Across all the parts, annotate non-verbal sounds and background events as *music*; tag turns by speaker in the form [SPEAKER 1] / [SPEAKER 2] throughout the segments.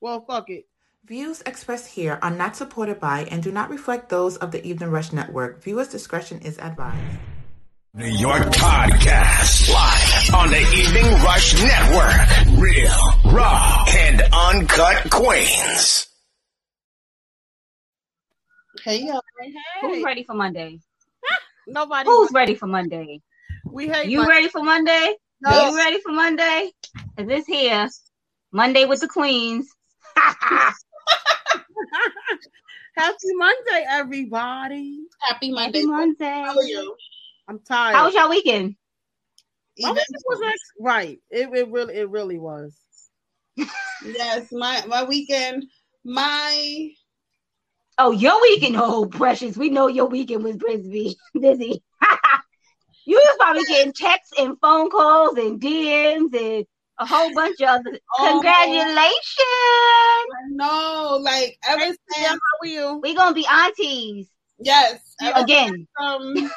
[SPEAKER 1] Well, fuck it.
[SPEAKER 2] Views expressed here are not supported by and do not reflect those of the Evening Rush Network. Viewers' discretion is advised.
[SPEAKER 3] New York Podcast. Live on the Evening Rush Network. Real, raw, and uncut queens.
[SPEAKER 1] Hey, y'all.
[SPEAKER 4] Who's ready for Monday?
[SPEAKER 1] Nobody.
[SPEAKER 4] Who's ready for Monday?
[SPEAKER 1] we hate
[SPEAKER 4] You
[SPEAKER 1] Monday.
[SPEAKER 4] ready for Monday?
[SPEAKER 1] No.
[SPEAKER 4] You ready for Monday? Is this here? Monday with the Queens.
[SPEAKER 1] Happy Monday, everybody.
[SPEAKER 5] Happy Monday.
[SPEAKER 4] Happy Monday.
[SPEAKER 5] How are you?
[SPEAKER 1] I'm tired.
[SPEAKER 4] How was your weekend?
[SPEAKER 1] My weekend was ex- right. It, it really it really was.
[SPEAKER 5] *laughs* Yes, my my weekend. My
[SPEAKER 4] Oh, your weekend. Oh, precious. We know your weekend was busy. *laughs* busy. you was probably getting texts and phone calls and DMs and a whole bunch of other. Congratulations.
[SPEAKER 5] no, like ever
[SPEAKER 1] Yeah, how
[SPEAKER 5] since
[SPEAKER 1] are you?
[SPEAKER 4] we going to be aunties
[SPEAKER 5] yes, ever
[SPEAKER 4] again.
[SPEAKER 5] from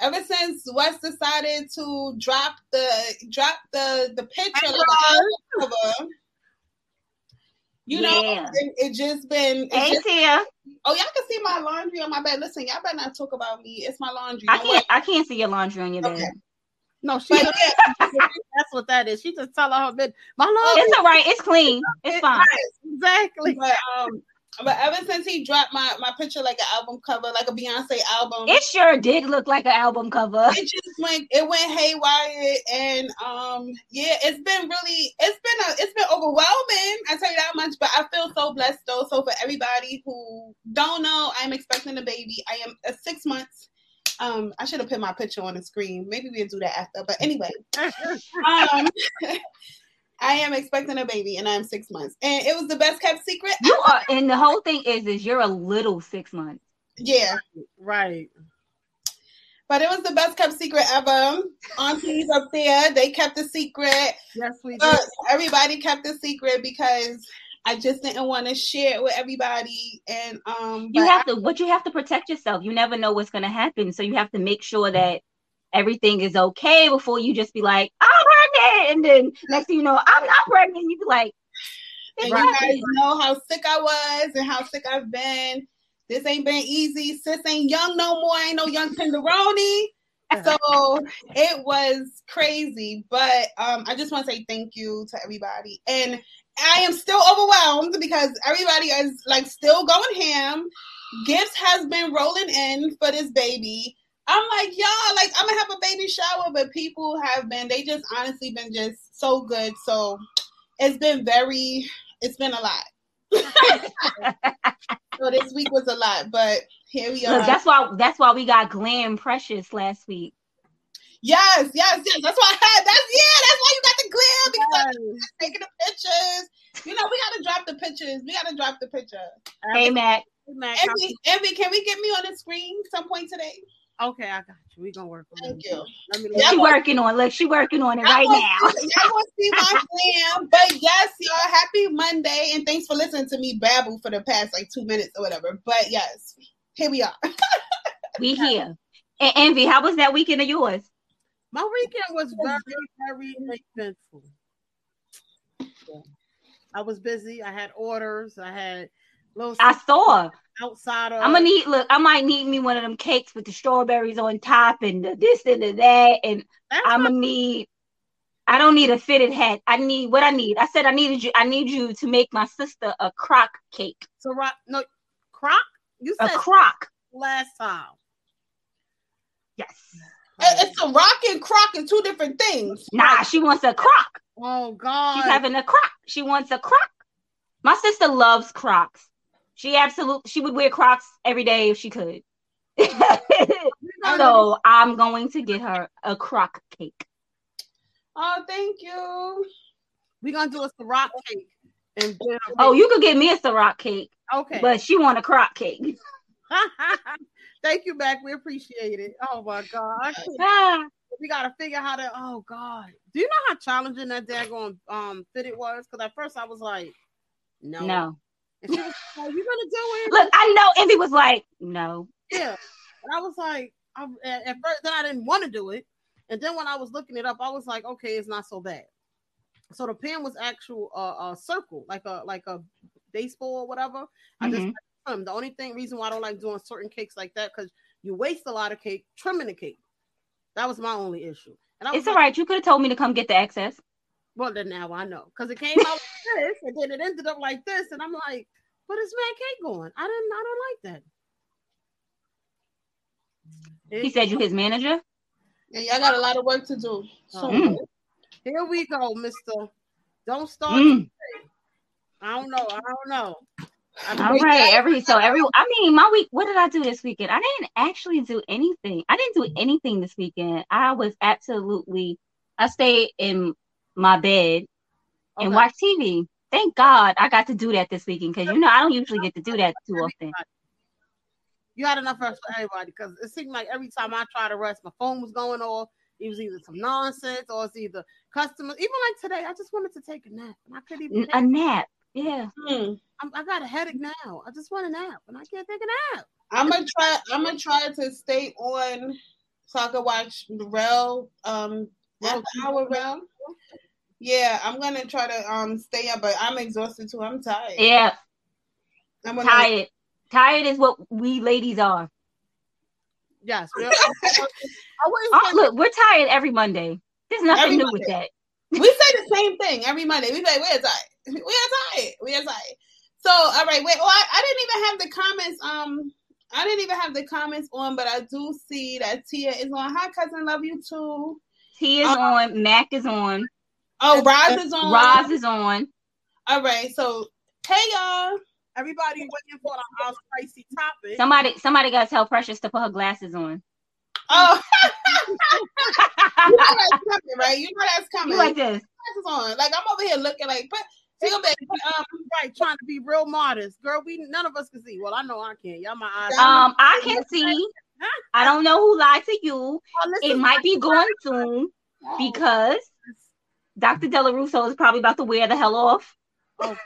[SPEAKER 5] ever since Wes decided to drop the drop the the picture like, on the cover, you know,
[SPEAKER 4] Yeah.
[SPEAKER 5] it, it just been. It
[SPEAKER 4] Hey,
[SPEAKER 5] just,
[SPEAKER 4] Tia.
[SPEAKER 5] oh, y'all can see my laundry on my bed. Listen, y'all better not talk about me. It's my laundry.
[SPEAKER 4] I
[SPEAKER 5] Don't
[SPEAKER 4] can't. I can't see your laundry on your bed.
[SPEAKER 5] Okay.
[SPEAKER 1] No, she
[SPEAKER 5] worry. But yeah,
[SPEAKER 1] that's what that is. She just tell her bit. My love
[SPEAKER 4] It's all right. It's clean. It's fine.
[SPEAKER 1] exactly. *laughs*
[SPEAKER 5] but um, but ever since he dropped my my picture like an album cover, like a Beyonce album,
[SPEAKER 4] It sure did look like an album cover.
[SPEAKER 5] it just went it went haywire, and um, yeah, it's been really it's been a it's been overwhelming. I tell you that much, but I feel so blessed though. So for everybody who don't know, I'm expecting a baby. I am uh, six months. Um, I should have put my picture on the screen. Maybe we'll do that after. But anyway, um, *laughs* I am expecting a baby, and I'm six months, and it was the best kept secret.
[SPEAKER 4] You are, and the whole thing is, is you're a little six months.
[SPEAKER 5] Yeah.
[SPEAKER 1] right.
[SPEAKER 5] But it was the best kept secret ever. Aunties up there, they kept the secret.
[SPEAKER 1] Yes, we do.
[SPEAKER 5] Uh, everybody kept the secret because I just didn't want to share it with everybody. And um,
[SPEAKER 4] You
[SPEAKER 5] but
[SPEAKER 4] have to, but you have to protect yourself. You never know what's gonna happen, so you have to make
[SPEAKER 5] Mm-hmm.
[SPEAKER 4] sure that everything is okay before you just be like, I'm pregnant, and then next thing you know, I'm not pregnant. You be like, "Bitch,
[SPEAKER 5] I, and
[SPEAKER 4] I
[SPEAKER 5] you guys
[SPEAKER 4] ain't."
[SPEAKER 5] know how sick I was and how sick I've been. This ain't been easy. Sis ain't young no more. Ain't no young tenderoni. So it was crazy, but um, I just want to say thank you to everybody. And I am still overwhelmed because everybody is like still going ham. Gifts has been rolling in for this baby. I'm like, y'all, like I'm gonna have a baby shower, but people have been, they just honestly been just so good. So it's been very, it's been a lot. so this week was a lot, but here we
[SPEAKER 4] Look,
[SPEAKER 5] are.
[SPEAKER 4] that's why. That's why we got Glam Precious last week.
[SPEAKER 5] Yes, yes, yes. That's why I had that's yeah, that's why you got the glam because I was taking the picters. You know, we gotta drop the pictures. We gotta drop the picture.
[SPEAKER 4] Hey, Mac.
[SPEAKER 1] Mac, how-
[SPEAKER 5] Envy, Envy, can we get me on the screen some point today?
[SPEAKER 1] okay, I got you. We gonna work on
[SPEAKER 5] Thank
[SPEAKER 1] it.
[SPEAKER 5] you.
[SPEAKER 1] Let me
[SPEAKER 5] Yeah,
[SPEAKER 4] She
[SPEAKER 5] I'm-
[SPEAKER 4] working on. Look, she working on it right
[SPEAKER 5] Y'all
[SPEAKER 4] now.
[SPEAKER 5] gonna see- Y'all gonna see *laughs* my glam. But yes, y'all, happy Monday and thanks for listening to me babble for the past like two minutes or whatever. But yes, here we are. *laughs*
[SPEAKER 4] We here. And Envy, how was that weekend of yours?
[SPEAKER 1] My weekend was very, very eventful. Yeah. I was busy. I had orders. I had little
[SPEAKER 4] I saw.
[SPEAKER 1] outside of.
[SPEAKER 4] I'm gonna need look. I might need me one of them cakes with the strawberries on top and the this and the that. And
[SPEAKER 1] That's
[SPEAKER 4] I'm
[SPEAKER 1] not- *laughs*
[SPEAKER 4] gonna need. I don't need a fitted hat. I need what I need. I said I needed you. I need you to make my sister a crock cake.
[SPEAKER 1] So right, no, croc. You
[SPEAKER 4] A
[SPEAKER 1] said
[SPEAKER 4] crock.
[SPEAKER 1] last time.
[SPEAKER 4] Yes.
[SPEAKER 5] It- It's a rock and crock and two different things.
[SPEAKER 4] Nah, she wants a crock.
[SPEAKER 1] oh God.
[SPEAKER 4] She's having a crock. She wants a crock. My sister loves Crocs. She absolutely. She would wear Crocs every day if she could. *laughs* so I'm going to get her a crock cake.
[SPEAKER 5] Oh, thank you.
[SPEAKER 1] We're gonna do a Ciroc cake. And then,
[SPEAKER 4] Oh, you could get me a Ciroc cake,
[SPEAKER 1] okay.
[SPEAKER 4] but she want a crock cake.
[SPEAKER 1] *laughs*
[SPEAKER 4] *laughs*
[SPEAKER 1] Thank you, Mac. We appreciate it. Oh my God. I can't-
[SPEAKER 4] Ah,
[SPEAKER 1] we gotta figure how to oh god do you know how challenging that daggone um fit it was because at first i was like no
[SPEAKER 4] no.
[SPEAKER 1] and she was like you gonna do it
[SPEAKER 4] Look, I know Envy was like, no.
[SPEAKER 1] yeah and i was like I, at, at first then i didn't want to do it and then when i was looking it up i was like okay it's not so bad So the pen was actual uh, a circle, like a like a baseball or whatever. I just
[SPEAKER 4] Mhm.
[SPEAKER 1] trim. The only thing reason why I don't like doing certain cakes like that because you waste a lot of cake trimming the cake. That was my only issue. And I was
[SPEAKER 4] It's all right. You could have told me to come get the excess.
[SPEAKER 1] well, then now I know because it came out like
[SPEAKER 4] *laughs*
[SPEAKER 1] this, and then it ended up like this, and I'm like, "What is Mad Cake going? I didn't, I don't like that."
[SPEAKER 4] He said you his manager.
[SPEAKER 5] Yeah, y'all got a lot of work to do. So
[SPEAKER 4] Mm.
[SPEAKER 1] "Here we go, Mister. Don't start.
[SPEAKER 4] Mm.
[SPEAKER 1] I don't know. I don't know."
[SPEAKER 4] All right. Every so every. I mean, my week. What did I do this weekend? I didn't actually do anything. I didn't do anything this weekend. I was absolutely. I stayed in my bed and
[SPEAKER 1] Okay.
[SPEAKER 4] watch TV. Thank God I got to do that this weekend because you know I don't usually get to do that too often.
[SPEAKER 1] You had enough rest for everybody because it seemed like every time I tried to rest, my phone was going off. It was either some nonsense or it's either customers. Even like today, I just wanted to take a nap and I couldn't even.
[SPEAKER 4] N-
[SPEAKER 1] take
[SPEAKER 4] A nap. Yeah.
[SPEAKER 5] mm.
[SPEAKER 1] I'm, I got a headache now. I just want a nap, and I can't take a nap.
[SPEAKER 5] I'm gonna try. I'm gonna try to stay on so I can watch the rail. Um, after hour rail. Yeah, I'm gonna try to um stay up, but I'm exhausted too. I'm tired.
[SPEAKER 4] Yeah.
[SPEAKER 5] I'm gonna,
[SPEAKER 4] Tired. Tired is what we ladies are. *laughs*
[SPEAKER 1] Yes, we are- I wouldn't
[SPEAKER 4] Oh,
[SPEAKER 1] say
[SPEAKER 4] look, we're tired every Monday. There's nothing
[SPEAKER 5] Every
[SPEAKER 4] new with that.
[SPEAKER 5] We say the same thing every Monday. We say we're tired. *laughs* We are tired. We are tired. So all right, wait. Oh, I, I didn't even have the comments. Um, I didn't even have the comments on, but I do see that Tia is on. Hi, cousin. Love you too.
[SPEAKER 4] T is
[SPEAKER 5] Uh,
[SPEAKER 4] on. Mac is on.
[SPEAKER 5] Oh, Roz is on.
[SPEAKER 4] Roz is on.
[SPEAKER 5] All right. So hey y'all.
[SPEAKER 1] everybody waiting for the our spicy topic.
[SPEAKER 4] Somebody, somebody got to tell Precious to put her glasses on.
[SPEAKER 5] Oh, *laughs* you know that's coming, right? You know that's coming.
[SPEAKER 4] you like this?
[SPEAKER 5] glasses on. Like I'm over here looking like, but she gonna be like, um,
[SPEAKER 1] right, trying to be real modest, girl. We none of us can see. Well, I know I can. Y'all, my eyes.
[SPEAKER 4] Um, I can see. I don't know who lied to you.
[SPEAKER 1] Oh, listen,
[SPEAKER 4] It might be going soon because Dr. Delarusso is probably about to wear the hell off.
[SPEAKER 1] well,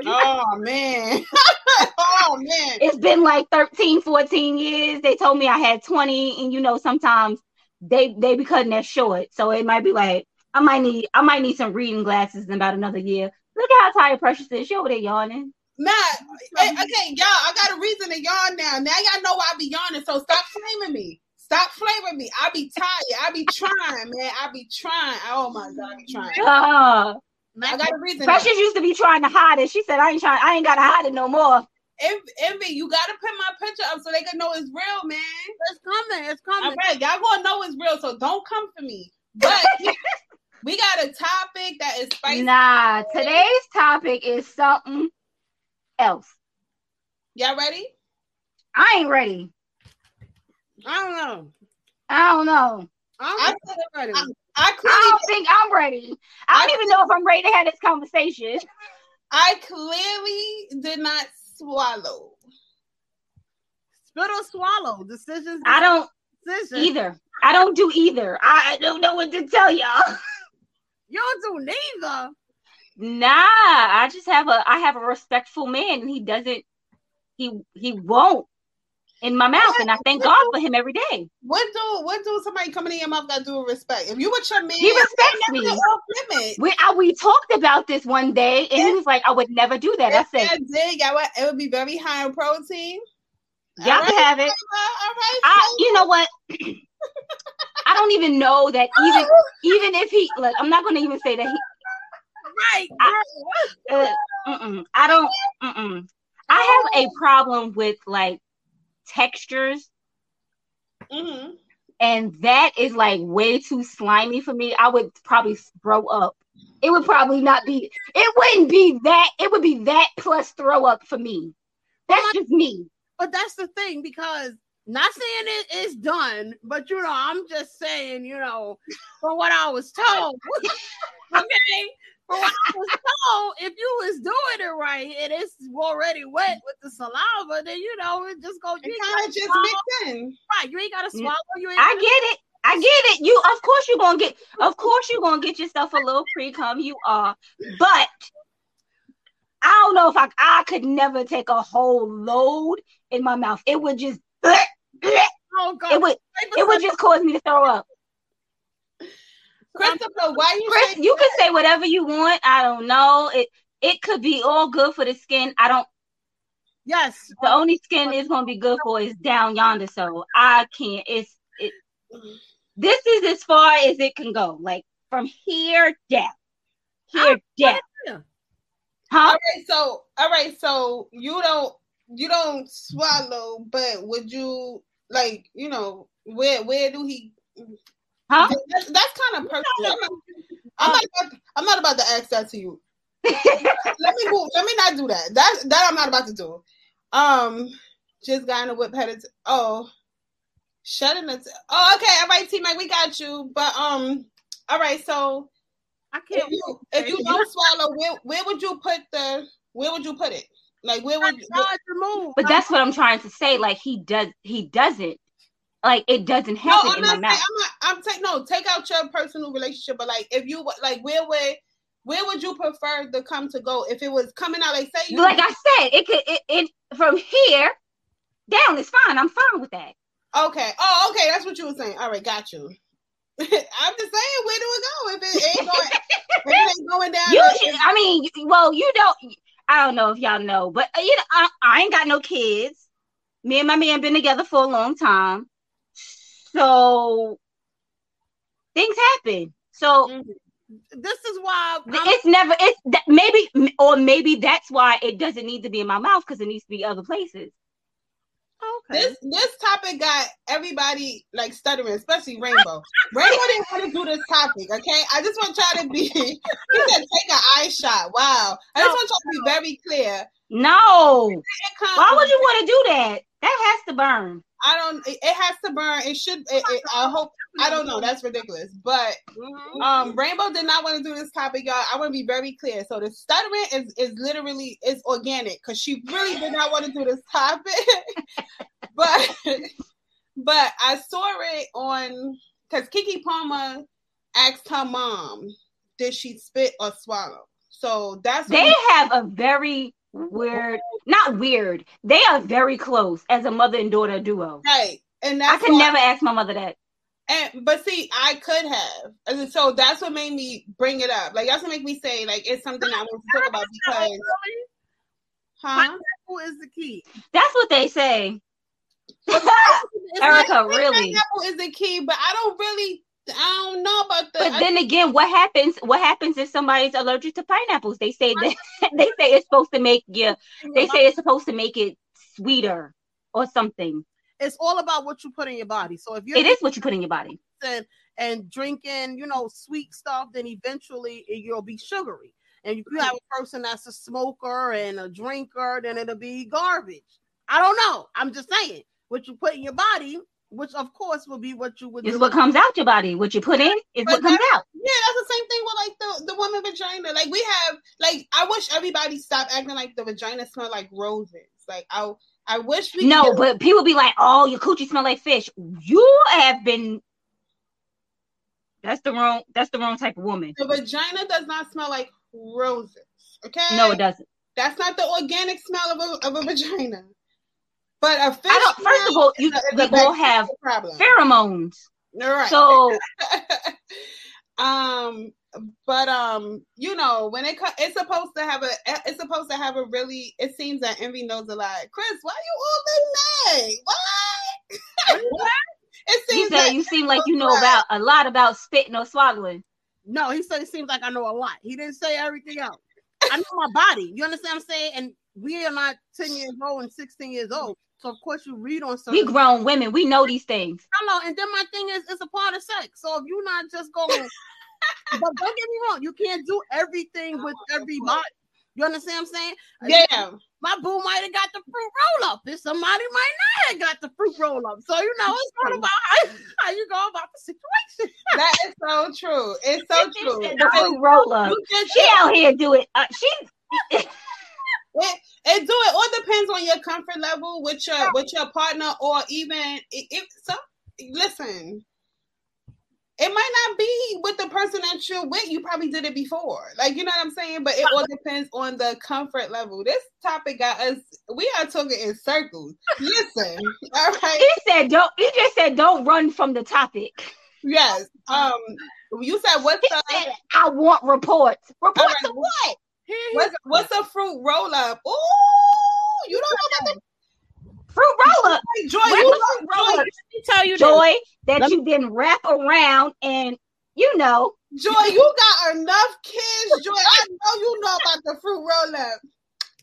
[SPEAKER 1] you
[SPEAKER 5] oh man, *laughs* oh man.
[SPEAKER 4] It's been like 13, 14 years. They told me I had 20, and you know, sometimes they they be cutting that short. So it might be like I might need I might need some reading glasses in about another year. Look at how tired Precious is. She over there yawning.
[SPEAKER 5] Nah, eh, okay, y'all. I got a reason to yawn now. Now y'all know why I be yawning. So stop flaming me. Stop flaming me. I be tired. I be trying, man. I be trying. Oh my god, I be trying.
[SPEAKER 4] Ugh.
[SPEAKER 5] I got a reason. now.
[SPEAKER 4] Uh-uh. Precious used to be trying to hide it. She said, "I ain't trying. I ain't gotta hide it no more."
[SPEAKER 5] Envy, Envy, you gotta put my picture up so they can know it's real, man.
[SPEAKER 1] it's coming. It's coming.
[SPEAKER 5] All right, y'all gonna know it's real, so don't come for me. But we got a topic that is spicy.
[SPEAKER 4] Nah, today's topic is something else.
[SPEAKER 5] Y'all ready?
[SPEAKER 4] I ain't ready.
[SPEAKER 1] I don't know.
[SPEAKER 4] I don't know.
[SPEAKER 1] I
[SPEAKER 5] I-
[SPEAKER 1] don't know. I'm ready.
[SPEAKER 5] I- I
[SPEAKER 4] I
[SPEAKER 5] clearly,
[SPEAKER 4] don't think I'm ready. I don't even know if I'm ready to have this conversation.
[SPEAKER 5] I clearly did not swallow.
[SPEAKER 1] Spit or swallow. Decisions.
[SPEAKER 4] I don't
[SPEAKER 1] decisions.
[SPEAKER 4] either. I don't do either. I I don't know what to tell y'all. *laughs*
[SPEAKER 1] You don't do neither.
[SPEAKER 4] Nah, I just have a I have a respectful man and he doesn't he he won't in my mouth and I thank God for him every day.
[SPEAKER 5] What do what do somebody coming in your mouth got to do with respect? If you with your man,
[SPEAKER 4] He respects
[SPEAKER 5] you
[SPEAKER 4] me.
[SPEAKER 5] off limit.
[SPEAKER 4] We I, we talked about this one day and he was like, I would never do that. I
[SPEAKER 5] If
[SPEAKER 4] said,
[SPEAKER 5] I did, y'all, would- it would be very high in protein. Uh,
[SPEAKER 4] Y'all can have it.
[SPEAKER 5] all right.
[SPEAKER 4] I you know what? I don't even know that even even if he look, I'm not gonna even say that he
[SPEAKER 1] Right.
[SPEAKER 4] I-
[SPEAKER 1] girl.
[SPEAKER 4] uh, mm-mm. I don't. Mm-mm. I have a problem with like textures,
[SPEAKER 5] mm-hmm.
[SPEAKER 4] and that is like way too slimy for me. I would probably throw up. It would probably not be. It wouldn't be that. It would be that plus throw up for me. That's just me.
[SPEAKER 1] But that's the thing because not saying it is done, but you know, I'm just saying, you know, from what I was told. *laughs* okay. From what I was told, if you was doing it right and it's already wet with the saliva, then you know it just go you
[SPEAKER 5] It
[SPEAKER 1] ain't
[SPEAKER 5] kind
[SPEAKER 1] gotta
[SPEAKER 5] of just
[SPEAKER 1] swallow,
[SPEAKER 5] mixed in.
[SPEAKER 1] right. You ain't gotta
[SPEAKER 4] Mm.
[SPEAKER 1] swallow, you ain't
[SPEAKER 4] I
[SPEAKER 1] gotta
[SPEAKER 4] get it. I get it. You, of course, you're gonna get. Of course, you're gonna get yourself a little pre cum. You are, but I don't know if I. I could never take a whole load in my mouth. It would just. It
[SPEAKER 1] oh god.
[SPEAKER 4] would.
[SPEAKER 1] Right
[SPEAKER 4] It would just cause me to throw up.
[SPEAKER 5] Christopher, why you
[SPEAKER 4] Chris,
[SPEAKER 5] say
[SPEAKER 4] you can say whatever you want. I don't know. It it could be all good for the skin. I don't.
[SPEAKER 1] Yes.
[SPEAKER 4] The only skin is gonna be good for is down yonder. So I can't. It's it. This is as far as it can go. Like from here down, here down.
[SPEAKER 1] yeah.
[SPEAKER 4] Huh?
[SPEAKER 5] all right, so all right, so you don't you don't swallow, but would you like you know where where do he?
[SPEAKER 4] Huh?
[SPEAKER 5] That's, that's kind of personal. I'm not, I'm not about, I'm not about to ask that to you. let me move. Let me not do that. That that I'm not about to do. Um, just got in a whip headed. To, oh, shutting it. Oh, okay. All right, T Mike, we got you. But um, all right. So
[SPEAKER 1] I can't.
[SPEAKER 5] if you if you don't swallow, where where would you put the where would you put it? Like where would where,
[SPEAKER 1] God remove.
[SPEAKER 4] *laughs* But that's what I'm trying to say. Like he does. He doesn't. Like it doesn't
[SPEAKER 5] no?
[SPEAKER 4] happen
[SPEAKER 5] I'm
[SPEAKER 4] in
[SPEAKER 5] not.
[SPEAKER 4] my
[SPEAKER 5] Saying, I'm
[SPEAKER 4] mouth.
[SPEAKER 5] not. I'm take no. Take out your personal relationship, but like if you wa- like where would where would you prefer the come to go if it was coming out like say you
[SPEAKER 4] Like I said, it could. It, it from here down is fine. I'm fine with that.
[SPEAKER 5] Okay. Oh, okay. That's what you were saying. All right, got you. *laughs* I'm just saying, where do it go if it ain't going? if it ain't going down.
[SPEAKER 4] You
[SPEAKER 5] the-
[SPEAKER 4] should, I mean, you- well, you don't. I don't know if y'all know, but uh, you know, I, I ain't got no kids. Me and my man been together for a long time, so things happen. So
[SPEAKER 1] This is why I'm
[SPEAKER 4] it's never. It's that maybe, or maybe that's why it doesn't need to be in my mouth because it needs to be other places.
[SPEAKER 1] okay.
[SPEAKER 5] This this topic got everybody like stuttering, especially Rainbow. Rainbow didn't want to do this topic. Okay, I just want y'all to be. *laughs* He said, take an eye shot. Wow. I just want y'all to be very clear.
[SPEAKER 4] No,
[SPEAKER 5] It comes-
[SPEAKER 4] why would you want to do that? That has to burn.
[SPEAKER 5] I don't. It, it has to burn. It should. It, it, I hope. I don't know. That's ridiculous. But
[SPEAKER 1] Mhm.
[SPEAKER 5] Um, Rainbow did not want to do this topic, y'all. I want to be very clear. So the stuttering is is literally is organic because she really did not want to do this topic, *laughs* but but I saw it on because Kiki Palmer asked her mom, did she spit or swallow? So that's
[SPEAKER 4] They
[SPEAKER 5] when-
[SPEAKER 4] have a very weird, not weird. They are very close as a mother and daughter duo.
[SPEAKER 5] right, and
[SPEAKER 4] I
[SPEAKER 5] that's
[SPEAKER 4] could
[SPEAKER 5] why-
[SPEAKER 4] never ask my mother that.
[SPEAKER 5] And but see, I could have, and so that's what made me bring it up. Like that's what make me say like it's something I want to talk about because
[SPEAKER 1] Really?
[SPEAKER 5] huh?
[SPEAKER 1] Who is the key?
[SPEAKER 4] That's what they say. *laughs*
[SPEAKER 5] It's not-
[SPEAKER 4] Erica, really.
[SPEAKER 5] pineapple is the key, but I don't really, I don't know about the. uh,
[SPEAKER 4] But then again, what happens? What happens if somebody's allergic to pineapples? They say that *laughs* they say it's supposed to make you. They say it's supposed to make it sweeter or something.
[SPEAKER 1] It's all about what you put in your body. So if you're
[SPEAKER 4] It is what you put in your body.
[SPEAKER 1] and, and drinking, you know, sweet stuff, then eventually it, you'll be sugary. And if you have a person that's a smoker and a drinker, then it'll be garbage. I don't know. I'm just saying what you put in your body, which of course will be what you would
[SPEAKER 4] It's
[SPEAKER 1] do.
[SPEAKER 4] what comes out your body. What you put in is what comes out.
[SPEAKER 5] yeah, that's the same thing with like the the woman vagina. Like we have, like I wish everybody stopped acting like the vagina smell like roses. Like I, I wish we
[SPEAKER 4] No,
[SPEAKER 5] could-
[SPEAKER 4] but people be like, "Oh, your coochie smell like fish." You have been. That's the wrong. That's the wrong type of woman.
[SPEAKER 5] the vagina does not smell like roses. Okay,
[SPEAKER 4] No, it doesn't.
[SPEAKER 5] that's not the organic smell of a of a vagina. But a fish.
[SPEAKER 4] I don't. First of
[SPEAKER 5] smell
[SPEAKER 4] all, you
[SPEAKER 5] is a- is
[SPEAKER 4] we
[SPEAKER 5] a
[SPEAKER 4] all have
[SPEAKER 5] bacterial problem.
[SPEAKER 4] pheromones.
[SPEAKER 5] All right.
[SPEAKER 4] So
[SPEAKER 5] *laughs* um but um you know when it co- it's supposed to have a it's supposed to have a really it seems that envy knows a lot chris why you all in that why it
[SPEAKER 4] you
[SPEAKER 5] seems
[SPEAKER 4] said
[SPEAKER 5] that
[SPEAKER 4] you seem like you know about a lot about spitting or swallowing.
[SPEAKER 1] No, he said it seems like I know a lot. He didn't say everything else. I know my body. You understand what I'm saying? And we are not 10 years old and 16 years old. So of course you read on
[SPEAKER 4] We
[SPEAKER 1] something.
[SPEAKER 4] grown women. We know these things.
[SPEAKER 1] Hello, and then my thing is, it's a part of sex. So if you're not just
[SPEAKER 5] *laughs*
[SPEAKER 1] going, but don't get me wrong, you can't do everything with everybody. You understand what I'm saying?
[SPEAKER 5] Oh, yeah
[SPEAKER 1] My boo might have got the fruit roll up, and somebody might not have got the fruit roll up. So you know, it's all about how, how you go about the situation.
[SPEAKER 5] that is so true it's so true
[SPEAKER 4] The fruit roller.
[SPEAKER 5] you just
[SPEAKER 4] She out here do it. Uh, she
[SPEAKER 5] It, it do it all depends on your comfort level with your with your partner or even i- if some listen. It might not be with the person that you're with. You probably did it before. Like, you know what I'm saying? But it all depends on the comfort level. This topic got us, we are talking in circles. Listen, *laughs* all right.
[SPEAKER 4] he said don't. He just said don't run from the topic.
[SPEAKER 5] Yes. Um, You said what's
[SPEAKER 4] *laughs* He
[SPEAKER 5] the
[SPEAKER 4] said, I want reports. Reports
[SPEAKER 5] right.
[SPEAKER 4] of what?
[SPEAKER 5] what's, what's a fruit roll up? Ooh, you don't know about
[SPEAKER 4] Fruit roll up.
[SPEAKER 5] that joy.
[SPEAKER 4] Where's
[SPEAKER 5] You
[SPEAKER 4] the fruit roll up?
[SPEAKER 1] me tell you this.
[SPEAKER 4] Joy that
[SPEAKER 1] Let me-
[SPEAKER 4] you then wrap around and, you know,
[SPEAKER 5] Joy, you got enough kids, Joy. I know you know about the fruit roll up.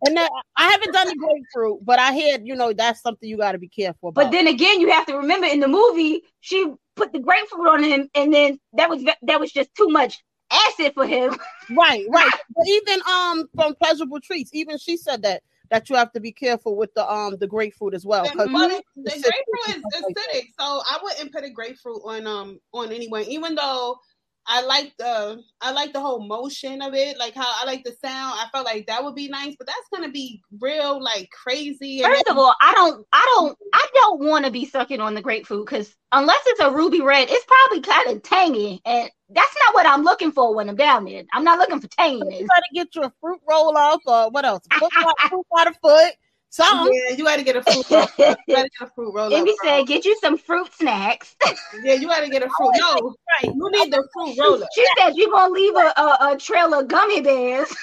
[SPEAKER 1] And then, I haven't done the grapefruit, but I heard you know that's something you got to be careful about.
[SPEAKER 4] But then again, you have to remember in the movie she put the grapefruit on him, and then that was that was just too much acid for him.
[SPEAKER 1] right, right. But even um from pleasurable treats, even she said that that you have to be careful with the um the grapefruit as well. 'cause-
[SPEAKER 4] Mhm.
[SPEAKER 5] Well, the, Mm-hmm. the
[SPEAKER 1] Acidic.
[SPEAKER 5] grapefruit is acidic, so I wouldn't put a grapefruit on um on anyone. Even though I like the I like the whole motion of it, like how I like the sound. I felt like that would be nice, but that's gonna be real like crazy. And
[SPEAKER 4] First of all, I don't, I don't, I don't want to be sucking on the grapefruit because unless it's a ruby red, it's probably kind of tangy, and that's not what I'm looking for when I'm down there. I'm not looking for
[SPEAKER 1] you
[SPEAKER 4] tanginess.
[SPEAKER 1] got to get your fruit roll off or what else? Foot
[SPEAKER 5] *laughs*
[SPEAKER 1] by, foot by the foot. Something.
[SPEAKER 5] yeah, you gotta get a fruit. roll. You gotta get a fruit roll.
[SPEAKER 4] If
[SPEAKER 5] up,
[SPEAKER 4] you
[SPEAKER 5] girl.
[SPEAKER 4] said get you some fruit snacks, *laughs*
[SPEAKER 5] yeah, you gotta get a fruit. No,
[SPEAKER 1] Right.
[SPEAKER 5] you need the fruit roller.
[SPEAKER 4] she said you gonna leave a, a, a trail of gummy bears.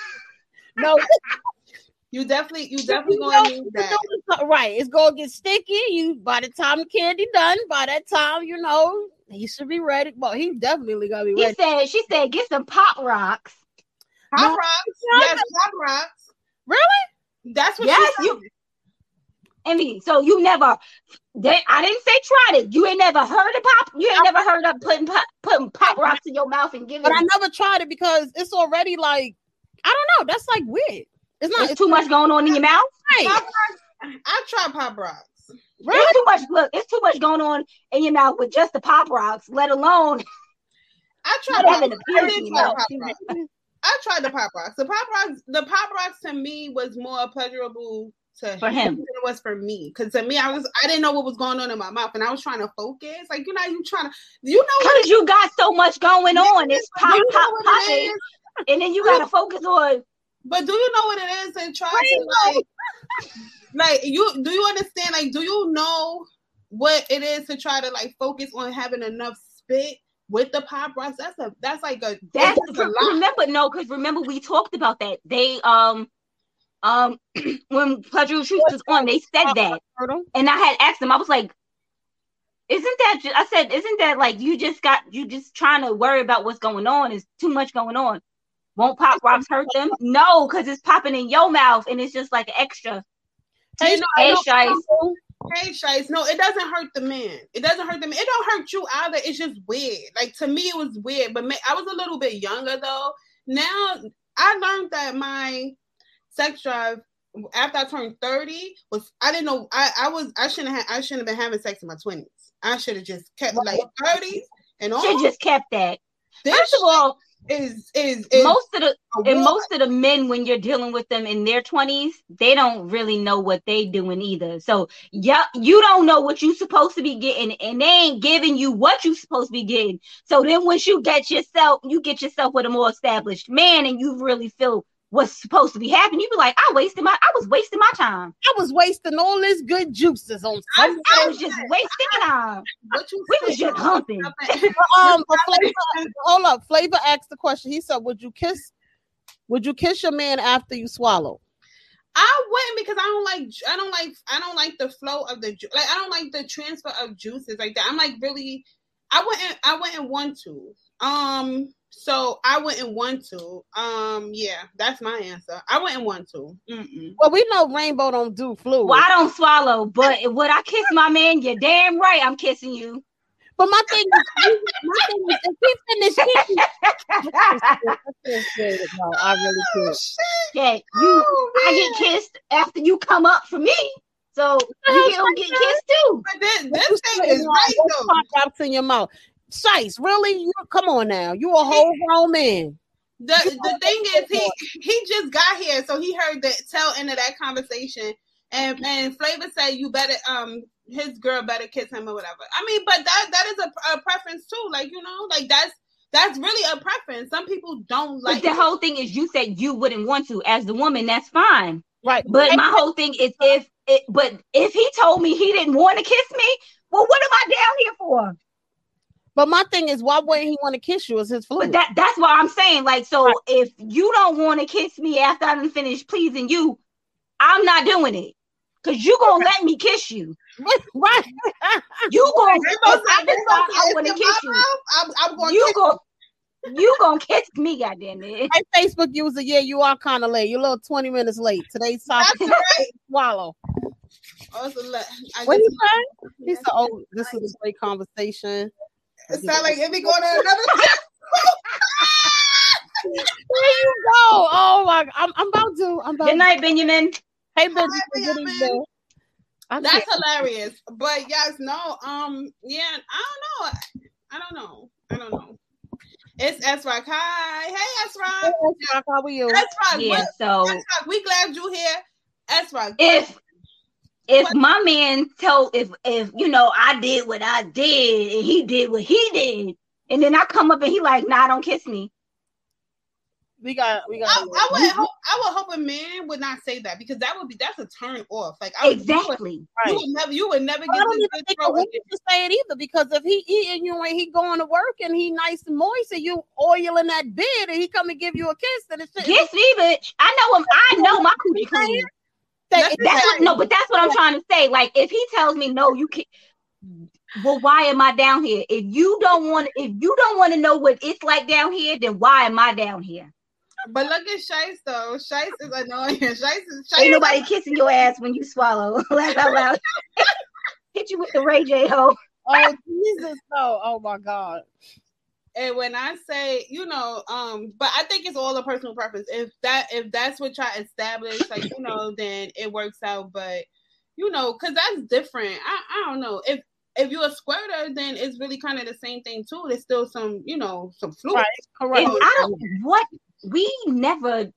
[SPEAKER 1] No,
[SPEAKER 5] You definitely, you
[SPEAKER 1] you
[SPEAKER 5] definitely
[SPEAKER 1] know-
[SPEAKER 5] gonna need
[SPEAKER 1] you
[SPEAKER 5] that.
[SPEAKER 1] know it's not- right. It's gonna get sticky. You by the time the candy done, by that time, you know, he should be ready. Well, he definitely gonna be
[SPEAKER 4] He
[SPEAKER 1] ready.
[SPEAKER 4] said she said get some pop rocks.
[SPEAKER 5] Pop
[SPEAKER 1] No.
[SPEAKER 5] rocks,
[SPEAKER 1] No.
[SPEAKER 5] yes, pop rocks. Really? That's what
[SPEAKER 4] Yes,
[SPEAKER 5] she
[SPEAKER 4] you- Envy. So you never that I didn't say tried it. You ain't never heard of pop. You ain't never heard of putting pop, putting pop rocks in your mouth and giving.
[SPEAKER 1] But I never tried it because it's already like I don't know, that's like weird. It's not
[SPEAKER 4] There's too much going on in your mouth.
[SPEAKER 1] right.
[SPEAKER 5] I tried pop rocks.
[SPEAKER 1] Really?
[SPEAKER 4] There's too much. Look, it's too much going on in your mouth with just the pop rocks, let alone
[SPEAKER 5] I tried pop
[SPEAKER 4] having a
[SPEAKER 5] I
[SPEAKER 4] period in
[SPEAKER 5] did
[SPEAKER 4] your
[SPEAKER 5] try
[SPEAKER 4] mouth.
[SPEAKER 5] the pop rocks. I tried the pop rocks. The pop rocks, the pop rocks to me was more pleasurable to
[SPEAKER 4] For him.
[SPEAKER 5] than it was for me. Because to me, I was I didn't know what was going on in my mouth, and I was trying to focus. Like you know, you trying to, you know what?
[SPEAKER 4] Cause you got so much going on. It's
[SPEAKER 5] you
[SPEAKER 4] pop,
[SPEAKER 5] know
[SPEAKER 4] pop,
[SPEAKER 5] what it
[SPEAKER 4] popping,
[SPEAKER 5] is,
[SPEAKER 4] and then you gotta focus on.
[SPEAKER 5] but do you know what it is? And try
[SPEAKER 1] Right.
[SPEAKER 5] to like, like you do you understand? Like, do you know what it is to try to like focus on having enough spit with the pop rocks? That's a that's like a
[SPEAKER 4] That's
[SPEAKER 5] a lot.
[SPEAKER 4] remember no, because remember we talked about that. They um um *clears throat* when Pleasure Truth was on, they said that.
[SPEAKER 1] Turtle?
[SPEAKER 4] and I had asked him, I was like, isn't that, ju- I said, isn't that like you just got, you just trying to worry about what's going on? It's too much going on. Won't Pop Rocks hurt them? No, because it's popping in your mouth and it's just like extra.
[SPEAKER 5] Hey, no, I
[SPEAKER 4] Hey,
[SPEAKER 5] know-
[SPEAKER 4] Shice.
[SPEAKER 5] Hey, Shice. No, it doesn't hurt the man. It doesn't hurt the man. It don't hurt you either. It's just weird. Like to me, it was weird. But ma- I was a little bit younger though. Now I learned that my sex drive after I turned thirty was I didn't know I I was I shouldn't have I shouldn't have been having sex in my twenties. I should have just kept like thirties and all.
[SPEAKER 4] Should just kept that.
[SPEAKER 5] this
[SPEAKER 4] First of all,
[SPEAKER 5] is is is
[SPEAKER 4] most of the
[SPEAKER 5] a
[SPEAKER 4] and
[SPEAKER 5] war.
[SPEAKER 4] most of the men when you're dealing with them in their 20s they don't really know what they doing either so yeah you don't know what you supposed to be getting and they ain't giving you what you supposed to be getting so then once you get yourself you get yourself with a more established man and you really feel what's supposed to be happening you be like i wasted my i was wasting my time
[SPEAKER 1] I was wasting all this good juices on
[SPEAKER 5] I,
[SPEAKER 1] some
[SPEAKER 4] i
[SPEAKER 5] I,
[SPEAKER 4] was just wasting time
[SPEAKER 5] what you
[SPEAKER 4] we was
[SPEAKER 5] said-
[SPEAKER 4] just humping
[SPEAKER 1] um but flavor, hold up. Flavor asked the question. He said, Would you kiss would you kiss your man after you swallow?
[SPEAKER 5] I wouldn't because I don't like I don't like I don't like the flow of the ju- like I don't like the transfer of juices like that. I'm like really I wouldn't I wouldn't want to. Um so I wouldn't want to. Um yeah, that's my answer. I wouldn't want to. Mm-mm.
[SPEAKER 1] Well, we know rainbow don't do fluid.
[SPEAKER 4] well i don't swallow but would i kiss my man you're damn right i'm kissing you *laughs*
[SPEAKER 1] But my thing is, my thing is if he finished eating, I can't stand it. No, I really
[SPEAKER 5] Oh,
[SPEAKER 1] can't.
[SPEAKER 5] shit.
[SPEAKER 4] Shit, you
[SPEAKER 5] Oh,
[SPEAKER 4] I get kissed after you come up for me. So you don't get kissed too.
[SPEAKER 5] But then this thing is right though.
[SPEAKER 1] Pop drops in your mouth. Shice, really? You come on now. You a whole grown man.
[SPEAKER 5] The the thing is he he just got here, so he heard the tail end of that conversation. And and Flavor said you better um his girl better kiss him or whatever. I mean, but that that is a, a preference too. Like you know, like that's that's really a preference. Some people don't
[SPEAKER 4] But
[SPEAKER 5] like
[SPEAKER 4] the whole thing is you said you wouldn't want to as the woman, that's fine.
[SPEAKER 1] Right.
[SPEAKER 4] But my whole thing is if it but if he told me he didn't want to kiss me, well what am I down here for?
[SPEAKER 1] But my thing is, why wouldn't he want to kiss you? Is his fluid?
[SPEAKER 4] But that that's what I'm saying. Like, so if you don't want to kiss me after I done finished pleasing you, I'm not doing it. Cause you gonna let me kiss you.
[SPEAKER 1] *laughs* right.
[SPEAKER 4] You gonna
[SPEAKER 5] They
[SPEAKER 4] if
[SPEAKER 5] gonna say-
[SPEAKER 4] I decide
[SPEAKER 5] they gonna say
[SPEAKER 4] I
[SPEAKER 5] it's
[SPEAKER 4] want to
[SPEAKER 5] in
[SPEAKER 4] kiss you.
[SPEAKER 5] my mouth, I'm, I'm going
[SPEAKER 4] You
[SPEAKER 5] to
[SPEAKER 4] gonna you gonna kiss me, goddamn it.
[SPEAKER 1] Hey, Facebook user, yeah, you are kind of late. You're a little 20 minutes late. Today's topic
[SPEAKER 5] That's
[SPEAKER 1] is swallow.
[SPEAKER 5] Also, look, I
[SPEAKER 1] What he
[SPEAKER 5] just,
[SPEAKER 1] said? He said, oh, this is a great conversation.
[SPEAKER 5] it sound like it be going to another.
[SPEAKER 1] There you go. Oh, my. I'm, I'm about to. I'm about
[SPEAKER 4] Good night, Benjamin.
[SPEAKER 1] to. Hey, bitch.
[SPEAKER 5] Hi,
[SPEAKER 1] Good
[SPEAKER 5] Benjamin.
[SPEAKER 1] evening. I
[SPEAKER 5] That's
[SPEAKER 1] can't-
[SPEAKER 5] hilarious. But yes, no, um, yeah, I don't know. I don't know. I don't know. It's S Rock. Hi. Hey S
[SPEAKER 1] Hey,
[SPEAKER 5] Rock.
[SPEAKER 1] Rock, How are you?
[SPEAKER 5] S Rock.
[SPEAKER 4] Yeah, so
[SPEAKER 5] We glad you here. S Rock.
[SPEAKER 4] if if my man told if if you know I did what I did and he did what he did and then I come up and he like nah don't kiss me
[SPEAKER 1] We got. We got.
[SPEAKER 5] I, I would hope I would hope a man would not say that because that would be that's a turn off. Like I would,
[SPEAKER 4] exactly
[SPEAKER 5] you, would, you would never you would never get
[SPEAKER 1] I don't
[SPEAKER 5] this
[SPEAKER 1] even
[SPEAKER 5] good
[SPEAKER 1] think a
[SPEAKER 5] throw
[SPEAKER 1] woman
[SPEAKER 5] again.
[SPEAKER 1] should say it either because if he eating you and he going to work and he nice and moist and you oiling that beard and he come and give you a kiss then it's just
[SPEAKER 4] kiss me bitch I know him I know my coochie clean
[SPEAKER 1] that,
[SPEAKER 5] That's-
[SPEAKER 4] that's what, no but that's what I'm trying to say like if he tells me no you can't well why am I down here if you don't want if you don't want to know what it's like down here then why am I down here
[SPEAKER 5] But look at Shice though. Shice is annoying. *laughs* Shice is Shice
[SPEAKER 4] ain't nobody kissing your ass when you swallow *laughs* laugh out loud hit you with the Ray J ho
[SPEAKER 1] oh Jesus no oh my God
[SPEAKER 5] And when I say, you know, um, but I think it's all a personal preference. If that if that's what y'all establish, like
[SPEAKER 4] *coughs*
[SPEAKER 5] you know, then it works out. But you know, cause that's different. I, I don't know. If if you're a squirter, then it's really kind of the same thing too. There's still some, you know, some fluid.
[SPEAKER 1] Right. correct
[SPEAKER 4] And I don't what we never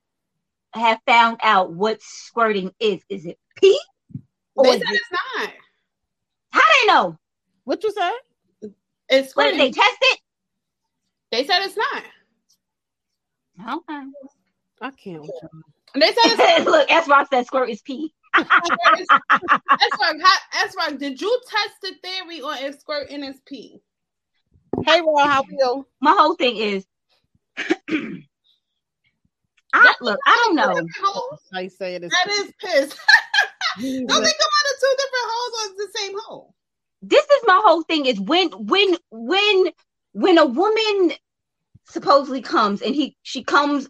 [SPEAKER 4] have found out what squirting is. Is it pee? Or
[SPEAKER 5] They
[SPEAKER 4] is
[SPEAKER 5] said
[SPEAKER 4] it,
[SPEAKER 5] it's not.
[SPEAKER 4] how they know?
[SPEAKER 1] what you say
[SPEAKER 5] It's
[SPEAKER 4] What did
[SPEAKER 5] squirting.
[SPEAKER 4] they
[SPEAKER 5] They-,
[SPEAKER 4] test it?
[SPEAKER 5] said it's not.
[SPEAKER 4] Okay.
[SPEAKER 1] I can't with you.
[SPEAKER 5] They said
[SPEAKER 4] *laughs*
[SPEAKER 5] it's
[SPEAKER 4] Look, S Rock said squirt is pee.
[SPEAKER 5] squirting. S-Rock, how- S-Rock, did you test the theory on if squirting is pee?
[SPEAKER 1] hey Ron how are you
[SPEAKER 4] My whole thing is *clears throat* I look, I don't know.
[SPEAKER 1] I say *laughs* it is
[SPEAKER 5] That is piss.
[SPEAKER 1] Oh
[SPEAKER 5] Don't they come out of two different holes or it's the same hole?
[SPEAKER 4] This is my whole thing is when when when when a woman supposedly comes and he she comes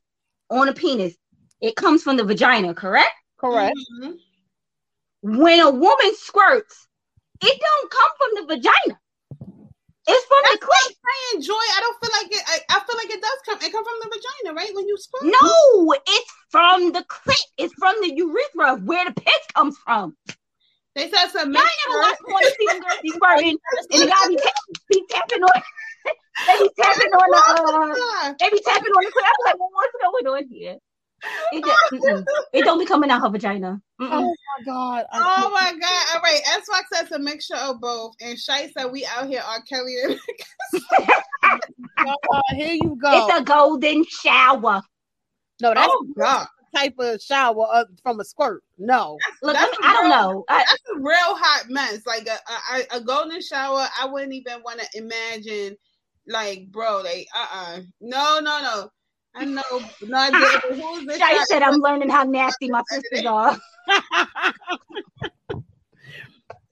[SPEAKER 4] on a penis, it comes from the vagina, correct?
[SPEAKER 1] correct
[SPEAKER 5] Mhm.
[SPEAKER 4] when a woman squirts, it don't come from the vagina. It's from the clit.
[SPEAKER 5] I enjoy. I don't feel like it. I, I feel like it does come. It come from the vagina, right? When you squirt.
[SPEAKER 4] No, it's from the clit. It's from the urethra of where the piss comes from.
[SPEAKER 5] They said it's a
[SPEAKER 4] Y'all ain't never
[SPEAKER 5] mixture.
[SPEAKER 4] watched
[SPEAKER 5] *laughs*
[SPEAKER 4] porn and seen girls be squirting and y'all be, tapping, be tapping on *laughs* they be tapping on the uh,
[SPEAKER 5] Ah,
[SPEAKER 4] they be tapping on the clit. I'm like, well, what's going on here? It, just, mm-mm. it don't be coming out her vagina. Mm-mm.
[SPEAKER 1] oh my God I
[SPEAKER 5] Oh
[SPEAKER 1] can't.
[SPEAKER 5] my god! All right, S Rock says a mixture of both, and Shay said we out here are Kelly. and-
[SPEAKER 1] God, here you go
[SPEAKER 4] It's a golden shower.
[SPEAKER 1] no that's
[SPEAKER 5] Oh god,
[SPEAKER 1] the type of shower uh, from a squirt no
[SPEAKER 4] Look,
[SPEAKER 5] That's
[SPEAKER 4] I don't
[SPEAKER 5] a girl-
[SPEAKER 4] know. I,
[SPEAKER 5] that's a real hot mess. Like a a, a- a golden shower, I wouldn't even want to imagine. Like, bro, like, uh, uh no, no, no. I know,
[SPEAKER 4] *laughs*
[SPEAKER 5] no, I did. but Who's this?
[SPEAKER 4] Shay
[SPEAKER 5] guy?
[SPEAKER 4] said I'm learning how nasty my sisters are.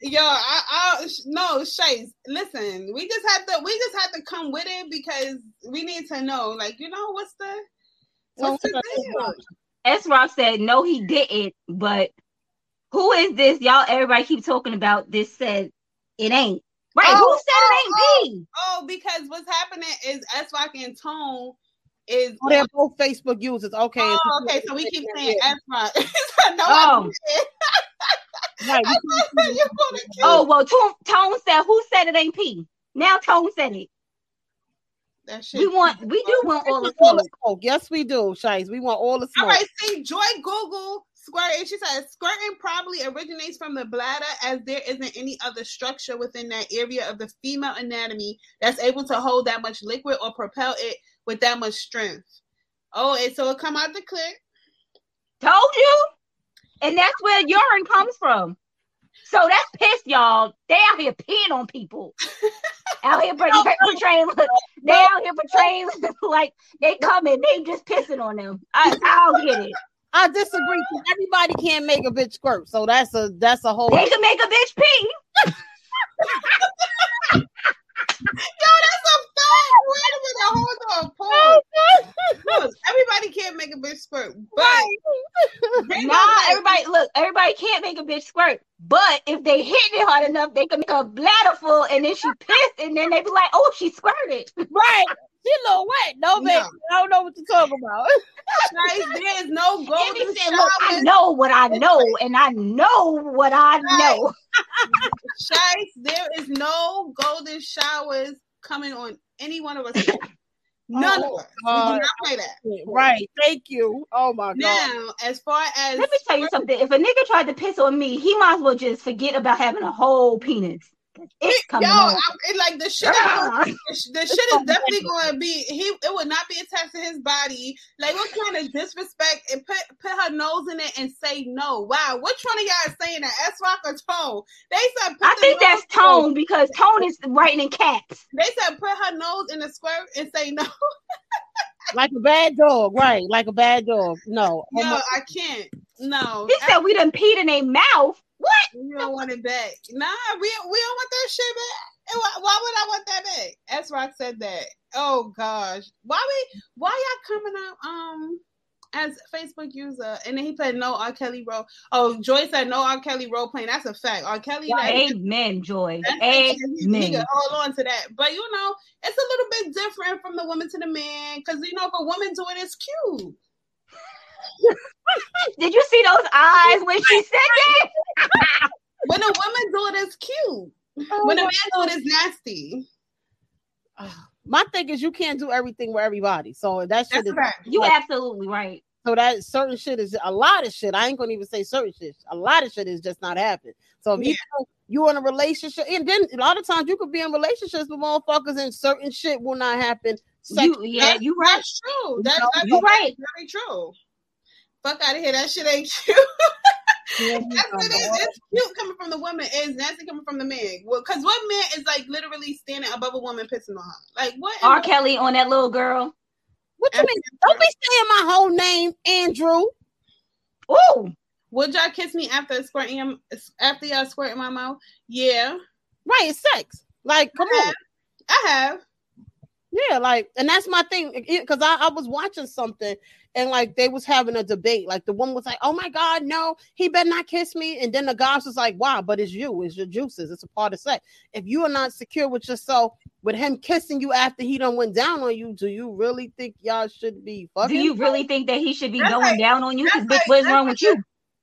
[SPEAKER 5] Yo, I, I sh- no, Shays. Listen, we just had to, we just had to come with it because we need to know, like, you know, what's the, what's the deal?
[SPEAKER 4] S Rock said no, he didn't. But who is this? Y'all, everybody keep talking about this. Said it ain't right.
[SPEAKER 5] Oh,
[SPEAKER 4] who said it ain't
[SPEAKER 5] Oh, because what's happening is S Rock and Tone is.
[SPEAKER 1] oh, they're both Facebook users okay
[SPEAKER 5] Oh, okay. So we keep saying S Rock. *laughs* no,
[SPEAKER 4] Oh.
[SPEAKER 1] right. we
[SPEAKER 5] *laughs* I, you're gonna
[SPEAKER 4] P? Oh well, Tone, Tone said who said it ain't P? Now Tone said it.
[SPEAKER 5] that shit.
[SPEAKER 4] We want, we do
[SPEAKER 5] *laughs*
[SPEAKER 4] want all the
[SPEAKER 1] all the
[SPEAKER 4] smoke.
[SPEAKER 1] smoke. Yes, we do, Shice. We want all the
[SPEAKER 5] All
[SPEAKER 1] smoke.
[SPEAKER 5] right, see, Joy Google squirting. She says squirting probably originates from the bladder, as there isn't any other structure within that area of the female anatomy that's able to hold that much liquid or propel it with that much strength. Oh, and so it come out the clit.
[SPEAKER 4] Told you, and that's where urine comes from. So that's pissed, y'all. They out here peeing on people. out here portraying, portraying they out here portraying *laughs* like they coming, they just pissing on them. I, I'll get it.
[SPEAKER 1] I disagree. 'cause Everybody can't make a bitch squirt, so that's a that's a whole.
[SPEAKER 4] They can make a bitch pee.
[SPEAKER 5] Oh, that's a fact. Wait a minute, hold on, pause. Pause. Everybody can't make a bitch squirt, but Bring
[SPEAKER 4] Nah,
[SPEAKER 5] on that-
[SPEAKER 4] everybody, look, everybody can't make a bitch squirt, but if they hit it hard enough, they can make her bladder full, and then she pissed, and then they be like, "Oh, she squirted."
[SPEAKER 1] Right. *laughs* She a little wet. No,
[SPEAKER 5] No.
[SPEAKER 1] baby. I don't know what you're talking about. *laughs*
[SPEAKER 5] Christ, there is no
[SPEAKER 4] Jimmy
[SPEAKER 5] golden
[SPEAKER 4] said, "Look, I
[SPEAKER 5] shower.
[SPEAKER 4] know what I know, and I know what I know."
[SPEAKER 5] Christ, there is no golden showers coming on any one of us. None
[SPEAKER 4] Oh,
[SPEAKER 5] of us. We do
[SPEAKER 1] God.
[SPEAKER 5] not play that.
[SPEAKER 1] Right. Thank you. Oh my God.
[SPEAKER 5] Now, as far as
[SPEAKER 4] Let me tell you something. If a nigga tried to piss on me, he might as well just forget about having a whole penis. It's
[SPEAKER 5] yo,
[SPEAKER 4] coming
[SPEAKER 5] I,
[SPEAKER 4] on.
[SPEAKER 5] it, like the shit, is going-
[SPEAKER 4] Ah.
[SPEAKER 5] the sh- the shit is definitely going to be. He it would not be attached to his body. Like what kind of disrespect? And put put her nose in it and say no. Wow, which one of y'all is saying that? S Rock or Tone? They said. Put
[SPEAKER 4] I
[SPEAKER 5] the
[SPEAKER 4] think that's
[SPEAKER 5] nose-
[SPEAKER 4] tone because tone is writing in caps.
[SPEAKER 5] They said put her nose in the squirt and say
[SPEAKER 4] Oh,
[SPEAKER 5] no.
[SPEAKER 1] Like a bad dog. Right. Like a bad dog. No. Oh,
[SPEAKER 5] No,
[SPEAKER 1] my-
[SPEAKER 5] I can't. No,
[SPEAKER 4] He said we done peed in their mouth. What?
[SPEAKER 5] We don't want it back. Nah, we we don't want that shit back. And Why, why would I want that back? S Rock said that. Oh gosh, why we why y'all coming out um as Facebook user? And then he played no R Kelly role. Oh, Joy said no R Kelly role playing. That's a fact. R Kelly. that-
[SPEAKER 4] Amen, Joy.
[SPEAKER 5] that's- He
[SPEAKER 4] Amen.
[SPEAKER 5] could hold on to that, but you know, it's a little bit different from the woman to the man because you know, if a woman doing it, it's cute.
[SPEAKER 4] Did you see those eyes when she said that?
[SPEAKER 5] When a woman do it, it's cute.
[SPEAKER 1] oh,
[SPEAKER 5] When a
[SPEAKER 1] my-
[SPEAKER 5] man do it, it's nasty.
[SPEAKER 1] Ugh. my thing is you can't do everything with everybody. So that shit
[SPEAKER 5] That's
[SPEAKER 1] is
[SPEAKER 5] right.
[SPEAKER 4] You
[SPEAKER 1] Like-
[SPEAKER 4] absolutely right.
[SPEAKER 1] so that certain shit is a lot of shit. I ain't gonna even say certain shit. A lot of shit is just not happening. So if you you in a relationship, and then a lot of times you could be in relationships with motherfuckers, and certain shit will not happen.
[SPEAKER 4] You, yeah,
[SPEAKER 5] That's-
[SPEAKER 4] you right.
[SPEAKER 5] That's true. That,
[SPEAKER 1] No,
[SPEAKER 5] that's
[SPEAKER 4] You right.
[SPEAKER 5] very true. Fuck out of here. That shit ain't *laughs* cute.
[SPEAKER 1] Sexually,
[SPEAKER 5] That's what it is. It's cute coming from the woman. It's nasty coming from the man. Well, because what man is like literally standing above a woman pissing on her? Like what? in
[SPEAKER 4] R.
[SPEAKER 5] the-
[SPEAKER 4] Kelly on that little girl.
[SPEAKER 1] What you mean? Don't be saying my whole name, Andrew.
[SPEAKER 4] Ooh,
[SPEAKER 5] Would y'all kiss me after squirting your, after y'all squirting my mouth? Yeah,
[SPEAKER 1] Right, it's sex. Like, come on.
[SPEAKER 5] I have.
[SPEAKER 1] Yeah, like, and that's my thing. Because I, I was watching something and like they was having a debate. Like the woman was like, Oh my god, no, he better not kiss me. And then the guy was just like, Wow, but it's you, it's your juices, it's a part of sex. If you are not secure with yourself, with him kissing you after he done went down on you, do you really think y'all should be
[SPEAKER 4] do
[SPEAKER 1] fucking?
[SPEAKER 4] you really think that he should be
[SPEAKER 5] That's
[SPEAKER 4] going
[SPEAKER 5] like-
[SPEAKER 4] down on you? Because
[SPEAKER 5] that's
[SPEAKER 4] bitch, what is
[SPEAKER 5] like-
[SPEAKER 4] wrong with you?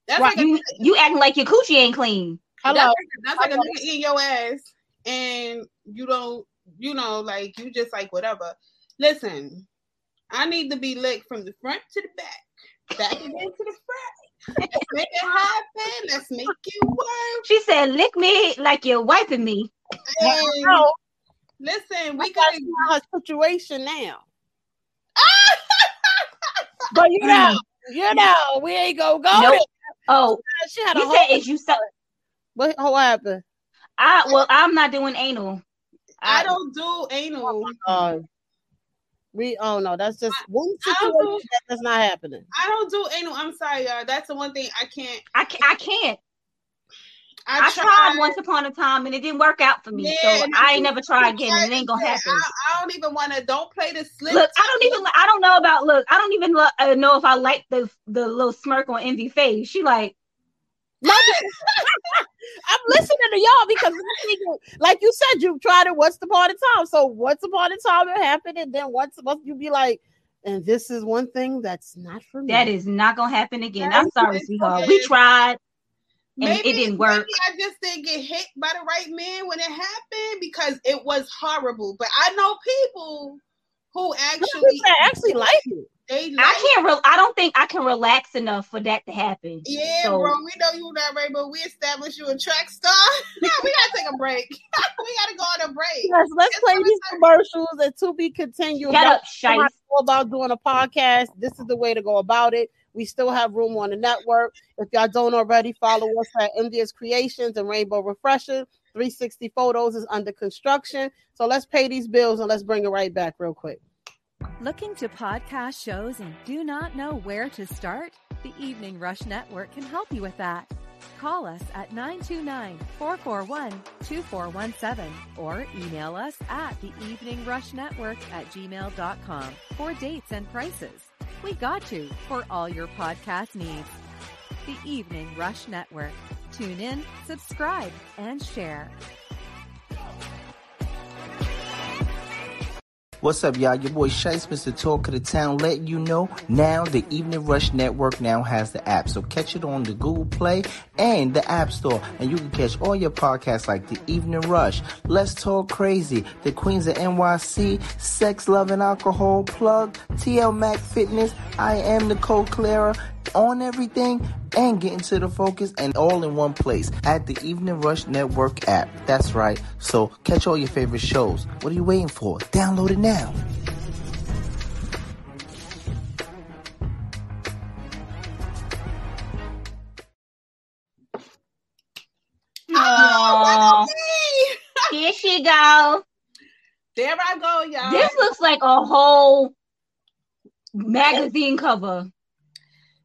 [SPEAKER 5] That's
[SPEAKER 4] Right,
[SPEAKER 5] like a,
[SPEAKER 4] you you acting like your coochie ain't clean.
[SPEAKER 5] that's
[SPEAKER 1] Hello.
[SPEAKER 5] like a- that's like a nigga in your ass, and you don't. You know, like you just like whatever. Listen, I need to be licked from the front to the back. back again to the front. Let's make it happen. Let's make it work.
[SPEAKER 4] She said, "Lick me like you're wiping me."
[SPEAKER 5] And
[SPEAKER 1] No,
[SPEAKER 5] listen,
[SPEAKER 1] we
[SPEAKER 5] we
[SPEAKER 1] got
[SPEAKER 5] gotta.
[SPEAKER 1] her situation now. but you know, you know, we ain't gonna go.
[SPEAKER 4] Nope.
[SPEAKER 1] there.
[SPEAKER 4] Mm. Oh,
[SPEAKER 1] She had a
[SPEAKER 4] you
[SPEAKER 1] whole.
[SPEAKER 4] said is you so?
[SPEAKER 1] what, what happened?
[SPEAKER 4] I well, I'm not doing anal.
[SPEAKER 5] I don't do anal.
[SPEAKER 1] Uh, we oh no, that's just one
[SPEAKER 5] I
[SPEAKER 1] situation
[SPEAKER 5] don't do-
[SPEAKER 1] that- that's not happening.
[SPEAKER 5] I don't do anal. I'm sorry, y'all. That's the one thing I can't.
[SPEAKER 4] I can't. I can't.
[SPEAKER 5] I,
[SPEAKER 4] I
[SPEAKER 5] try.
[SPEAKER 4] tried once upon a time and it didn't work out for me,
[SPEAKER 5] Yeah,
[SPEAKER 4] so
[SPEAKER 5] and
[SPEAKER 4] I
[SPEAKER 5] I-
[SPEAKER 4] ain't never tried again. And it ain't gonna happen.
[SPEAKER 5] I, I don't even want to. Don't play the slip.
[SPEAKER 4] Look, I don't even. I don't know about look. I don't even lo- uh, know if I like the the little smirk on Envy face. She like
[SPEAKER 1] I'm listening to y'all because I'm thinking, like you said, you tried it once upon a time. So once upon a time it happened, and then once once you be like, and this is one thing that's not for me. *laughs*
[SPEAKER 4] that is not gonna happen again.
[SPEAKER 5] That
[SPEAKER 4] I'm
[SPEAKER 5] is-
[SPEAKER 4] sorry, sweetheart. We tried. and it didn't work.
[SPEAKER 5] Maybe I just didn't get hit by the right man when it happened because it was horrible. But I know people who
[SPEAKER 1] Some
[SPEAKER 5] actually
[SPEAKER 1] people that actually like it.
[SPEAKER 5] they like
[SPEAKER 4] I can't. Re- I don't think I can relax enough for that to happen.
[SPEAKER 5] Yeah,
[SPEAKER 4] So-
[SPEAKER 5] bro, we know you not right, but we established you a track star. *laughs* we gotta take a break. *laughs* we gotta go on a break.
[SPEAKER 1] Yes, let's
[SPEAKER 5] That's
[SPEAKER 1] play
[SPEAKER 5] what
[SPEAKER 1] these
[SPEAKER 5] I'm
[SPEAKER 1] commercials and to be continued. Y'all
[SPEAKER 4] Shut up,
[SPEAKER 1] know how
[SPEAKER 4] shice.
[SPEAKER 1] to go about doing a podcast. This is the way to go about it. We still have room on the network. If y'all don't already, follow us at MDS Creations and Rainbow Refresher. 360 Photos is under construction. So let's pay these bills and let's bring it right back real quick.
[SPEAKER 6] Looking to podcast shows and do not know where to start? The Evening Rush Network can help you with that. Call us at 929-441-2417 or email us at the Evening Rush Network at gmail.com for dates and prices. We got you for all your podcast needs. The Evening Rush Network. Tune in, subscribe, and share.
[SPEAKER 7] What's up, y'all? Your boy Shice, Mr. Talk of the Town, letting you know now the Evening Rush Network now has the app. So catch it on the Google Play and the App Store. And you can catch all your podcasts like The Evening Rush, Let's Talk Crazy, The Queens of NYC, Sex, Love, and Alcohol, Plug, TL Mac Fitness, I Am Nicole Clara, on everything, and get into the focus and all in one place at the Evening Rush Network app. That's right. So catch all your favorite shows. What are you waiting for? Download it now.
[SPEAKER 4] Aw, here she go.
[SPEAKER 5] There I go, y'all.
[SPEAKER 4] This looks like a whole magazine cover. *laughs*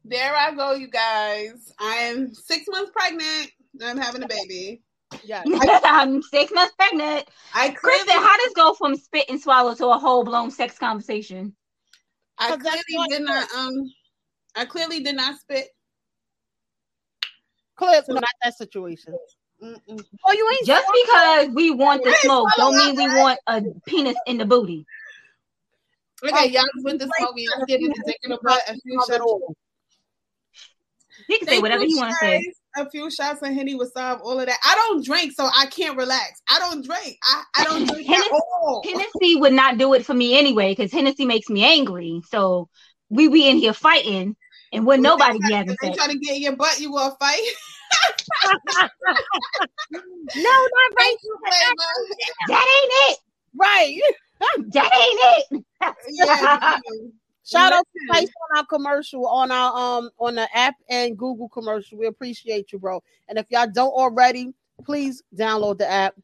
[SPEAKER 5] There I go, you guys. I am six months pregnant. I'm having a baby.
[SPEAKER 1] Yeah.
[SPEAKER 4] I'm six months pregnant.
[SPEAKER 5] I
[SPEAKER 4] Kristen,
[SPEAKER 5] clearly,
[SPEAKER 4] how does go from spit and swallow to a whole blown sex conversation?
[SPEAKER 5] I
[SPEAKER 1] Cause that's
[SPEAKER 5] clearly
[SPEAKER 1] what-
[SPEAKER 5] did not. Um, I clearly did not spit.
[SPEAKER 1] Clip, not that situation.
[SPEAKER 5] Mm-mm.
[SPEAKER 1] Oh, you ain't
[SPEAKER 4] Just because we want the smoke, don't mean we want a penis in the booty.
[SPEAKER 5] Okay, y'all with this movie. I'm getting the dick in the butt. A few
[SPEAKER 1] at
[SPEAKER 5] shots.
[SPEAKER 1] all.
[SPEAKER 4] He can say
[SPEAKER 5] Thank
[SPEAKER 4] whatever
[SPEAKER 5] you,
[SPEAKER 4] he want to say.
[SPEAKER 5] guys. A few shots of Henny would solve all of that. I don't drink, so I can't relax. I don't drink. I,
[SPEAKER 4] *laughs*
[SPEAKER 5] I don't drink at
[SPEAKER 4] Hennessy-
[SPEAKER 5] all.
[SPEAKER 4] Hennessy would not do it for me anyway, because Hennessy makes me angry. So we be in here fighting, and when nobody be having
[SPEAKER 5] If they
[SPEAKER 4] sex,
[SPEAKER 5] try to get in your butt, you will fight. *laughs*
[SPEAKER 1] No, not right.
[SPEAKER 5] Thank you, Flavor.
[SPEAKER 4] that ain't
[SPEAKER 1] Right.
[SPEAKER 4] it. That ain't it.
[SPEAKER 5] Yeah,
[SPEAKER 1] Shout out to Tice on our commercial on our um on the app and Google commercial. We appreciate you, bro. And if y'all don't already, please download the app.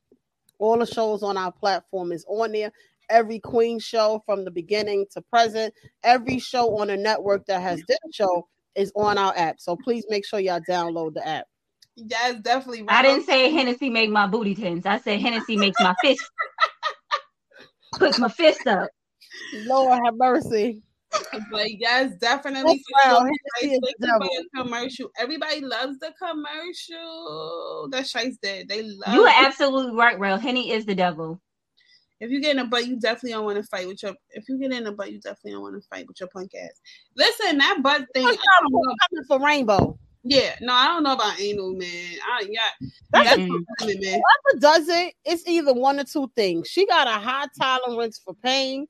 [SPEAKER 1] All the shows on our platform is on there. Every Queen show from the beginning to present, every show on the network that has this show is on our app. So please make sure y'all download the app.
[SPEAKER 5] Yes, definitely.
[SPEAKER 4] I didn't say Hennessy made my booty tense. I said Hennessy makes my fist. Puts my fist up.
[SPEAKER 1] Lord have mercy.
[SPEAKER 5] But yes, definitely.
[SPEAKER 1] Oh, wow.
[SPEAKER 5] support
[SPEAKER 1] Hennessy
[SPEAKER 5] Shice.
[SPEAKER 1] is the
[SPEAKER 5] Thank you for the commercial. Everybody loves the commercial that Shice did. They love.
[SPEAKER 4] You
[SPEAKER 5] it.
[SPEAKER 4] are absolutely right, Rel. Henny is the devil.
[SPEAKER 5] if you get in a butt, you definitely don't want to fight with your. If you get in a butt, you definitely don't want to fight with your punk ass. Listen, that butt thing. I don't know.
[SPEAKER 1] Coming for Rainbow.
[SPEAKER 5] Yeah, no, I don't know about anal, man. I yeah,
[SPEAKER 1] That's
[SPEAKER 5] that's
[SPEAKER 4] Mm.
[SPEAKER 5] for women, man.
[SPEAKER 1] Whoever does it, it's either one or two things. She got a high tolerance for pain,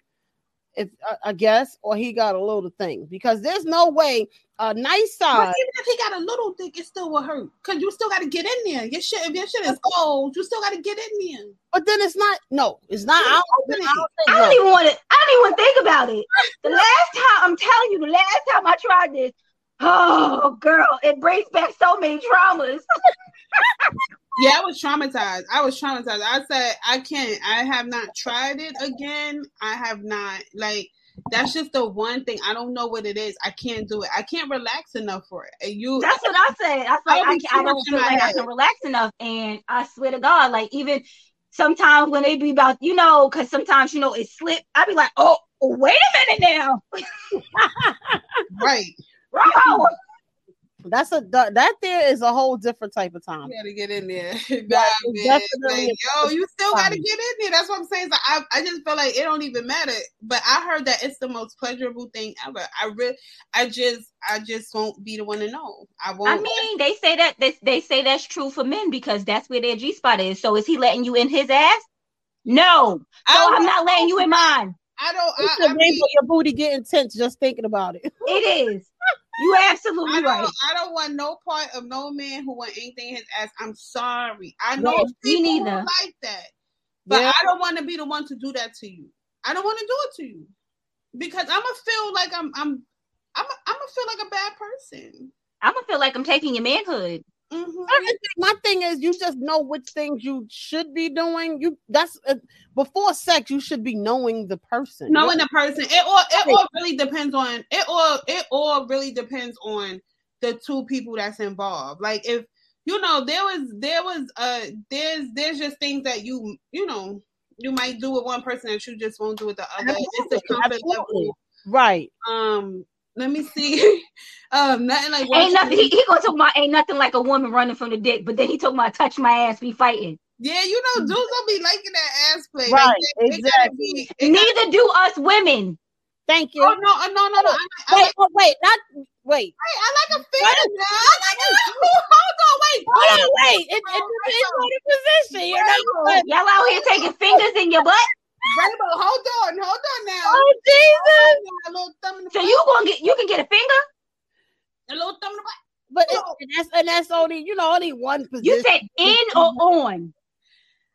[SPEAKER 1] if I, I guess, or he got a little thing. Because there's no way a nice
[SPEAKER 5] But
[SPEAKER 1] side.
[SPEAKER 5] even if he got a little dick, it still will hurt. Cause you still gotta get in there. Your shit, if your shit is cold, you still gotta get in there.
[SPEAKER 1] But then it's not. No, it's not. I don't, I don't
[SPEAKER 4] I don't
[SPEAKER 1] think.
[SPEAKER 4] even want to. I don't even want to think about it. The last time I'm telling you, the last time I tried this, oh girl, it brings back so many traumas.
[SPEAKER 5] Yeah, I was traumatized. I was traumatized. I said I can't. I have not tried it again. I have not. Like that's just the one thing. I don't know what it is. I can't do it. I can't relax enough for it. And you,
[SPEAKER 4] That's what I said. I was like,
[SPEAKER 5] I'll
[SPEAKER 4] I,
[SPEAKER 5] be
[SPEAKER 4] I don't
[SPEAKER 5] too
[SPEAKER 4] feel like
[SPEAKER 5] much in my
[SPEAKER 4] I
[SPEAKER 5] head.
[SPEAKER 4] can relax enough. And I swear to God, like even sometimes when they be about, you know, because sometimes you know it slip. I be like, oh, wait a minute now,
[SPEAKER 5] right?
[SPEAKER 4] bro.
[SPEAKER 1] That's a that that there is a whole different type of time.
[SPEAKER 5] You gotta get in there. *laughs* Nah,
[SPEAKER 1] That is
[SPEAKER 5] man.
[SPEAKER 1] definitely
[SPEAKER 5] Like, yo, you still gotta
[SPEAKER 1] fun.
[SPEAKER 5] get in there. That's what I'm saying. It's like, I, I just feel like it don't even matter. But I heard that it's the most pleasurable thing ever. I really, I just, I just won't be the one to know. I won't.
[SPEAKER 4] I mean, they say that they, they say that's true for men because that's where their G spot is. So is he letting you in his ass? No.
[SPEAKER 5] I
[SPEAKER 4] So
[SPEAKER 5] don't.
[SPEAKER 4] I'm not letting you in mine.
[SPEAKER 5] I don't. I,
[SPEAKER 1] It's the
[SPEAKER 5] I
[SPEAKER 1] rainbow,
[SPEAKER 5] mean,
[SPEAKER 1] your booty getting tense just thinking about it.
[SPEAKER 4] It
[SPEAKER 5] *laughs*
[SPEAKER 4] is. You
[SPEAKER 5] I
[SPEAKER 4] absolutely
[SPEAKER 5] don't,
[SPEAKER 4] right.
[SPEAKER 5] I don't want no part of no man who want anything in his ass. I'm sorry. I
[SPEAKER 4] No,
[SPEAKER 5] know
[SPEAKER 4] me
[SPEAKER 5] people who
[SPEAKER 4] neither.
[SPEAKER 5] like that, but
[SPEAKER 1] Yeah.
[SPEAKER 5] I don't want to be the one to do that to you. I don't want to do it to you because I'm gonna feel like I'm I'm I'm I'm gonna feel like a bad person. Mm-hmm.
[SPEAKER 4] I'm gonna feel like I'm taking your manhood.
[SPEAKER 1] I just think *laughs* My thing is, you just know which things you should be doing. You that's uh, before sex, you should be knowing the person.
[SPEAKER 5] knowing the person it all it all really depends on it all it all really depends on the two people that's involved like if you know there was there was uh there's there's just things that you you know you might do with one person that you just won't do with the other it's the
[SPEAKER 1] Absolutely,
[SPEAKER 5] comfort
[SPEAKER 1] absolutely.
[SPEAKER 5] level
[SPEAKER 1] right.
[SPEAKER 5] um let me see *laughs* um nothing like
[SPEAKER 4] Ain't nothing. He, he gonna talk about ain't nothing like a woman running from the dick, but then he talking about touch my ass, we fighting.
[SPEAKER 5] *laughs* yeah you know dudes don't be liking that ass play
[SPEAKER 1] Right,
[SPEAKER 5] they, they gotta
[SPEAKER 1] exactly.
[SPEAKER 5] be, it gotta-
[SPEAKER 4] Neither do us women.
[SPEAKER 1] Thank you.
[SPEAKER 5] oh no oh, no no no I, I
[SPEAKER 1] wait,
[SPEAKER 5] like,
[SPEAKER 1] oh, wait, not wait.
[SPEAKER 5] wait, I like a figure now. I like a *laughs* hold on wait
[SPEAKER 1] Hold on, wait. It, it depends on the position. You know? But-
[SPEAKER 4] Y'all out here taking fingers in your butt,
[SPEAKER 5] Rainbow, hold on, hold on now.
[SPEAKER 1] oh Jesus!
[SPEAKER 5] A little thumb in the
[SPEAKER 4] so
[SPEAKER 5] butt,
[SPEAKER 4] you gonna get you can get a finger.
[SPEAKER 5] a little thumb in the butt.
[SPEAKER 1] But it, and that's and that's only you know only one position.
[SPEAKER 4] You said in or on.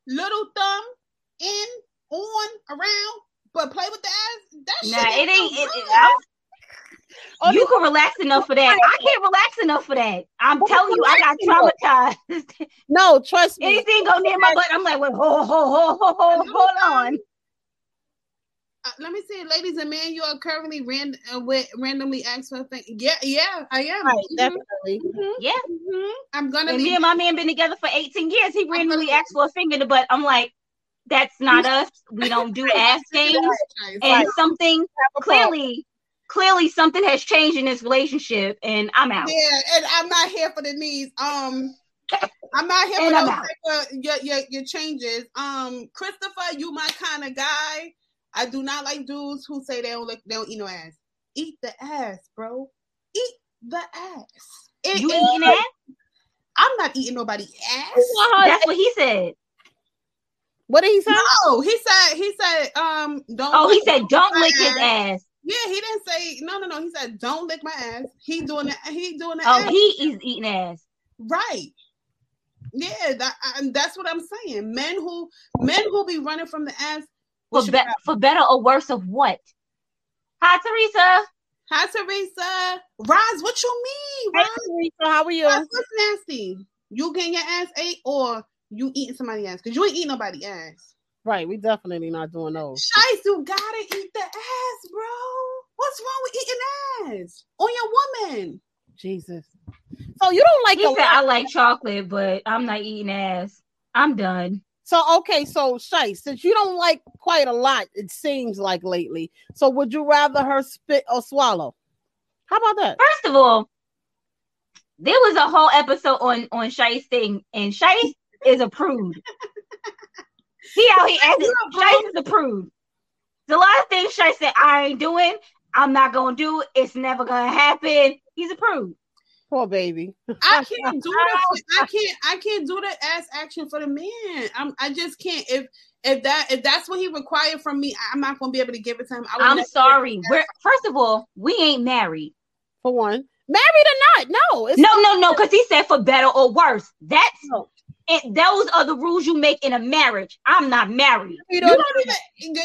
[SPEAKER 5] Little thumb in, on, around, but play with the ass. That shit.
[SPEAKER 4] Nah, it ain't. It, it,
[SPEAKER 5] I,
[SPEAKER 4] I- you can relax enough for that. I can't relax enough for that. I'm telling you, I got traumatized. *laughs*
[SPEAKER 1] no, trust me.
[SPEAKER 4] Anything go near my butt, I'm like, well, ho, ho, ho, ho, ho, hold on.
[SPEAKER 5] uh, let me see, ladies and men, you are currently ran, uh, with, randomly asked for a thing. Yeah, yeah, I am.
[SPEAKER 1] Right,
[SPEAKER 5] Mhm,
[SPEAKER 1] definitely.
[SPEAKER 5] mhm,
[SPEAKER 4] Yeah.
[SPEAKER 5] mhm. I'm gonna
[SPEAKER 4] And
[SPEAKER 5] be.
[SPEAKER 4] me and my man been together for 18 years. He randomly asked for a finger in the butt. I'm like, that's not us. We don't do ass things. And something clearly, clearly something has changed in this relationship, and I'm out.
[SPEAKER 5] Yeah, and I'm not here for the knees. Um, I'm not here for
[SPEAKER 4] And I'm
[SPEAKER 5] those
[SPEAKER 4] out.
[SPEAKER 5] type of your, your your changes. Um, Christopher, you my kind of guy. I do not like dudes who say they don't look, they don't eat no ass. Eat the ass, bro. Eat the ass. It
[SPEAKER 4] You
[SPEAKER 5] is-
[SPEAKER 4] eating that?
[SPEAKER 5] I'm not eating nobody
[SPEAKER 1] You
[SPEAKER 5] ass.
[SPEAKER 1] want her-
[SPEAKER 4] That's what he said.
[SPEAKER 1] What did he say?
[SPEAKER 5] No, he said. He said. Um, don't.
[SPEAKER 4] Oh, he
[SPEAKER 5] lick-
[SPEAKER 4] said, don't lick his ass.
[SPEAKER 5] Yeah, he didn't say. No, no, no. He said, don't lick my ass. He doing that. He doing that. *laughs*
[SPEAKER 4] Oh, he is eating ass.
[SPEAKER 5] Right. Yeah, that, I, and that's what I'm saying. Men who men who be running from the
[SPEAKER 4] For,
[SPEAKER 5] ass. What's your
[SPEAKER 4] be- for better or worse of what? Hi, Teresa.
[SPEAKER 5] Hi, Teresa. Roz, what you mean?
[SPEAKER 1] Hey,
[SPEAKER 5] Roz,
[SPEAKER 1] Teresa, how are you?
[SPEAKER 5] Roz, what's nasty? You getting your ass ate or you eating somebody ass? Because you ain't eating nobody ass.
[SPEAKER 1] Right, we definitely not doing those.
[SPEAKER 5] Shice, you gotta eat the ass, bro. What's wrong with eating ass on your woman?
[SPEAKER 1] Jesus. So you don't like
[SPEAKER 4] He said,
[SPEAKER 1] the
[SPEAKER 4] I like chocolate, but I'm not eating ass. I'm done.
[SPEAKER 1] so okay, so Shay, since you don't like quite a lot, it seems like lately. So would you rather her spit or swallow? How about that?
[SPEAKER 4] First of all, there was a whole episode on on Shay's thing, and Shay is a prude. See how he acted. Shay is a prude. There's a lot of things Shay said I ain't doing. I'm not gonna do. it, It's never gonna happen. He's a prude.
[SPEAKER 1] Poor baby.
[SPEAKER 5] I can't do the I can't I can't do the ass action for the man. I'm I just can't if if that if that's what he required from me, I'm not gonna be able to give it to him. I would
[SPEAKER 4] I'm
[SPEAKER 5] never-
[SPEAKER 4] sorry. We're first of all, we ain't married.
[SPEAKER 1] For one. Married or not. No, it's
[SPEAKER 4] No, no, no. Because he said for better or worse. That's
[SPEAKER 1] No.
[SPEAKER 4] it, those are the rules you make in a marriage. I'm not
[SPEAKER 1] married
[SPEAKER 4] married.
[SPEAKER 5] *laughs* You
[SPEAKER 1] or,
[SPEAKER 5] don't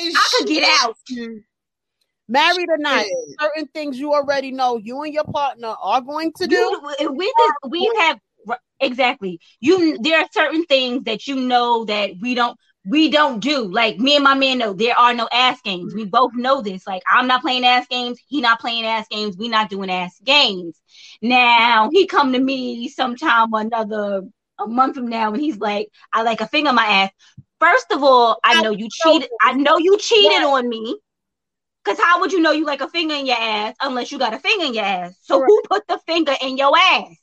[SPEAKER 5] even
[SPEAKER 4] I could get out.
[SPEAKER 1] married or not.
[SPEAKER 5] Yeah.
[SPEAKER 1] Certain things you already know you and your partner are going to do.
[SPEAKER 4] you, if we could, we have exactly you there are certain things that you know that we don't we don't do like me and my man know there are no ass games we both know this like i'm not playing ass games he not playing ass games we not doing ass games now he come to me sometime or another a month from now and he's like i like a finger in my ass first of all i know you cheated i know you cheated on me Cause how would you know you like a finger in your ass unless you got a finger in your ass? So who put the finger in your *laughs* ass?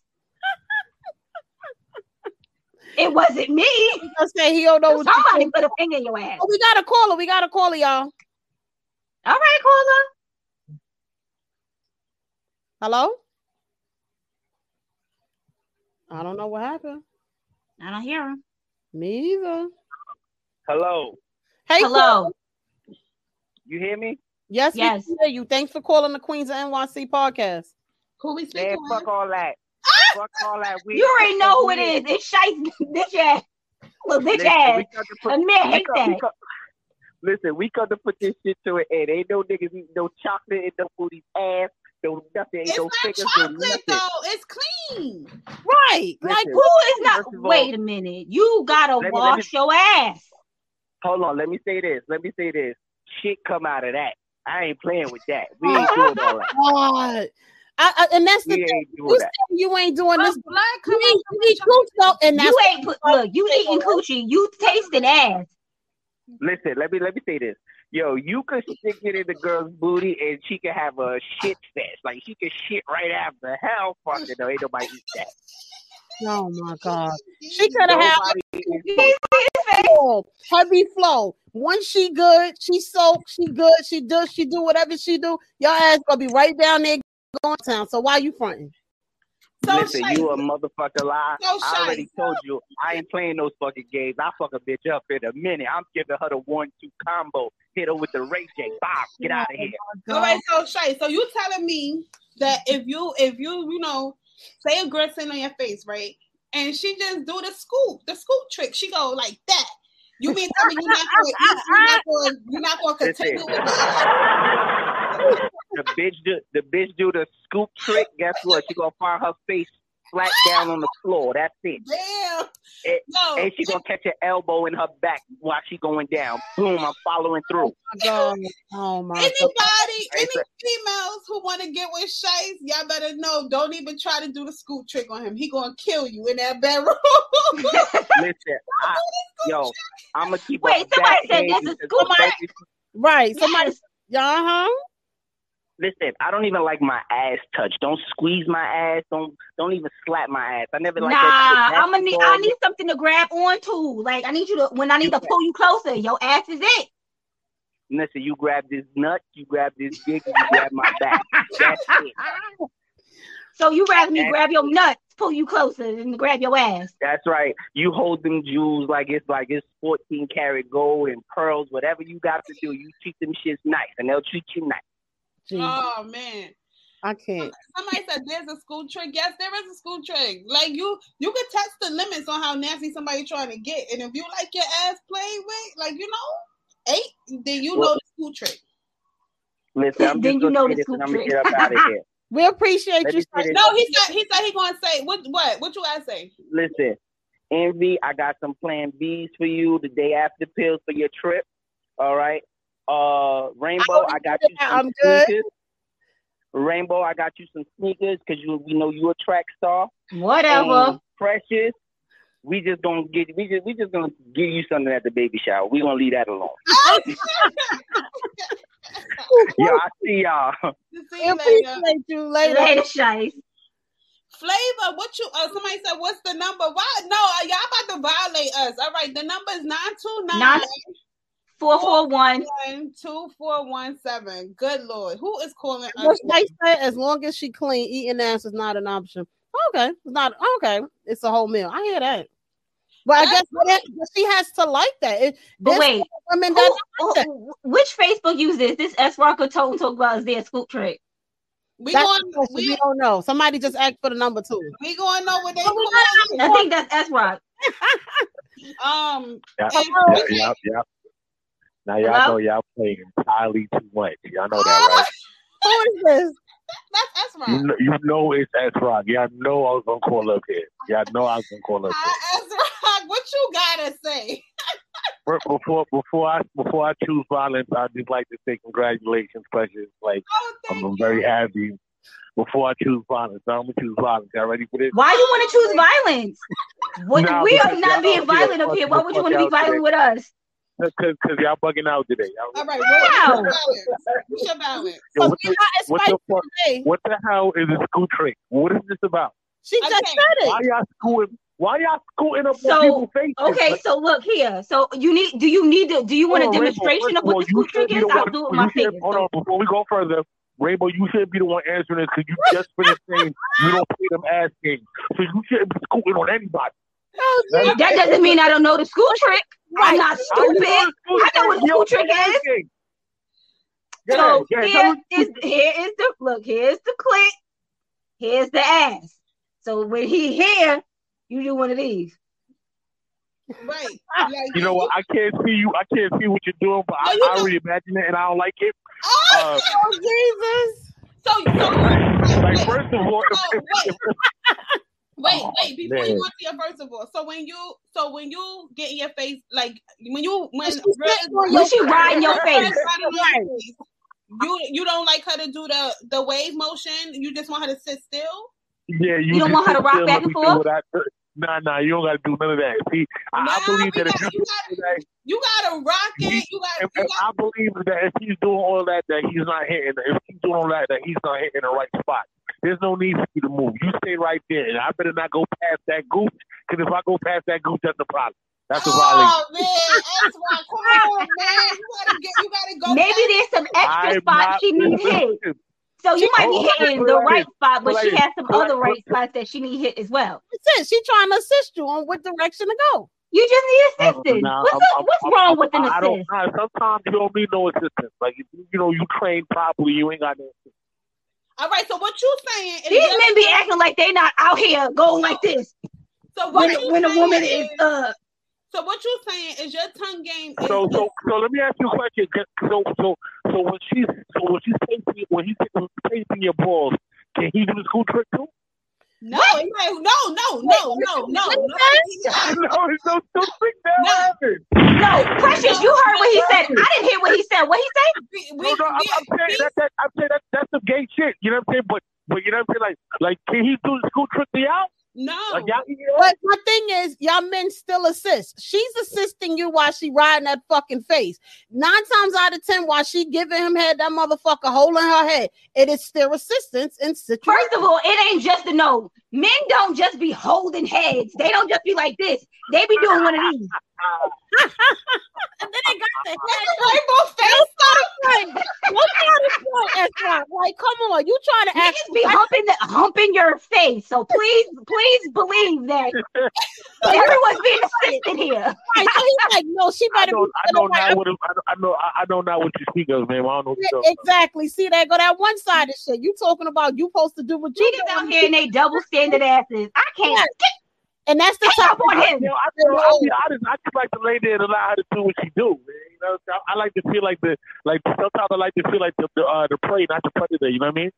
[SPEAKER 4] it wasn't me.
[SPEAKER 1] I say he don't know what you
[SPEAKER 4] Somebody
[SPEAKER 1] think.
[SPEAKER 4] put a finger in your ass.
[SPEAKER 1] Oh, we got a caller. We got a caller, y'all.
[SPEAKER 4] All right, caller.
[SPEAKER 1] Hello? I don't know what happened.
[SPEAKER 4] I don't hear him.
[SPEAKER 1] Me either.
[SPEAKER 8] Hello,
[SPEAKER 1] Hey, caller.
[SPEAKER 4] Hello.
[SPEAKER 8] you hear me?
[SPEAKER 1] Yes, yes.
[SPEAKER 4] Yes.
[SPEAKER 1] We can hear you. Thanks for calling the Queens of NYC podcast.
[SPEAKER 5] Who we speaking
[SPEAKER 8] Man,
[SPEAKER 5] with?
[SPEAKER 8] fuck all that. fuck all that. We,
[SPEAKER 4] Ah! You already know who it is. It's shite *laughs* bitch ass. Little bitch ass.
[SPEAKER 8] We got to put,
[SPEAKER 4] And man
[SPEAKER 8] we
[SPEAKER 4] hate
[SPEAKER 8] got,
[SPEAKER 4] that.
[SPEAKER 8] we got, listen, we got to put this shit to an end. Ain't no niggas eating no chocolate in no booty ass. Those nothing ain't
[SPEAKER 5] It's
[SPEAKER 8] no
[SPEAKER 5] not
[SPEAKER 8] stickers, no
[SPEAKER 5] chocolate
[SPEAKER 8] nothing.
[SPEAKER 5] though. It's clean.
[SPEAKER 1] Right.
[SPEAKER 4] Like
[SPEAKER 8] Listen,
[SPEAKER 4] who is not?
[SPEAKER 8] first of all-
[SPEAKER 4] Wait a minute. You gotta
[SPEAKER 8] Let me- let me-
[SPEAKER 4] wash your ass.
[SPEAKER 8] Hold on, let me say this. Let me say this. Shit come out of that. I ain't playing with that. We
[SPEAKER 4] Oh.
[SPEAKER 8] ain't doing all that.
[SPEAKER 1] God. I, I, and
[SPEAKER 4] *laughs*
[SPEAKER 1] that's the
[SPEAKER 8] We
[SPEAKER 1] thing.
[SPEAKER 8] ain't doing
[SPEAKER 1] You
[SPEAKER 8] that.
[SPEAKER 1] say you ain't doing
[SPEAKER 5] Her
[SPEAKER 1] this.
[SPEAKER 5] blood
[SPEAKER 1] You
[SPEAKER 5] come
[SPEAKER 1] need,
[SPEAKER 5] out
[SPEAKER 1] you
[SPEAKER 5] the
[SPEAKER 1] need cooch though, and that's
[SPEAKER 4] You ain't put look. You eating coochie. You tasting ass.
[SPEAKER 8] Listen, let me let me say this. Yo, you could stick it in the girl's booty and she could have a shit fest. Like she could shit right after. Hell fucking no, ain't nobody eat that.
[SPEAKER 1] oh my god. She
[SPEAKER 5] She
[SPEAKER 1] could have had
[SPEAKER 8] Nobody
[SPEAKER 4] *laughs*
[SPEAKER 8] eats
[SPEAKER 4] You ain't see his face.
[SPEAKER 1] full, heavy flow. Once she good, she soak, she good, she does, she do whatever she do. Your ass gonna be right down there going town. So why you fronting?
[SPEAKER 5] so
[SPEAKER 8] Listen,
[SPEAKER 5] shite.
[SPEAKER 8] you a motherfucker lie.
[SPEAKER 5] So
[SPEAKER 8] I already
[SPEAKER 5] shite.
[SPEAKER 8] told you I ain't playing those fucking games. I fuck a bitch up in a minute. I'm giving her the one two combo. Hit her with the Ray J. Bob, get out of here.
[SPEAKER 5] All right, so Shay, so you telling me that if you if you you know say a girl sitting on your face, right? And she just do the scoop, the scoop trick. She go like that. You mean tell me you're not gonna eat, you're not gonna you're not gonna continue
[SPEAKER 8] Listen.
[SPEAKER 5] with that.
[SPEAKER 8] The bitch do the bitch do the scoop trick. Guess what? She gonna find her face flat down on the floor. That's it.
[SPEAKER 5] Oh, Damn.
[SPEAKER 8] It-
[SPEAKER 5] no,
[SPEAKER 8] And she gonna catch her elbow in her back while she going down. Boom, I'm following
[SPEAKER 1] Oh
[SPEAKER 8] through.
[SPEAKER 1] my god.
[SPEAKER 5] *laughs*
[SPEAKER 1] Oh my god.
[SPEAKER 5] anybody, any
[SPEAKER 8] Listen.
[SPEAKER 5] females who want to get with Shay, y'all better know. Don't even try to do the scoop trick on him. He gonna kill you in that bedroom. *laughs*
[SPEAKER 8] Listen, I, yo, I'm gonna keep
[SPEAKER 4] Wait,
[SPEAKER 8] a
[SPEAKER 4] somebody
[SPEAKER 8] back
[SPEAKER 4] said
[SPEAKER 8] hand
[SPEAKER 4] that's a
[SPEAKER 8] because
[SPEAKER 4] scoop.
[SPEAKER 8] don't you-
[SPEAKER 1] Right. Somebody
[SPEAKER 4] Somebody
[SPEAKER 1] uh huh.
[SPEAKER 8] Listen, I don't even like my ass touched. Don't squeeze my ass. Don't don't even slap my ass. I never like
[SPEAKER 4] nah,
[SPEAKER 8] that. shit.
[SPEAKER 4] I'm gonna need. I
[SPEAKER 8] Basketball,
[SPEAKER 4] need something to grab on to. Like I need you to when I need to pull you closer. Your ass is it.
[SPEAKER 8] Listen, you grab this nut, you grab this dick, and you grab my
[SPEAKER 4] *laughs*
[SPEAKER 8] back. That's it.
[SPEAKER 4] So you rather me
[SPEAKER 8] That's-
[SPEAKER 4] grab your nuts, pull you closer, than grab your ass.
[SPEAKER 8] That's right. You hold them jewels like it's like it's 14 karat gold and pearls. Whatever you got to do, you treat them shits nice, and they'll treat you nice.
[SPEAKER 5] oh man.
[SPEAKER 1] I can't.
[SPEAKER 5] Somebody said there's a school trick. Yes, there is a school trick. Like you, you can test the limits on how nasty somebody trying to get, and if you like your ass played with, like you know, eight, then you know
[SPEAKER 8] Well-
[SPEAKER 5] the school trick.
[SPEAKER 8] Listen,
[SPEAKER 1] *laughs*
[SPEAKER 8] I'm just
[SPEAKER 4] Then you
[SPEAKER 8] gonna
[SPEAKER 4] know
[SPEAKER 8] say
[SPEAKER 4] the
[SPEAKER 8] this, and I'm gonna
[SPEAKER 4] scoop
[SPEAKER 8] get up out of here.
[SPEAKER 1] We appreciate
[SPEAKER 8] Let
[SPEAKER 1] you.
[SPEAKER 8] me say this.
[SPEAKER 5] No, he said he said he gonna say what what what you ass say?
[SPEAKER 8] Listen, Envy, I got some plan B's for you the day after pills for your trip. All right. Uh Rainbow,
[SPEAKER 1] I'll
[SPEAKER 8] I got
[SPEAKER 1] do
[SPEAKER 8] you
[SPEAKER 1] that.
[SPEAKER 8] some
[SPEAKER 1] I'm good.
[SPEAKER 8] sneakers. Rainbow, I got you some sneakers because you we know you a track star.
[SPEAKER 4] Whatever.
[SPEAKER 8] And Um, Precious. We just gonna get we just we just gonna give you something at the baby shower. We gonna leave that alone. Yeah, I see y'all.
[SPEAKER 5] See uh,
[SPEAKER 1] We
[SPEAKER 5] you later.
[SPEAKER 1] appreciate you later.
[SPEAKER 4] Later, shice.
[SPEAKER 5] Flavor, what you? Uh, somebody said, what's the number? Why? No, uh, y'all about to violate us. All right, the number is nine two nine
[SPEAKER 4] Four four one.
[SPEAKER 5] one two four one seven. Good lord, who is calling us?
[SPEAKER 1] What they said, as long as she clean, eating ass is not an option. Okay, it's not okay. It's a whole meal. I hear that, but I
[SPEAKER 5] That's
[SPEAKER 1] guess what it- but she has to like that. It,
[SPEAKER 4] But
[SPEAKER 1] there's
[SPEAKER 4] wait,
[SPEAKER 1] women that
[SPEAKER 4] who, who- which Facebook uses this? This S Rocker Totem Talk about is their scoop trick.
[SPEAKER 5] We
[SPEAKER 1] that's
[SPEAKER 5] going,
[SPEAKER 1] the question. we,
[SPEAKER 5] we,
[SPEAKER 1] don't know. Somebody just asked for the number two.
[SPEAKER 5] we going know what they
[SPEAKER 1] But we
[SPEAKER 5] calling.
[SPEAKER 4] I think that's S Rock.
[SPEAKER 5] Um,
[SPEAKER 9] Yeah,
[SPEAKER 5] and-
[SPEAKER 9] yeah, yeah, yeah. Now y'all
[SPEAKER 4] Hello?
[SPEAKER 9] know y'all playing entirely too much. Y'all know that,
[SPEAKER 1] Who is this?
[SPEAKER 5] that's
[SPEAKER 9] right? You
[SPEAKER 5] Ezra.
[SPEAKER 9] know, you know it's S Rock. Y'all know I was gonna call up here. Y'all know I was gonna call up here.
[SPEAKER 5] Hi, Ezra. What you gotta say?
[SPEAKER 9] But Before before I before I choose violence, I'd just like to say congratulations, precious. Like
[SPEAKER 5] Oh, thank
[SPEAKER 9] I'm
[SPEAKER 5] you.
[SPEAKER 9] very happy. Before I choose violence, I'm gonna choose violence. Y'all ready for this?
[SPEAKER 4] Why you want to choose violence? What,
[SPEAKER 9] Nah,
[SPEAKER 4] we are
[SPEAKER 9] because y'all
[SPEAKER 4] not being
[SPEAKER 9] don't give a
[SPEAKER 4] violent up
[SPEAKER 9] fuck
[SPEAKER 4] here. Why
[SPEAKER 9] what
[SPEAKER 4] would you
[SPEAKER 9] fuck
[SPEAKER 4] want to be
[SPEAKER 9] y'all say.
[SPEAKER 4] violent with us?
[SPEAKER 9] Because cause y'all bugging out today. Y'all-
[SPEAKER 5] All right,
[SPEAKER 4] Wow.
[SPEAKER 5] well, what's your balance? What's your balance?
[SPEAKER 1] Because
[SPEAKER 9] Yo, what,
[SPEAKER 1] we're
[SPEAKER 9] the,
[SPEAKER 1] not as
[SPEAKER 9] what
[SPEAKER 1] spicy
[SPEAKER 9] the fuck?
[SPEAKER 1] today.
[SPEAKER 9] What the hell is a school trick? What is this about?
[SPEAKER 1] She just
[SPEAKER 5] Okay.
[SPEAKER 1] said
[SPEAKER 9] Why
[SPEAKER 1] it.
[SPEAKER 9] y'all scooting? Why y'all scooting up
[SPEAKER 4] So,
[SPEAKER 9] on people's faces?
[SPEAKER 4] Okay,
[SPEAKER 9] Like,
[SPEAKER 4] so look here. So you need? Do you need to? Do you want a
[SPEAKER 9] hold on, Rainbow,
[SPEAKER 4] demonstration
[SPEAKER 9] first
[SPEAKER 4] of what
[SPEAKER 9] all,
[SPEAKER 4] the
[SPEAKER 9] you
[SPEAKER 4] scoop trick
[SPEAKER 9] should be
[SPEAKER 4] is?
[SPEAKER 9] the
[SPEAKER 4] I'll
[SPEAKER 9] one-
[SPEAKER 4] do it with
[SPEAKER 9] you
[SPEAKER 4] my
[SPEAKER 9] should-
[SPEAKER 4] fingers.
[SPEAKER 9] Hold on, before we go further, Rainbow, you should be the one answering this because you just finished saying you don't pay them ass games. So you shouldn't be scooting on anybody.
[SPEAKER 1] Oh,
[SPEAKER 9] That's-
[SPEAKER 4] That doesn't mean I don't know the school trick. I'm not stupid. I know what a school trick is. So
[SPEAKER 9] Yeah, yeah,
[SPEAKER 4] here
[SPEAKER 9] tell
[SPEAKER 4] is here is the look. Here's the click. Here's the ass. So when he here, you do one of these.
[SPEAKER 5] Right. Like,
[SPEAKER 9] You know what? I can't see you. I can't see what you're doing, but I,
[SPEAKER 5] No, you
[SPEAKER 9] I already imagine it, and I don't like it.
[SPEAKER 5] Oh,
[SPEAKER 9] Uh,
[SPEAKER 1] oh, Jesus.
[SPEAKER 5] *laughs* So, so
[SPEAKER 9] Like, first of all, if,
[SPEAKER 5] so
[SPEAKER 9] if,
[SPEAKER 5] Oh, wait, *laughs* wait,
[SPEAKER 9] if, Oh,
[SPEAKER 5] wait. Before you
[SPEAKER 9] man.
[SPEAKER 5] go to your first of all, so when you, so when you get in your face, like when you when
[SPEAKER 4] She spit on your- When she ride in your face.
[SPEAKER 5] you you don't like her to do the the wave motion. You just want her to sit still.
[SPEAKER 9] yeah, you,
[SPEAKER 4] You don't
[SPEAKER 9] just
[SPEAKER 4] want her to
[SPEAKER 9] sit
[SPEAKER 4] rock
[SPEAKER 9] still
[SPEAKER 4] back
[SPEAKER 9] let
[SPEAKER 4] and
[SPEAKER 9] me do
[SPEAKER 4] forth?
[SPEAKER 9] what I do. Nah, nah, you don't gotta do none of that. See, I, I
[SPEAKER 5] Nah,
[SPEAKER 9] believe
[SPEAKER 5] you
[SPEAKER 9] that if
[SPEAKER 5] gotta-
[SPEAKER 9] you,
[SPEAKER 5] you gotta-
[SPEAKER 9] do that,
[SPEAKER 5] You gotta rock it. You got
[SPEAKER 9] if,
[SPEAKER 5] you
[SPEAKER 9] if
[SPEAKER 5] got
[SPEAKER 9] I believe that if he's doing all that, that he's not hitting. If he's doing all that, that he's not hitting the right spot. There's no need for you to move. You stay right there, and I better not go past that goof. Because if I go past that goof, that's a problem. That's a violation.
[SPEAKER 5] Oh man, that's why. Come on, man. You gotta get. You
[SPEAKER 4] *laughs*
[SPEAKER 5] gotta go.
[SPEAKER 4] Maybe there's some extra
[SPEAKER 9] I'm
[SPEAKER 4] spots
[SPEAKER 9] not-
[SPEAKER 4] she need hit. So you might be
[SPEAKER 9] Hold on,
[SPEAKER 4] hitting the
[SPEAKER 9] relax,
[SPEAKER 4] right spot, but she
[SPEAKER 9] relax,
[SPEAKER 4] has some
[SPEAKER 9] relax.
[SPEAKER 4] other right spots that she need hit as well.
[SPEAKER 1] That's it. She trying to assist you on what direction to go.
[SPEAKER 4] You just need
[SPEAKER 9] Uh-uh,
[SPEAKER 4] assistance.
[SPEAKER 9] nah,
[SPEAKER 4] what's
[SPEAKER 9] I'm-
[SPEAKER 4] up-
[SPEAKER 9] I'm-
[SPEAKER 4] what's
[SPEAKER 9] I'm-
[SPEAKER 4] wrong
[SPEAKER 9] I'm-
[SPEAKER 4] with an
[SPEAKER 9] I don't
[SPEAKER 4] assist?
[SPEAKER 9] know. Sometimes you don't need no assistance. Like if you, you know, you train properly, you ain't got no. assistance.
[SPEAKER 5] All right. So what you saying? is
[SPEAKER 4] These
[SPEAKER 5] that-
[SPEAKER 4] men be acting like they not out here going like this
[SPEAKER 5] So
[SPEAKER 4] when
[SPEAKER 5] what you
[SPEAKER 4] when a
[SPEAKER 5] saying
[SPEAKER 4] woman is uh
[SPEAKER 5] So what you saying is your tongue game is.
[SPEAKER 9] So, so, so let me ask you a question. 'cause- So, so, so when she's, so when she's tasting, when he's tasting your balls, can he do the school trick too? *laughs*
[SPEAKER 5] no, it's like, no, no, no, no, no, no.
[SPEAKER 9] no, it's so stupid.
[SPEAKER 5] No.
[SPEAKER 9] No,
[SPEAKER 4] no precious. You heard what he said. I didn't hear what he said. What he said?
[SPEAKER 5] We, we,
[SPEAKER 9] no, no. I'm, I'm saying that, that. I'm saying that. That's some gay shit. You know what I'm saying? But, but you know what I'm saying? Like, like, can he do the school trick to y'all?
[SPEAKER 5] no.
[SPEAKER 9] Like, y'all eating it up?
[SPEAKER 1] But my thing is, y'all men still assist. She's assisting you while she riding that fucking face. Nine times out of ten, while she giving him head, that motherfucker holding her head. It is still assistance in situation.
[SPEAKER 4] First of all, it ain't just a no. Men don't just be holding heads. They don't just be like this. They be doing one of these.
[SPEAKER 1] And then they got the head.
[SPEAKER 5] They both face up.
[SPEAKER 1] Like, what kind of point is that? Like, come on, you trying to act
[SPEAKER 4] Niggas be humping the humping your face. So please, please believe *laughs* that everyone's being assisted here.
[SPEAKER 1] right? So he's like, no, she
[SPEAKER 9] I
[SPEAKER 1] better.
[SPEAKER 9] know,
[SPEAKER 1] be
[SPEAKER 9] I know
[SPEAKER 1] feeling right.
[SPEAKER 9] not what I know- I know, I I know not what you speak of, man. I don't know. What you're talking about.
[SPEAKER 1] Exactly. See that go that one side of shit. You talking about you supposed to do what you
[SPEAKER 4] Niggas out
[SPEAKER 1] doing.
[SPEAKER 4] here and they double standard asses. I can't
[SPEAKER 1] and that's the
[SPEAKER 4] hang up
[SPEAKER 1] top
[SPEAKER 4] on him.
[SPEAKER 9] You know, I feel, I'll be honest. I just like the lady that allow her to do what she do, man. You know, so I, I like to feel like the like. Sometimes I like to feel like the the, uh, the prey, not the predator. You know what I mean?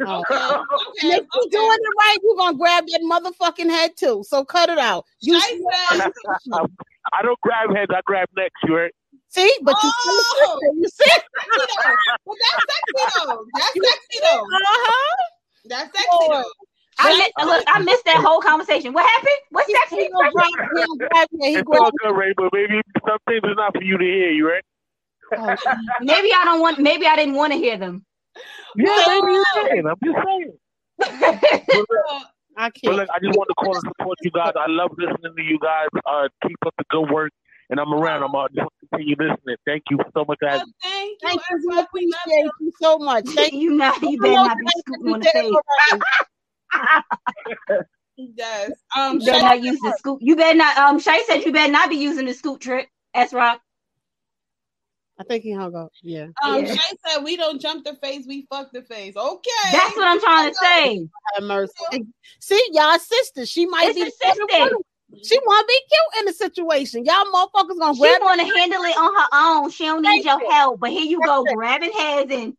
[SPEAKER 5] Okay,
[SPEAKER 1] And
[SPEAKER 5] okay,
[SPEAKER 1] if you doing
[SPEAKER 5] okay.
[SPEAKER 1] it right, you gonna grab that motherfucking head too. So cut it out. You
[SPEAKER 5] Shyster.
[SPEAKER 9] *laughs* I don't grab heads. I grab necks. You heard?
[SPEAKER 1] see, but you
[SPEAKER 5] Oh.
[SPEAKER 1] still you see,
[SPEAKER 9] *laughs*
[SPEAKER 5] sexy though. Well, that's sexy though. That's sexy though.
[SPEAKER 1] uh-huh.
[SPEAKER 5] That's sexy though.
[SPEAKER 4] I mi- look, I missed that whole conversation. What happened? What's
[SPEAKER 1] He
[SPEAKER 4] that?
[SPEAKER 1] said he gonna grab it, he gonna grab it, he
[SPEAKER 9] It's
[SPEAKER 1] grab
[SPEAKER 9] all
[SPEAKER 1] it.
[SPEAKER 9] good, Ray. But maybe some things is not for you to hear. You heard?
[SPEAKER 4] Maybe I don't want. Maybe I didn't want to hear them.
[SPEAKER 9] Yeah,
[SPEAKER 5] Well-
[SPEAKER 9] maybe you saying. I'm just saying. But look,
[SPEAKER 1] I
[SPEAKER 9] but
[SPEAKER 1] can't.
[SPEAKER 9] look, I just want to call and support you guys. I love listening to you guys. Uh, keep up the good work. And I'm around. I'm uh, just want to continue listening. Thank you so much, guys.
[SPEAKER 5] Well, thank you.
[SPEAKER 1] Thank you. We
[SPEAKER 5] Ezra. We love
[SPEAKER 1] appreciate you so much. Thank you.
[SPEAKER 4] *laughs* you know, you better not be scooting on the face.
[SPEAKER 5] you. Yes. Um,
[SPEAKER 4] You better
[SPEAKER 5] Shay,
[SPEAKER 4] not use the scoop. You better not. Um, Shay said you better not be using the scoop trick. That's rock.
[SPEAKER 1] I think he hung up. Yeah.
[SPEAKER 5] um,
[SPEAKER 4] Yeah.
[SPEAKER 5] Shay said we don't jump the face, we fuck the face. Okay.
[SPEAKER 4] That's what I'm trying to say.
[SPEAKER 1] Have mercy. See, y'all sister, she might
[SPEAKER 4] It's
[SPEAKER 1] be
[SPEAKER 4] assisting.
[SPEAKER 1] she wanna be cute in the situation. Y'all motherfuckers gonna
[SPEAKER 4] She
[SPEAKER 1] grab
[SPEAKER 4] want to handle it on her own. She don't need your help. But here you go, grabbing heads and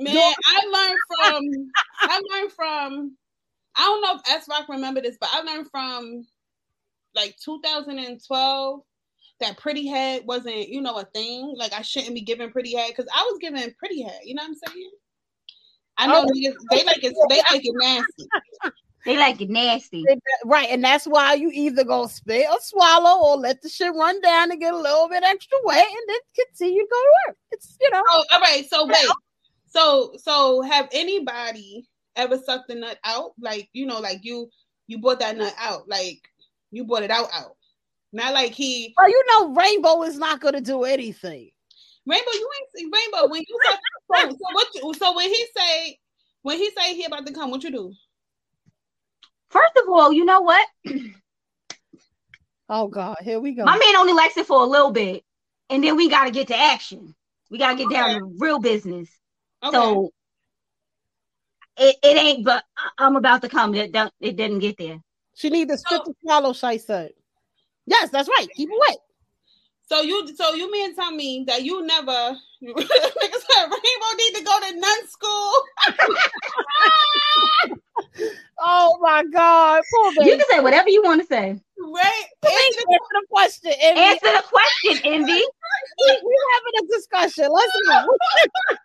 [SPEAKER 5] Man, I learned from I learned from I don't know if S Rock remember this, but I learned from like 2012 that pretty head wasn't, you know, a thing. Like I shouldn't be giving pretty head because I was giving pretty head. You know what I'm saying? I know niggas, they like it. They like it nasty.
[SPEAKER 4] they like it nasty.
[SPEAKER 1] Right, and that's why you either gonna spit or swallow, or let the shit run down and get a little bit extra wet, and then continue to go to work. It's you know,
[SPEAKER 5] *laughs* Oh, all right. So wait. So so have anybody ever sucked a nut out? Like you know, like you you bought that nut out. Like you bought it out out. Not like he
[SPEAKER 1] well, you know, Rainbow is not gonna do anything.
[SPEAKER 5] Rainbow. You ain't see Rainbow when
[SPEAKER 1] *laughs*
[SPEAKER 5] you suck. So, so what? You, so when he say when he say he about to come, what you do?
[SPEAKER 4] First of all, you know what?
[SPEAKER 1] Oh God, here we go.
[SPEAKER 4] My man only likes it for a little bit, and then we gotta get to action. We gotta get down to real business.
[SPEAKER 5] Okay.
[SPEAKER 4] So it, it ain't, but I- I'm about to come. It, don't- it didn't get there.
[SPEAKER 1] she need to spit
[SPEAKER 5] So-
[SPEAKER 1] to swallow. Shay said, "Yes, that's right. Keep it wet."
[SPEAKER 5] So you, so you mean tell me that you never, *laughs* nigga said Rainbow need to go to nun school.
[SPEAKER 1] Oh my God. Poor
[SPEAKER 4] You
[SPEAKER 1] baby.
[SPEAKER 4] can say whatever you want to say.
[SPEAKER 5] Right?
[SPEAKER 1] Please answer the question. Envy.
[SPEAKER 4] Answer the question, Envy.
[SPEAKER 1] We- We're having a discussion. Let's go.
[SPEAKER 5] *laughs*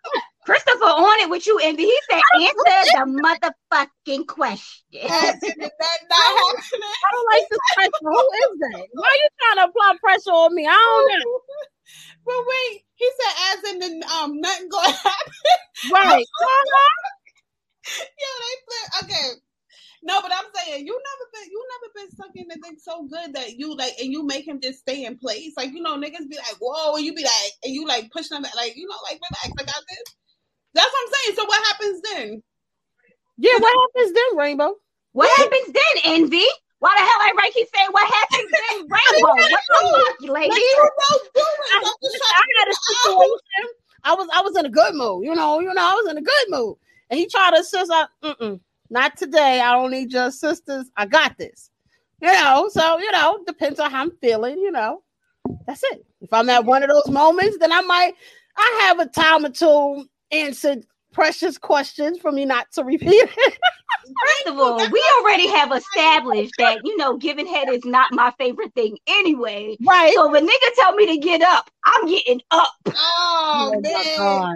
[SPEAKER 4] Christopher on it with you, Envy. He said, answer the motherfucking question.
[SPEAKER 5] That's not happening.
[SPEAKER 1] I don't like this pressure. Who is
[SPEAKER 5] *laughs*
[SPEAKER 1] that? Why are you trying to apply pressure on me? I don't know.
[SPEAKER 5] But wait, he said as in the um nothing gonna happen.
[SPEAKER 1] Right.
[SPEAKER 5] Yo, they flip. Okay. No, but I'm saying you never been you never been sucking the dick so good that you like and you make him just stay in place. Like you know, niggas be like, whoa, and you be like, and you like pushing him like you know, like relax, I got this. That's what I'm saying. So what happens then?
[SPEAKER 1] Yeah, what happens then, Rainbow?
[SPEAKER 4] What happens then, Envy? Why the hell everybody keep saying what happens then, Rainbow? What the fuck,
[SPEAKER 5] Like
[SPEAKER 4] ladies?
[SPEAKER 5] you don't do it.
[SPEAKER 1] I,
[SPEAKER 5] I'm just
[SPEAKER 1] I
[SPEAKER 5] trying
[SPEAKER 1] had a situation. I was I was in a good mood, you know, you know, I was in a good mood. And he tried to assist. I mm-mm, not today. I don't need your assistance. I got this. You know, so you know, depends on how I'm feeling, you know. That's it. If I'm at one of those moments, then I might I have a time or two answer precious questions for me not to repeat it.
[SPEAKER 4] First of all, we already have established that, you know, giving head is not my favorite thing anyway.
[SPEAKER 1] right.
[SPEAKER 4] So if a nigga tell me to get up, I'm getting up.
[SPEAKER 5] Oh,
[SPEAKER 1] Oh,
[SPEAKER 5] man.
[SPEAKER 1] God.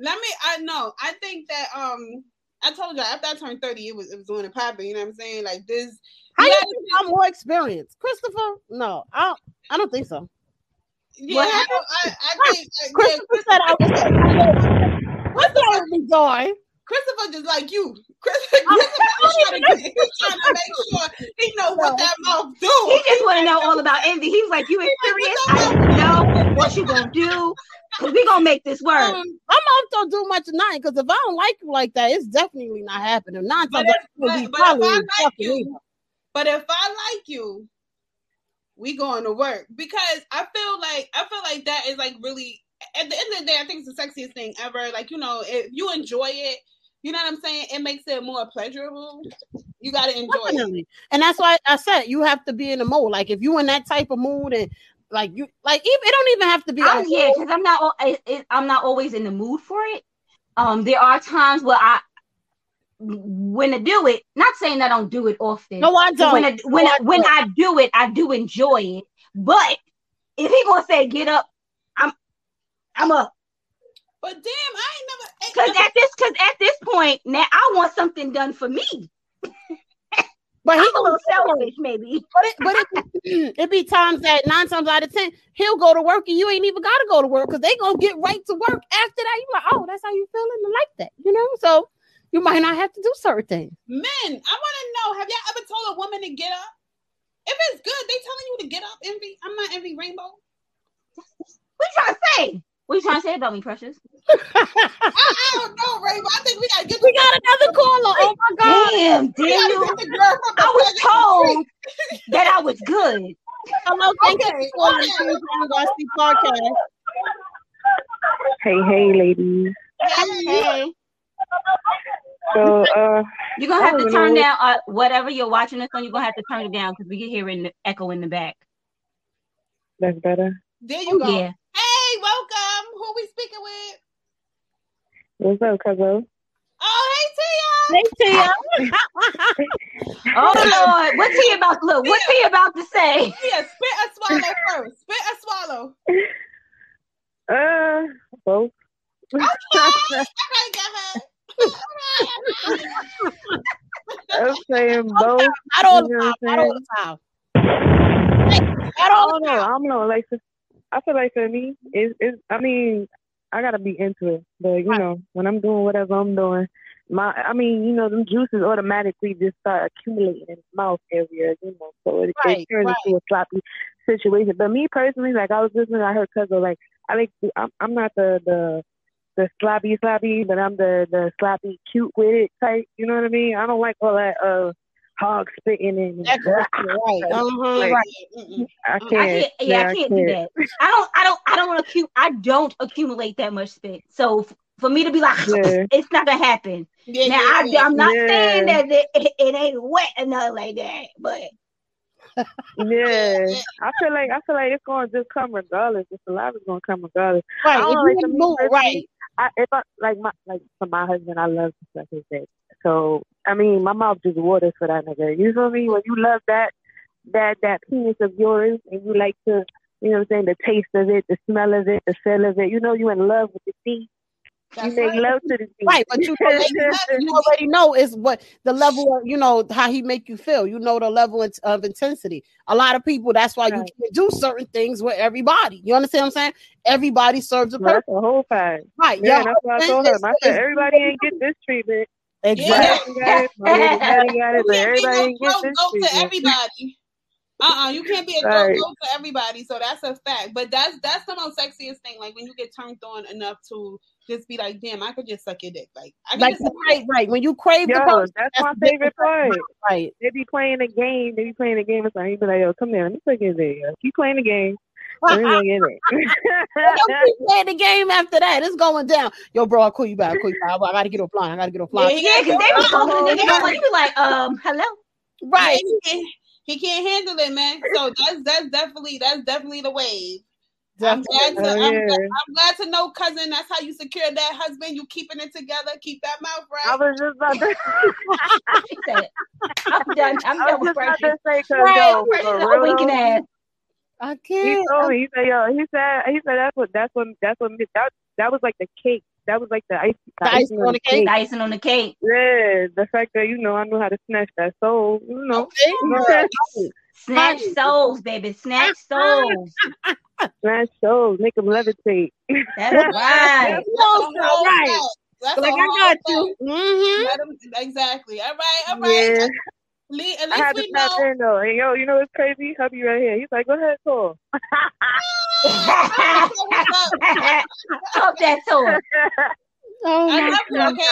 [SPEAKER 5] Let me. I know. I think that um. I told you after I turned thirty, it was it was doing a popping. You know what I'm saying? Like this.
[SPEAKER 1] How
[SPEAKER 5] Yeah,
[SPEAKER 1] you think I'm more experienced? Christopher? No, I don't, I don't think so.
[SPEAKER 5] yeah.
[SPEAKER 4] What
[SPEAKER 5] I, I, I think yeah,
[SPEAKER 1] Christopher said I was What's wrong with me, Joy?
[SPEAKER 5] Christopher just like you. Chris- *laughs* Christopher trying to, get- he's trying to make sure he know what that mouth do.
[SPEAKER 4] He just want to know all about envy. He was like, you experience? I don't know what you gonna do. Cause we gonna make this work.
[SPEAKER 5] Um,
[SPEAKER 1] My mom don't do much of nothing because if I don't like you like that, it's definitely not happening. Nine
[SPEAKER 5] But
[SPEAKER 1] times out of
[SPEAKER 5] but,
[SPEAKER 1] ten, we
[SPEAKER 5] but if
[SPEAKER 1] probably
[SPEAKER 5] I
[SPEAKER 1] ain't
[SPEAKER 5] like
[SPEAKER 1] fucking either.
[SPEAKER 5] you, but if I like you, we going to work because I feel like I feel like that is like really at the end of the day, I think it's the sexiest thing ever. Like you know, if you enjoy it, you know what I'm saying. It makes it more pleasurable. You got to enjoy it.
[SPEAKER 1] Definitely. And that's why I said you have to be in the mood. Like if you in that type of mood and like you like even it don't even have to be
[SPEAKER 4] I'm,
[SPEAKER 1] like,
[SPEAKER 4] yeah, because I'm not. al- I, I- I'm not always in the mood for it. Um, there are times where I, when I do it, not saying I don't do it often.
[SPEAKER 1] no, I
[SPEAKER 4] but
[SPEAKER 1] don't.
[SPEAKER 4] when I, when
[SPEAKER 1] No,
[SPEAKER 4] I,
[SPEAKER 1] I
[SPEAKER 4] when I do it, I do enjoy it. But if he gonna say get up, I'm I'm up.
[SPEAKER 5] But damn, I ain't never.
[SPEAKER 4] Cause at this cause at this point now I want something done for me.
[SPEAKER 1] But he
[SPEAKER 4] I'm a little selfish, maybe.
[SPEAKER 1] But it, but it, *clears throat* it be times that nine times out of ten he'll go to work and you ain't even gotta go to work because they gonna get right to work after that. You like, oh, that's how you feeling I like that, you know? So you might not have to do certain things.
[SPEAKER 5] Men, I want to know: Have y'all ever told a woman to get up? If it's good, they telling you to get up. Envy, I'm not envy rainbow.
[SPEAKER 4] What you trying to say? What you trying to say about me, Precious?
[SPEAKER 5] I, I don't know, rainbow. I think we gotta get.
[SPEAKER 1] We got another caller. Oh my God.
[SPEAKER 4] Damn,
[SPEAKER 5] we gotta
[SPEAKER 4] Daniel.
[SPEAKER 5] get the girl from the
[SPEAKER 4] I was
[SPEAKER 5] fucking
[SPEAKER 4] told
[SPEAKER 5] street.
[SPEAKER 4] that I was good.
[SPEAKER 1] Hello. Thank you
[SPEAKER 5] *laughs* Okay,
[SPEAKER 1] for calling
[SPEAKER 5] okay.
[SPEAKER 1] Tuesday on Rusty Podcast.
[SPEAKER 10] Hey, hey, ladies.
[SPEAKER 4] Hey,
[SPEAKER 10] So, uh,
[SPEAKER 4] you're gonna have
[SPEAKER 10] Oh,
[SPEAKER 4] to
[SPEAKER 10] you
[SPEAKER 4] turn
[SPEAKER 10] know-
[SPEAKER 4] down uh, whatever you're watching us on. You're gonna have to turn it down because we can hear an echo in the back.
[SPEAKER 10] that's better.
[SPEAKER 5] There you
[SPEAKER 4] Oh
[SPEAKER 5] go.
[SPEAKER 4] yeah,
[SPEAKER 5] Hey, welcome. Who we speaking with?
[SPEAKER 10] What's up, Cuzzo?
[SPEAKER 5] Oh, hey Tia.
[SPEAKER 1] Hey, Tia.
[SPEAKER 4] *laughs* oh lord, what's he about? Look, what's he about to say?
[SPEAKER 5] Tia, spit a swallow first. Spit a swallow.
[SPEAKER 10] Uh, both.
[SPEAKER 5] Okay, okay, go ahead.
[SPEAKER 10] I'm saying both.
[SPEAKER 1] Not
[SPEAKER 10] You
[SPEAKER 1] all the
[SPEAKER 10] know
[SPEAKER 1] time.
[SPEAKER 10] what I'm
[SPEAKER 1] Not all the time. Not all
[SPEAKER 10] Oh no, I don't know. Like, I feel like for me, it's, it's. I mean, I gotta be into it, but you know, when I'm doing whatever I'm doing, my. I mean, you know, them juices automatically just start accumulating in the mouth area, you know. So it,
[SPEAKER 1] Right,
[SPEAKER 10] it turns
[SPEAKER 1] right.
[SPEAKER 10] into a sloppy situation. But me personally, like I was listening, I heard Cuzzo. Like, I like. to- I'm, I'm not the the the sloppy sloppy, but I'm the the sloppy cute with it type. You know what I mean? I don't like all that uh hog spitting and.
[SPEAKER 1] That's right. Uh-huh.
[SPEAKER 10] Like,
[SPEAKER 1] right.
[SPEAKER 5] Mm-mm.
[SPEAKER 10] I
[SPEAKER 5] I
[SPEAKER 10] can't.
[SPEAKER 4] I can't. Yeah,
[SPEAKER 10] Nah,
[SPEAKER 4] I can't do that. I don't. I don't. I don't accu- I don't accumulate that much spit. So f- for me to be like,
[SPEAKER 10] Yeah.
[SPEAKER 4] *laughs* it's not gonna happen.
[SPEAKER 5] Yeah,
[SPEAKER 4] Now
[SPEAKER 5] yeah,
[SPEAKER 4] I,
[SPEAKER 5] yeah.
[SPEAKER 4] am not
[SPEAKER 10] Yeah.
[SPEAKER 4] saying that it, it, it ain't wet or nothing like that, but
[SPEAKER 9] yeah, *laughs* I feel like I feel like it's gonna just come regardless. The saliva's gonna come regardless. I
[SPEAKER 5] Right.
[SPEAKER 9] don't
[SPEAKER 5] If
[SPEAKER 9] like
[SPEAKER 5] you
[SPEAKER 9] the
[SPEAKER 5] in the
[SPEAKER 9] meat
[SPEAKER 5] mood,
[SPEAKER 9] person.
[SPEAKER 5] right.
[SPEAKER 9] I if I like my like for my husband, I love to suck his dick. So I mean, my mouth just waters for that nigga. You feel me? When you love that that that penis of yours, and you like to, you know, what I'm saying the taste of it, the smell of it, the feel of it. You know, you in love with the feet. You
[SPEAKER 5] That's
[SPEAKER 9] make
[SPEAKER 5] right.
[SPEAKER 9] love to the feet.
[SPEAKER 1] Right, but
[SPEAKER 9] *laughs*
[SPEAKER 1] you already, you already know is what the level of, you know how he make you feel. You know the level in- of intensity. A lot of people that's why you
[SPEAKER 9] Right.
[SPEAKER 1] can't do certain things with everybody. You understand what I'm saying? Everybody serves a
[SPEAKER 9] Well,
[SPEAKER 1] purpose.
[SPEAKER 9] that's a whole five.
[SPEAKER 1] Right, your
[SPEAKER 9] Yeah, that's what I
[SPEAKER 1] husband
[SPEAKER 9] told him. I
[SPEAKER 1] is-
[SPEAKER 9] said
[SPEAKER 1] is-
[SPEAKER 9] everybody ain't get this treatment. My
[SPEAKER 1] exactly.
[SPEAKER 5] Yeah.
[SPEAKER 9] husband got
[SPEAKER 5] *laughs*
[SPEAKER 9] it, my baby daddy got it,
[SPEAKER 5] You
[SPEAKER 9] but
[SPEAKER 5] can't be
[SPEAKER 9] everybody
[SPEAKER 5] no
[SPEAKER 9] ain't get
[SPEAKER 5] bro goat to
[SPEAKER 9] this treatment.
[SPEAKER 5] everybody. Uh-uh, you can't be a bro
[SPEAKER 9] Right.
[SPEAKER 5] goat to everybody. So that's a fact. But that's that's the most sexiest thing. Like when you get turned on enough to just be like, damn, I could just suck your dick. Like I could
[SPEAKER 1] Like
[SPEAKER 5] just
[SPEAKER 1] you
[SPEAKER 5] suck your
[SPEAKER 1] crave, right? When you crave the
[SPEAKER 9] Yo,
[SPEAKER 1] person,
[SPEAKER 9] that's
[SPEAKER 1] that's
[SPEAKER 9] my
[SPEAKER 1] the
[SPEAKER 9] favorite
[SPEAKER 1] different
[SPEAKER 9] part.
[SPEAKER 1] right.
[SPEAKER 9] They be playing a game. They be playing a game or something. You be like, yo, come here. Let me play your video. Keep playing the game. Let me go get
[SPEAKER 1] Well, don't
[SPEAKER 9] it.
[SPEAKER 1] keep playing the game after that. It's going down. Yo, bro, I'll call you back. I'll call you back. I gotta get offline. I gotta get
[SPEAKER 5] Yeah,
[SPEAKER 1] offline.
[SPEAKER 5] he
[SPEAKER 4] Yeah,
[SPEAKER 5] *laughs* got
[SPEAKER 4] because they be
[SPEAKER 9] That's the
[SPEAKER 4] talking to
[SPEAKER 9] whole
[SPEAKER 4] niggas. I'm like,
[SPEAKER 9] time.
[SPEAKER 4] you be like, um, hello.
[SPEAKER 1] Right.
[SPEAKER 5] Yeah, he can't, he can't handle it, man. So that's that's definitely that's definitely the wave. I'm glad to
[SPEAKER 9] *laughs* Oh,
[SPEAKER 5] I'm, glad-
[SPEAKER 9] yeah.
[SPEAKER 5] I'm glad to know, cousin. That's how you secure that husband. You keeping it together. Keep that mouth
[SPEAKER 9] I
[SPEAKER 5] right.
[SPEAKER 9] was just about to,
[SPEAKER 4] She said, I'm done. I'm
[SPEAKER 9] I was
[SPEAKER 4] done with
[SPEAKER 9] just about
[SPEAKER 4] precious.
[SPEAKER 9] to say, cause
[SPEAKER 1] Right.
[SPEAKER 9] yo,
[SPEAKER 4] Precious is
[SPEAKER 9] for
[SPEAKER 4] a
[SPEAKER 9] real
[SPEAKER 4] "Oh, winking
[SPEAKER 9] though,
[SPEAKER 4] ass.
[SPEAKER 1] I
[SPEAKER 9] he
[SPEAKER 1] can't.
[SPEAKER 9] told me, he said, yo, he said, he said that's what, that's what, that's what, that, that was like the cake. That was like the, ice, the
[SPEAKER 1] The icing
[SPEAKER 9] icing on
[SPEAKER 1] on
[SPEAKER 9] the
[SPEAKER 1] the
[SPEAKER 9] cake.
[SPEAKER 1] cake.
[SPEAKER 4] The icing on the cake.
[SPEAKER 9] Yeah, the fact that you know I know how to snatch that soul, you know,
[SPEAKER 1] Okay,
[SPEAKER 9] *laughs*
[SPEAKER 1] girl. Right.
[SPEAKER 4] Snatch souls, baby. Snatch souls.
[SPEAKER 9] snatch souls, make them levitate.
[SPEAKER 4] That's right.
[SPEAKER 1] That's
[SPEAKER 5] That's a
[SPEAKER 1] so
[SPEAKER 5] whole
[SPEAKER 1] right.
[SPEAKER 5] fact. That's
[SPEAKER 1] Like
[SPEAKER 5] a
[SPEAKER 1] I
[SPEAKER 5] whole
[SPEAKER 1] got
[SPEAKER 5] fact.
[SPEAKER 1] you. Mm-hmm.
[SPEAKER 5] Let 'em- exactly. All right. All right.
[SPEAKER 9] yeah,
[SPEAKER 5] Le- At
[SPEAKER 9] I
[SPEAKER 5] least
[SPEAKER 9] had to
[SPEAKER 5] we
[SPEAKER 9] tap
[SPEAKER 5] know.
[SPEAKER 9] in though. And yo, you know what's crazy? Hubby right here. He's like, go ahead, call.
[SPEAKER 5] *laughs* I love what's up.
[SPEAKER 4] *laughs* Up that tour.
[SPEAKER 1] Oh
[SPEAKER 5] I
[SPEAKER 1] my
[SPEAKER 5] love
[SPEAKER 1] *laughs*
[SPEAKER 5] you.
[SPEAKER 1] god.
[SPEAKER 5] Okay.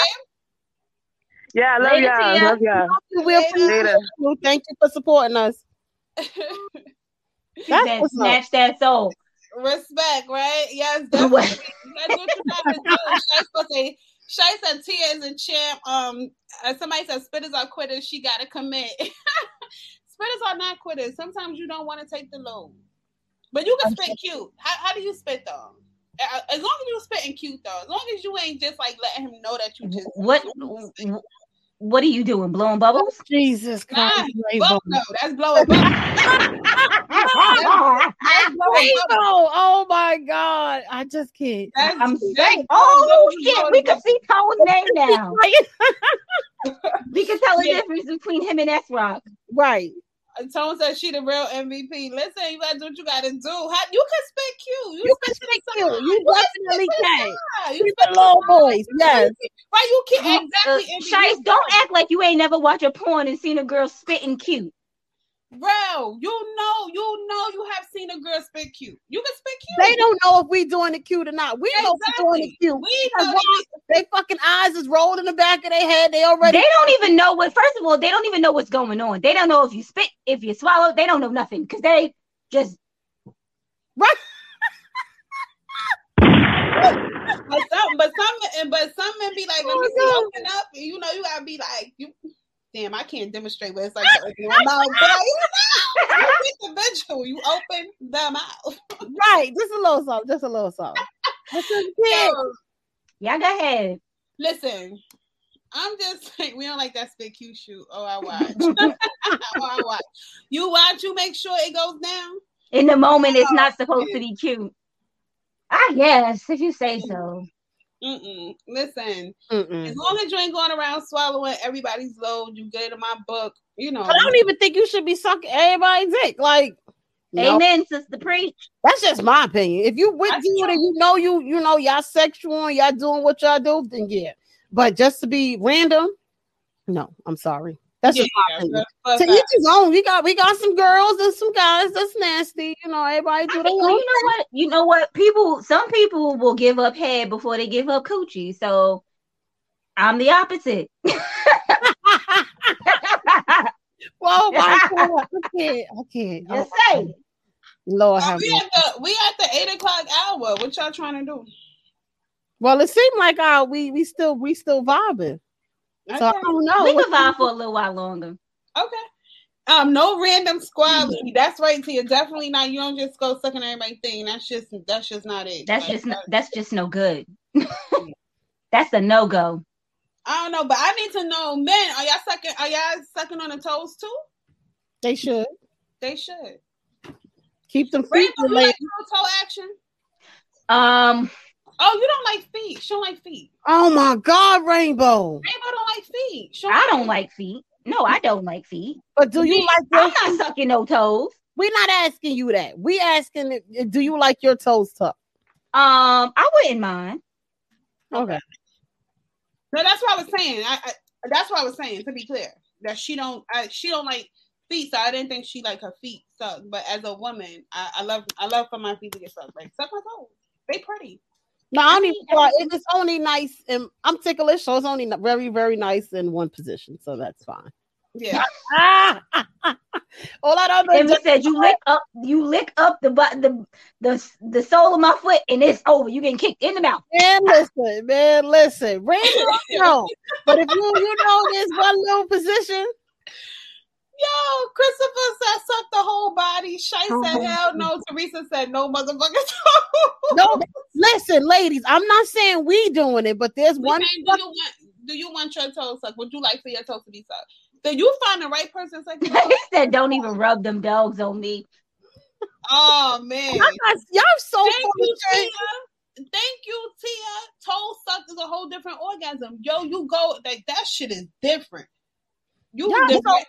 [SPEAKER 9] yeah, I love
[SPEAKER 4] Later,
[SPEAKER 9] y'all.
[SPEAKER 4] Tia.
[SPEAKER 9] Love y'all.
[SPEAKER 1] We appreciate
[SPEAKER 9] Later.
[SPEAKER 1] you. Thank you for supporting us.
[SPEAKER 4] She
[SPEAKER 1] That's
[SPEAKER 4] said,
[SPEAKER 1] what's up.
[SPEAKER 4] snatch that soul.
[SPEAKER 5] Respect, right?
[SPEAKER 4] *laughs*
[SPEAKER 5] Yes, definitely.
[SPEAKER 4] What?
[SPEAKER 5] That's what you have to do. Shai supposed to say, Shai said Tia is a champ. Um, uh, somebody said spitters are quitters. She got to commit. *laughs* spitters are not quitters. Sometimes you don't want to take the load, but you can spit cute. How, how do you spit though? Uh, As long as you spitting cute though, as long as you ain't just like letting him know that you just
[SPEAKER 4] What? What are you doing?
[SPEAKER 1] *laughs*
[SPEAKER 4] Blowing bubbles?
[SPEAKER 1] Oh, Jesus
[SPEAKER 5] nah,
[SPEAKER 1] Christ, oh, Rainbow.
[SPEAKER 5] fuck no,
[SPEAKER 4] *laughs*
[SPEAKER 5] that's blowing bubbles. That's blowing
[SPEAKER 1] Rainbow.
[SPEAKER 5] bubbles.
[SPEAKER 1] Oh my god. I just can't. *laughs*
[SPEAKER 5] That's,
[SPEAKER 4] I'm
[SPEAKER 5] that's
[SPEAKER 4] saying,
[SPEAKER 5] blowing
[SPEAKER 4] oh
[SPEAKER 5] bubbles.
[SPEAKER 4] shit,
[SPEAKER 5] blowing
[SPEAKER 4] we can
[SPEAKER 5] bubbles.
[SPEAKER 4] see Tone's name now. We can tell the
[SPEAKER 5] Yeah.
[SPEAKER 4] difference between him and S Rock.
[SPEAKER 1] right.
[SPEAKER 5] And Tone said she the real MVP. Listen, you gotta do what you gotta do. How, you can spit cute. You
[SPEAKER 1] You can
[SPEAKER 5] spit to the
[SPEAKER 1] speak
[SPEAKER 5] side.
[SPEAKER 1] you. You
[SPEAKER 5] You can
[SPEAKER 1] definitely
[SPEAKER 5] spit to
[SPEAKER 1] can.
[SPEAKER 5] the side. You
[SPEAKER 1] Keep it
[SPEAKER 5] spit to the
[SPEAKER 1] low,
[SPEAKER 5] side.
[SPEAKER 1] boys. Yes.
[SPEAKER 5] Why you
[SPEAKER 4] Come on,
[SPEAKER 5] can't
[SPEAKER 4] uh,
[SPEAKER 5] exactly envy
[SPEAKER 4] Shice,
[SPEAKER 5] you,
[SPEAKER 4] don't act like you ain't never watched a porn and seen a girl spitting cute.
[SPEAKER 5] bro? You know, you know, you have seen a girl spit cute. You can spit
[SPEAKER 1] They
[SPEAKER 5] cute.
[SPEAKER 1] don't know if we doing it cute or not. We know if we doing it
[SPEAKER 5] Exactly.
[SPEAKER 1] cute.
[SPEAKER 5] We
[SPEAKER 1] Because
[SPEAKER 5] know
[SPEAKER 1] why?
[SPEAKER 5] that.
[SPEAKER 1] They fucking eyes is rolled in the back of their head. They
[SPEAKER 4] They
[SPEAKER 1] already
[SPEAKER 4] don't even know what. First of all, they don't even know what's going on. They don't know if you spit, if you swallow. They don't know nothing because they just
[SPEAKER 1] right.
[SPEAKER 5] But some, but some, and but some men be like, let me see,
[SPEAKER 1] Oh,
[SPEAKER 5] open up, and you know, you gotta be like, you. Damn, I can't demonstrate what it's like to open your mouth, bro. You know, it's individual. You open the mouth.
[SPEAKER 1] God. right. Just a little something. Just a little something. That's what I'm saying.
[SPEAKER 5] Yo,
[SPEAKER 4] y'all go ahead.
[SPEAKER 5] listen, I'm just *laughs* like we don't like that spit cute shoot.
[SPEAKER 1] *laughs*
[SPEAKER 5] Oh, I watch. *laughs* oh, I watch. You watch. You make sure it goes down.
[SPEAKER 4] In the moment, it's not supposed to be cute. I guess if you say so.
[SPEAKER 5] Mm-mm. Listen, as
[SPEAKER 1] Mm-mm.
[SPEAKER 5] long as you ain't going around swallowing everybody's load, you good in my book. You know.
[SPEAKER 1] I don't even think you should be sucking everybody's dick. Like, no,
[SPEAKER 4] Amen, sister preach.
[SPEAKER 1] that's just my opinion. If you with
[SPEAKER 5] I
[SPEAKER 1] dude and you know you, you know y'all sexual and y'all doing what y'all do, then yeah. But just to be random, no, I'm sorry. That's
[SPEAKER 5] yeah,
[SPEAKER 1] just my opinion.
[SPEAKER 5] but- but-
[SPEAKER 1] to each his own. We got we got some girls and some guys that's nasty. You know, everybody do their
[SPEAKER 4] Well, you
[SPEAKER 5] *laughs*
[SPEAKER 1] own.
[SPEAKER 4] know what? You know what? People, some people will give up head before they give up coochie. So I'm the opposite. *laughs*
[SPEAKER 1] Whoa, my God. I can't. I can't. Oh,
[SPEAKER 4] Just say.
[SPEAKER 1] Lord
[SPEAKER 5] but
[SPEAKER 1] have
[SPEAKER 5] we
[SPEAKER 1] mercy.
[SPEAKER 5] at the we at the eight o'clock hour. What y'all trying to do?
[SPEAKER 1] Well, it seemed like uh we we still we still vibing. So I
[SPEAKER 5] Okay.
[SPEAKER 1] don't know.
[SPEAKER 4] We
[SPEAKER 1] what-
[SPEAKER 4] can vibe for a little while longer.
[SPEAKER 5] Okay. Um, no random
[SPEAKER 1] Mm-hmm.
[SPEAKER 5] squabbling. That's right, Tia. Definitely not. You don't just go sucking everybody's thing. That's just that's just not it.
[SPEAKER 4] That's
[SPEAKER 5] Like,
[SPEAKER 4] just no, that's just no good. *laughs* that's a no go.
[SPEAKER 5] I don't know, but I need to know, men. Are y'all sucking? Are y'all sucking on the toes too?
[SPEAKER 1] They should
[SPEAKER 5] They should.
[SPEAKER 1] keep them
[SPEAKER 5] Brandon,
[SPEAKER 1] feet
[SPEAKER 5] you like
[SPEAKER 1] related.
[SPEAKER 5] toe toe action?
[SPEAKER 4] Um,
[SPEAKER 5] Oh, you don't like feet. She don't like feet.
[SPEAKER 1] Oh my God, Rainbow!
[SPEAKER 5] Rainbow don't like feet. She
[SPEAKER 4] I don't like feet. No, I don't like feet.
[SPEAKER 1] But do you like your?
[SPEAKER 4] I'm not sucking no toes.
[SPEAKER 1] We're not asking you that. We asking, if- do you like your toes tucked?
[SPEAKER 4] Um, I wouldn't mind.
[SPEAKER 1] Okay.
[SPEAKER 5] No, that's what I was saying. I, I that's what I was saying. To be clear, that she don't I, she don't like feet, so I didn't think she like her feet sucked. But as a woman, I, I love I love for my feet to get sucked. Like suck my toes. They pretty.
[SPEAKER 1] No, I don't
[SPEAKER 4] mean,
[SPEAKER 1] even.
[SPEAKER 4] I mean-
[SPEAKER 1] It's only nice, and I'm ticklish, so it's only n- very, very nice in one position, so that's fine.
[SPEAKER 5] Yeah.
[SPEAKER 1] Ah, *laughs* all I don't know.
[SPEAKER 4] And
[SPEAKER 1] is
[SPEAKER 4] he
[SPEAKER 1] just-
[SPEAKER 4] said, "You lick up, you lick up the butt, the the the sole of my foot, and it's over. You getting kicked in the mouth."
[SPEAKER 1] Man, listen, man, listen. Rainbow, *laughs* no. But if you you know there's one little position,
[SPEAKER 5] Yo, Christopher said suck the whole body. Shay
[SPEAKER 1] Oh,
[SPEAKER 5] said hell no. Teresa said no motherfucking *laughs* toe.
[SPEAKER 1] no. Listen, ladies, I'm not saying we doing it, but there's one.
[SPEAKER 5] One, do you want do you want your toes sucked? Would you like for your toes to be sucked? Then you find the right person sucking. your
[SPEAKER 1] *laughs*
[SPEAKER 4] he
[SPEAKER 5] toes?
[SPEAKER 4] said, "Don't even rub them dogs on me."
[SPEAKER 5] Oh man.
[SPEAKER 1] I'm not, y'all so
[SPEAKER 5] Thank you,
[SPEAKER 1] full
[SPEAKER 5] Tia. Thank you, Tia. Toe suck is a whole different orgasm. Yo, you go like that shit is different. You
[SPEAKER 1] Y'all
[SPEAKER 5] different.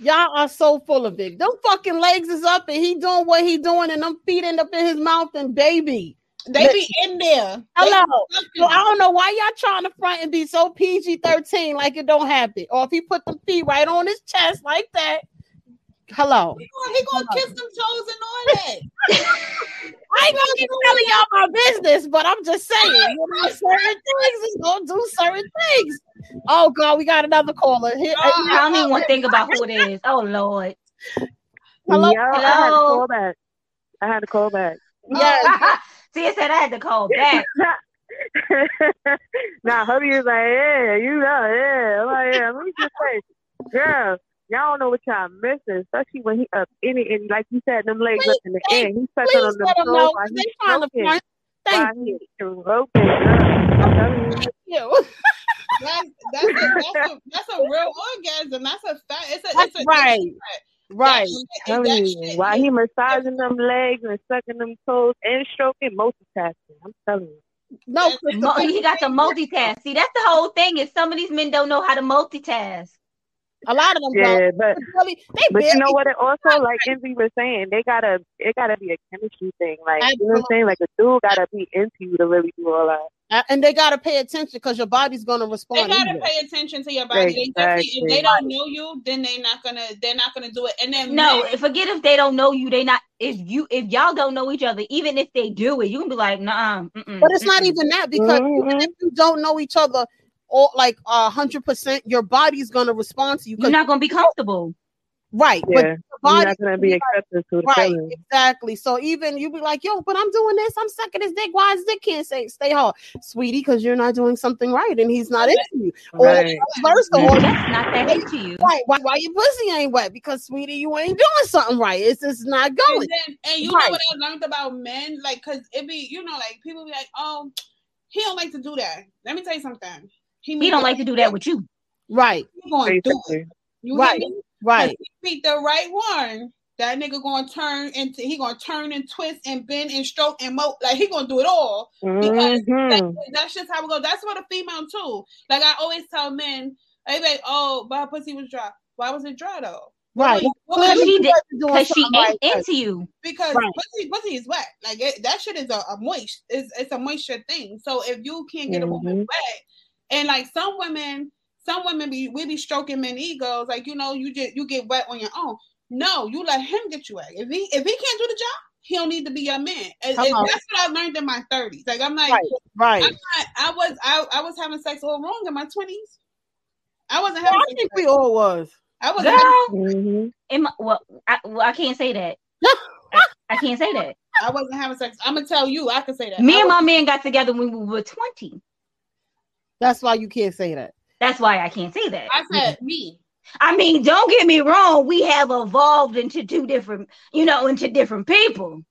[SPEAKER 1] Y'all are so full of it. Them fucking legs is up, and he doing what he doing, and them feet end up in his mouth, and baby,
[SPEAKER 5] they be in there.
[SPEAKER 1] hello.
[SPEAKER 5] They be
[SPEAKER 1] So I
[SPEAKER 5] sucking.
[SPEAKER 1] don't know why y'all trying to front and be so PG thirteen like it don't happen. Or if he put the feet right on his chest like that, hello.
[SPEAKER 5] He gonna- He gonna kiss them toes and all that.
[SPEAKER 1] I ain't gonna keep telling y'all my business, but I'm just saying, you know, certain things is gonna do certain things. Oh God, we got another caller. uh, Here,
[SPEAKER 5] Oh,
[SPEAKER 4] I don't even want to think about who it is. Oh Lord.
[SPEAKER 1] Hello?
[SPEAKER 10] Yeah, I had to
[SPEAKER 4] Hello?
[SPEAKER 10] call back. I had to call back.
[SPEAKER 1] yes,
[SPEAKER 4] *laughs* See, I said I had to call back.
[SPEAKER 10] now, hubby is like, yeah, you know, yeah. I'm like, yeah, let me just say, girl, y'all don't know what y'all missing, especially when he up in it. And like you said, them legs up in the
[SPEAKER 1] Please,
[SPEAKER 10] air. He's sucking
[SPEAKER 1] please
[SPEAKER 10] on them
[SPEAKER 1] let them
[SPEAKER 10] toes
[SPEAKER 1] know
[SPEAKER 10] while
[SPEAKER 1] they
[SPEAKER 10] he's
[SPEAKER 1] trying to
[SPEAKER 10] stroking.
[SPEAKER 1] front. Thank
[SPEAKER 10] While he's stroking.
[SPEAKER 1] *laughs*
[SPEAKER 10] girl.
[SPEAKER 1] you.
[SPEAKER 5] That's that's a, that's a that's a real orgasm. That's a fact. It's a
[SPEAKER 1] That's
[SPEAKER 5] it's a
[SPEAKER 1] right,
[SPEAKER 5] that
[SPEAKER 1] right.
[SPEAKER 5] shit-
[SPEAKER 10] I'm
[SPEAKER 5] that
[SPEAKER 10] telling you,
[SPEAKER 5] shit
[SPEAKER 10] while
[SPEAKER 5] is-
[SPEAKER 10] he massaging them legs and sucking them toes and stroking, multitasking. I'm telling you.
[SPEAKER 1] No,
[SPEAKER 5] That's-
[SPEAKER 1] Christopher,
[SPEAKER 4] Mo- he got the multitask. See, that's the whole thing. Is some of these men don't know how to multitask.
[SPEAKER 1] a lot of them don't.
[SPEAKER 10] *laughs* Yeah, but
[SPEAKER 1] They barely, they
[SPEAKER 10] But
[SPEAKER 1] barely.
[SPEAKER 10] you know what? It also, like Envy was saying, they gotta it gotta be a chemistry thing. Like you know what I'm saying? Like a dude gotta be into you to really do all that.
[SPEAKER 1] Uh, and they gotta pay attention because your body's gonna
[SPEAKER 5] they
[SPEAKER 1] respond.
[SPEAKER 5] gotta
[SPEAKER 1] anyway.
[SPEAKER 5] pay attention to your body. They definitely, if they
[SPEAKER 10] Exactly.
[SPEAKER 5] don't know you, then they not gonna they're not gonna do it. And then
[SPEAKER 4] No,
[SPEAKER 5] men-
[SPEAKER 4] forget if they don't know you. They not if you if y'all don't know each other. Even if they do it, you can be like, nah. mm-mm,
[SPEAKER 1] But it's not
[SPEAKER 4] mm-mm.
[SPEAKER 1] even that because even
[SPEAKER 10] Mhm.
[SPEAKER 1] if you don't know each other, or like a hundred percent, your body's gonna respond to you.
[SPEAKER 4] You're
[SPEAKER 1] 'cause-
[SPEAKER 4] not gonna be comfortable.
[SPEAKER 1] right, but
[SPEAKER 10] Yeah,
[SPEAKER 1] your
[SPEAKER 10] you're
[SPEAKER 1] body
[SPEAKER 10] not gonna be accepting to the
[SPEAKER 1] Right,
[SPEAKER 10] feeling.
[SPEAKER 1] exactly. So even you be like, yo, but I'm doing this. I'm sucking his dick. Why his dick can't say stay hard, sweetie? Because you're not doing something right, and he's not into you. Or
[SPEAKER 10] Right.
[SPEAKER 1] vice versa.
[SPEAKER 5] Mm-hmm.
[SPEAKER 4] That's
[SPEAKER 1] Or
[SPEAKER 4] not that into you.
[SPEAKER 1] right, why, why your pussy ain't wet? Because sweetie, you ain't doing something right. It's just not
[SPEAKER 5] and
[SPEAKER 1] going.
[SPEAKER 5] then and you
[SPEAKER 1] Right.
[SPEAKER 5] know what I learned about men, like, cause it be you know like people be like, oh, he don't like to do that. Let me tell you something.
[SPEAKER 4] He don't like to do that with you.
[SPEAKER 1] Right,
[SPEAKER 5] You gonna do it.
[SPEAKER 10] Basically.
[SPEAKER 5] You hear
[SPEAKER 1] right,
[SPEAKER 5] me? 'Cause
[SPEAKER 1] right.
[SPEAKER 5] he Beat the right one. That nigga gonna turn and he gonna turn and twist and bend and stroke and mo like he gonna do it all. Because
[SPEAKER 1] Hmm.
[SPEAKER 10] Mhm.
[SPEAKER 5] That's just how we go. That's what a female too. Like I always tell men, they be like, "Oh, my pussy was dry. Why was it dry though?
[SPEAKER 1] Right.
[SPEAKER 5] What- what
[SPEAKER 1] Clearly
[SPEAKER 5] was it-
[SPEAKER 4] she
[SPEAKER 1] you
[SPEAKER 4] did-
[SPEAKER 1] wasn't doing
[SPEAKER 4] Cause she
[SPEAKER 1] something right.
[SPEAKER 4] ain't into you.
[SPEAKER 5] Because
[SPEAKER 1] Right.
[SPEAKER 5] pussy, pussy is wet. Like it, that shit is a, a moist. It's, it's a moisture thing. So if you can't get a woman
[SPEAKER 4] Mm-hmm.
[SPEAKER 10] Mhm.
[SPEAKER 5] wet, and like some women, some women be we be stroking men egos. Like you know, you just you get wet on your own. No, you let him get you wet. If he if he can't do the job, he don't need to be your man. And, and
[SPEAKER 1] Hello.
[SPEAKER 5] that's what I learned in my thirties. Like I'm like.
[SPEAKER 1] Right. *laughs* Right.
[SPEAKER 5] I, I was I, I was having sex all wrong in my twenties. I wasn't
[SPEAKER 1] Well,
[SPEAKER 5] having
[SPEAKER 1] I
[SPEAKER 5] sex.
[SPEAKER 1] think
[SPEAKER 5] right.
[SPEAKER 1] we all was.
[SPEAKER 5] I wasn't.
[SPEAKER 4] Girl,
[SPEAKER 5] Having,
[SPEAKER 10] Mhm.
[SPEAKER 4] am I- well, I, well, I can't say *laughs* that. I, I can't say that.
[SPEAKER 5] I wasn't having sex. I'm gonna tell you. I can say that.
[SPEAKER 4] Me
[SPEAKER 5] I
[SPEAKER 4] and
[SPEAKER 5] was,
[SPEAKER 4] my man got together when we were 20.
[SPEAKER 1] That's why you can't say that.
[SPEAKER 4] That's why I can't say that.
[SPEAKER 5] I said me.
[SPEAKER 4] I mean, don't get me wrong, we have evolved into two different, you know, into different people.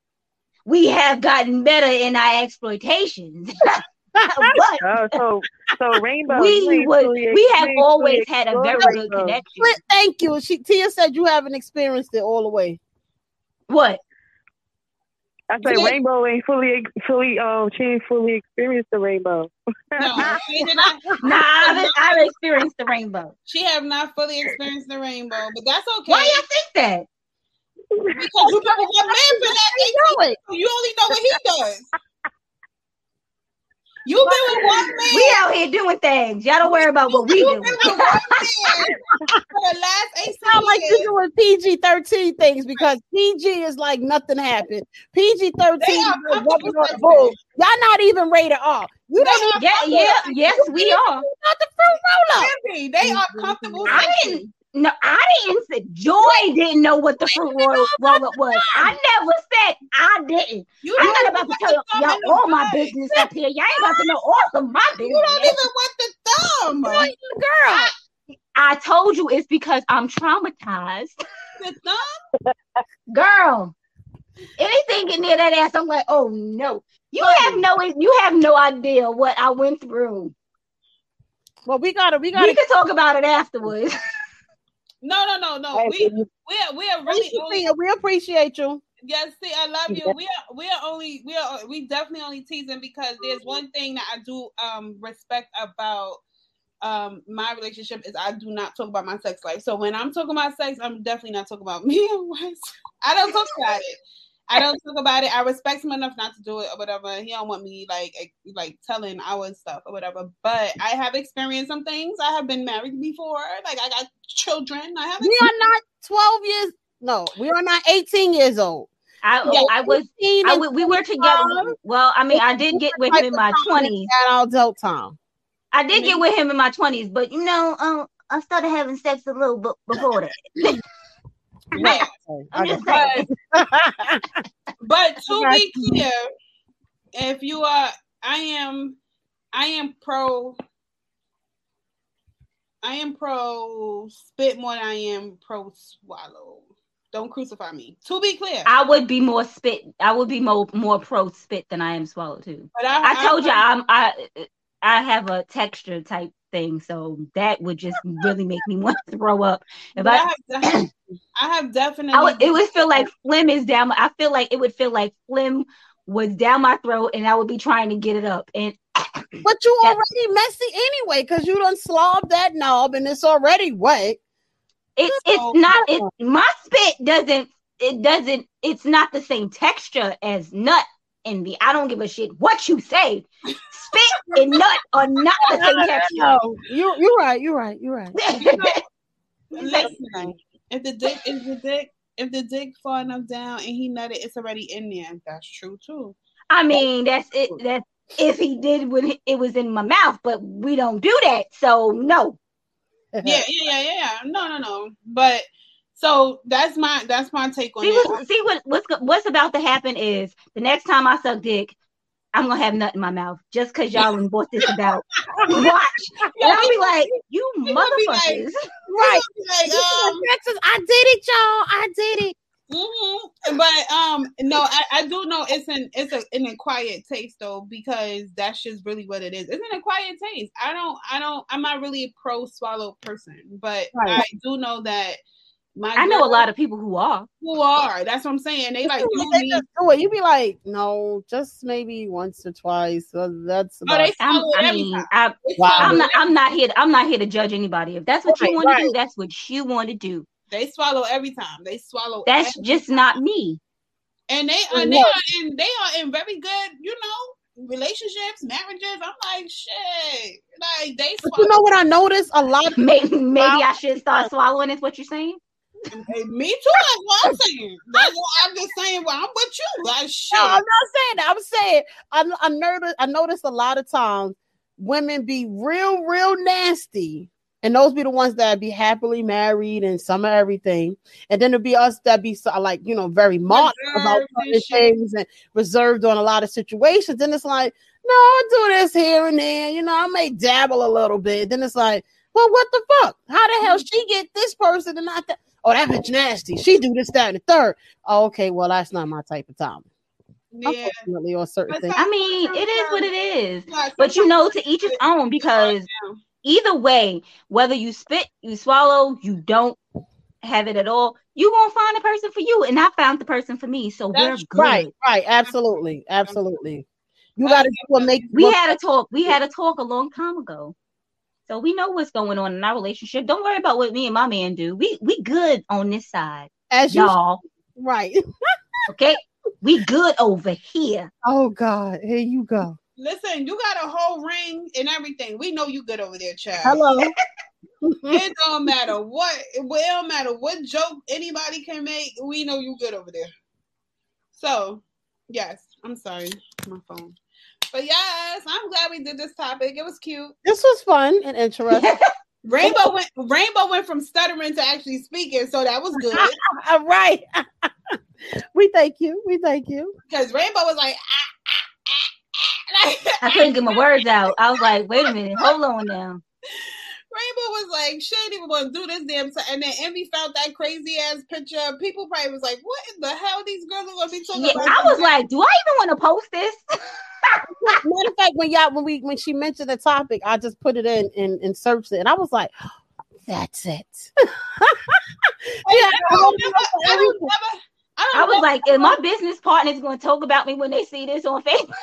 [SPEAKER 4] We have gotten better in our exploitations. *laughs* but
[SPEAKER 10] Oh, so so Rainbow. you
[SPEAKER 4] we
[SPEAKER 10] ain't
[SPEAKER 4] would
[SPEAKER 10] fully-
[SPEAKER 4] we
[SPEAKER 10] you
[SPEAKER 4] have
[SPEAKER 10] ain't
[SPEAKER 4] always
[SPEAKER 10] fully
[SPEAKER 4] had a
[SPEAKER 10] explored
[SPEAKER 4] very good
[SPEAKER 10] Rainbow.
[SPEAKER 4] connection.
[SPEAKER 1] But thank you. She Tia said you haven't experienced it all the way.
[SPEAKER 4] What?
[SPEAKER 10] I say
[SPEAKER 5] Yeah.
[SPEAKER 10] Rainbow ain't fully fully um she ain't fully experienced the rainbow.
[SPEAKER 5] *laughs* No, she did not.
[SPEAKER 4] Nah, I've, I've experienced the rainbow.
[SPEAKER 5] She have not fully experienced the rainbow, but that's okay.
[SPEAKER 4] Why you think that?
[SPEAKER 5] Because you never got man for that.
[SPEAKER 1] You know it.
[SPEAKER 5] They- You only know what he does. You've been with one man.
[SPEAKER 4] We out here doing things. Y'all don't worry about what we do.
[SPEAKER 5] You've been with one man for the last
[SPEAKER 1] sound like
[SPEAKER 5] 18
[SPEAKER 1] you're
[SPEAKER 5] years.
[SPEAKER 1] doing PG thirteen things because PG is like nothing happened. PG
[SPEAKER 5] They
[SPEAKER 1] thirteen,
[SPEAKER 5] are comfortable sex
[SPEAKER 1] y'all not even rated R. You don't even
[SPEAKER 4] Yeah, yeah, yes, we are.
[SPEAKER 1] know the fruit roll up. Mm-hmm.
[SPEAKER 5] Really, They are comfortable.
[SPEAKER 4] I
[SPEAKER 5] sex
[SPEAKER 4] didn't. No, I didn't. Say, Joy didn't know what the fruit roll, roll up was. I never said I didn't.
[SPEAKER 5] You
[SPEAKER 4] I'm
[SPEAKER 5] don't
[SPEAKER 4] not about to
[SPEAKER 5] even
[SPEAKER 4] tell
[SPEAKER 5] want the
[SPEAKER 4] y'all,
[SPEAKER 5] thumb in
[SPEAKER 4] y'all
[SPEAKER 5] the
[SPEAKER 4] all my
[SPEAKER 5] butt.
[SPEAKER 4] business up here. Y'all ain't about to know all of my
[SPEAKER 5] You don't
[SPEAKER 4] business.
[SPEAKER 5] even want the thumb.
[SPEAKER 1] Girl,
[SPEAKER 4] I told you it's because I'm traumatized,
[SPEAKER 5] The thumb.
[SPEAKER 4] girl. Anything in near that ass, I'm like, oh no. You have no, you have no idea what I went through.
[SPEAKER 1] well, we gotta, we gotta.
[SPEAKER 4] We can talk about it afterwards.
[SPEAKER 5] No, no, no, no.
[SPEAKER 10] Hey,
[SPEAKER 5] We we are we are
[SPEAKER 1] Thank
[SPEAKER 5] really
[SPEAKER 1] you,
[SPEAKER 5] only
[SPEAKER 1] Tia. We appreciate you.
[SPEAKER 5] Yes, see, I love you. We are we are only we are we definitely only teasing because there's one thing that I do um respect about um my relationship is I do not talk about my sex life. So when I'm talking about sex, I'm definitely not talking about *laughs* me and my sex. I don't talk about it. I don't talk about it. I respect him enough not to do it or whatever. He don't want me like ex- like telling our stuff or whatever. But I have experienced some things. I have been married before. Like I got children. I have
[SPEAKER 1] We are not twelve years. No, we are not eighteen years old.
[SPEAKER 4] I,
[SPEAKER 5] Yeah.
[SPEAKER 4] I was
[SPEAKER 1] 18
[SPEAKER 4] I
[SPEAKER 1] and
[SPEAKER 4] w- we were together. Well, I mean, I did get with him in my twenties.
[SPEAKER 1] got all adult time.
[SPEAKER 4] I did get with him in my twenties, but you know, um, I started having sex a little bit before that.
[SPEAKER 5] yeah.
[SPEAKER 4] I'm just
[SPEAKER 5] But
[SPEAKER 4] saying.
[SPEAKER 5] But to
[SPEAKER 1] Right.
[SPEAKER 5] be clear, if you are, I am, I am pro. I am pro spit more than I am pro swallow. Don't crucify me. To be clear,
[SPEAKER 4] I would be more spit. I would be more more pro spit than I am swallow too.
[SPEAKER 5] but I,
[SPEAKER 4] I told you I'm I I have a texture type thing, so that would just really make me *laughs* want to throw up. If
[SPEAKER 5] but I,
[SPEAKER 4] I,
[SPEAKER 5] have, definitely- I have definitely.
[SPEAKER 4] I would, it would feel like phlegm is down. my- I feel like it would feel like phlegm was down my throat, and I would be trying to get it up, and
[SPEAKER 1] But you
[SPEAKER 4] That-
[SPEAKER 1] already messy anyway, because you done slobbed that knob and it's already wet.
[SPEAKER 4] it,
[SPEAKER 5] Oh,
[SPEAKER 4] it's not it my spit doesn't it doesn't it's not the same texture as nut and me i don't give a shit what you say spit and nut are not the same
[SPEAKER 5] *laughs*
[SPEAKER 4] texture
[SPEAKER 1] No, you you're right, you're right, you're right. *laughs*
[SPEAKER 5] listen, if the dick, if the dick, if the dick far enough down and he nutted, it's already in there. That's true too.
[SPEAKER 4] *laughs* i mean that's it that's if he did when it- it was in my mouth but we don't do that so no
[SPEAKER 5] Yeah, yeah, yeah, yeah. yeah. No, no, no. But so that's my that's my take on
[SPEAKER 4] see
[SPEAKER 5] it.
[SPEAKER 4] what see what what's go- what's about to happen is the next time i suck dick i'm gonna have nut in my mouth just because y'all done brought this about watch and i'll be like you
[SPEAKER 5] He gonna be like-
[SPEAKER 4] motherfuckers
[SPEAKER 5] *laughs*
[SPEAKER 1] Right.
[SPEAKER 5] Like, um,
[SPEAKER 1] Texas, I did it, y'all. I did it.
[SPEAKER 5] mhm. But um, no, I, I do know it's an it's a, an acquired taste though because that's just really what it is. It's an acquired taste. I don't I don't I'm not really a pro swallow person, but
[SPEAKER 1] Right.
[SPEAKER 5] I do know that my
[SPEAKER 4] I know a
[SPEAKER 5] girls
[SPEAKER 4] lot of people who are.
[SPEAKER 5] who are that's what I'm saying. They like
[SPEAKER 1] They
[SPEAKER 5] do me.
[SPEAKER 1] just do it. You be like, no, just maybe once or twice. So that's
[SPEAKER 5] Oh,
[SPEAKER 1] about
[SPEAKER 5] they
[SPEAKER 1] it.
[SPEAKER 4] I'm,
[SPEAKER 5] swallow it
[SPEAKER 4] I
[SPEAKER 5] every
[SPEAKER 4] mean,
[SPEAKER 5] time.
[SPEAKER 4] I,
[SPEAKER 5] They
[SPEAKER 1] Wow.
[SPEAKER 5] swallow
[SPEAKER 4] I'm
[SPEAKER 5] it
[SPEAKER 4] not. I'm not here. I'm not here to judge anybody. If that's what you
[SPEAKER 1] Right,
[SPEAKER 4] want to
[SPEAKER 1] right.
[SPEAKER 4] do, that's what you want to do.
[SPEAKER 5] They swallow every time. They swallow.
[SPEAKER 4] That's
[SPEAKER 5] every-
[SPEAKER 4] just not me.
[SPEAKER 5] and they are
[SPEAKER 1] It
[SPEAKER 5] they
[SPEAKER 1] works.
[SPEAKER 5] are in they are in very good, you know, relationships, marriages. I'm like shit. Like they
[SPEAKER 1] But you
[SPEAKER 5] swallow
[SPEAKER 1] know what I noticed? A lot of
[SPEAKER 4] Maybe, maybe I should start swallowing. Is what you're saying?
[SPEAKER 5] Hey, me too. That's what I'm saying. That's what I'm just saying. Well, I'm with you. Like shit.
[SPEAKER 1] No, I'm not saying that. I'm saying I I noticed I noticed a lot of times women be real, real nasty. And those be the ones that be happily married and some of everything. And then it'll be us that be so, like, you know, very modest about
[SPEAKER 5] Reserved and
[SPEAKER 1] certain
[SPEAKER 5] shit.
[SPEAKER 1] things and reserved on a lot of situations. Then it's like, no, I'll do this here and there. You know, I may dabble a little bit. Then it's like, Well, what the fuck? How the hell she get this person and not that? Oh, that bitch nasty. She do this, that, and the third. Oh, okay, well, that's not my type of time.
[SPEAKER 5] Yeah.
[SPEAKER 1] Unfortunately, on certain
[SPEAKER 5] But
[SPEAKER 1] things.
[SPEAKER 5] some-
[SPEAKER 4] I mean, it is what it is. But you know, to each his own because either way, whether you spit, you swallow, you don't have it at all, you won't find a person for you. And I found the person for me. So we're
[SPEAKER 5] That's
[SPEAKER 4] good.
[SPEAKER 1] Right, right, absolutely, absolutely. You gotta do what make
[SPEAKER 4] We
[SPEAKER 1] what-
[SPEAKER 4] had a talk. We had a talk a long time ago. So we know what's going on in our relationship. Don't worry about what me and my man do. We we good on this side,
[SPEAKER 1] as you
[SPEAKER 4] y'all.
[SPEAKER 1] right. *laughs*
[SPEAKER 4] Okay? We good over here.
[SPEAKER 1] Oh God, here you go.
[SPEAKER 5] Listen, you got a whole ring and everything. We know you good over there, child.
[SPEAKER 1] Hello.
[SPEAKER 5] It don't matter what. It don't matter what joke anybody can make. We know you good over there. So, yes, I'm sorry, my phone. But yes, I'm glad we did this topic. It was cute.
[SPEAKER 1] this was fun and interesting.
[SPEAKER 4] *laughs*
[SPEAKER 1] *laughs*
[SPEAKER 5] Rainbow went. Rainbow went from stuttering to actually speaking, so that was
[SPEAKER 4] *laughs*
[SPEAKER 5] good.
[SPEAKER 1] All right. *laughs* we thank you. We thank you.
[SPEAKER 5] Because Rainbow was like, ah, ah, *laughs* ah, ah. like
[SPEAKER 4] I couldn't get my words out. I was like, wait a minute, hold on now.
[SPEAKER 5] Rainbow was like, she ain't even gonna do this damn time. And then Envy found that crazy ass picture. People probably was like, what in the hell these girls are gonna be talking
[SPEAKER 4] Yeah,
[SPEAKER 5] about?
[SPEAKER 4] I was like, do I even want to post this?
[SPEAKER 1] Matter of fact, when y'all when we when she mentioned the topic, I just put it in and, and searched it, and I was like, *gasps* that's it. *laughs* yeah, I,
[SPEAKER 5] I don't never, I don't never, I
[SPEAKER 4] I
[SPEAKER 5] don't
[SPEAKER 4] was like, and my business partner's going to talk about me when they see this on Facebook.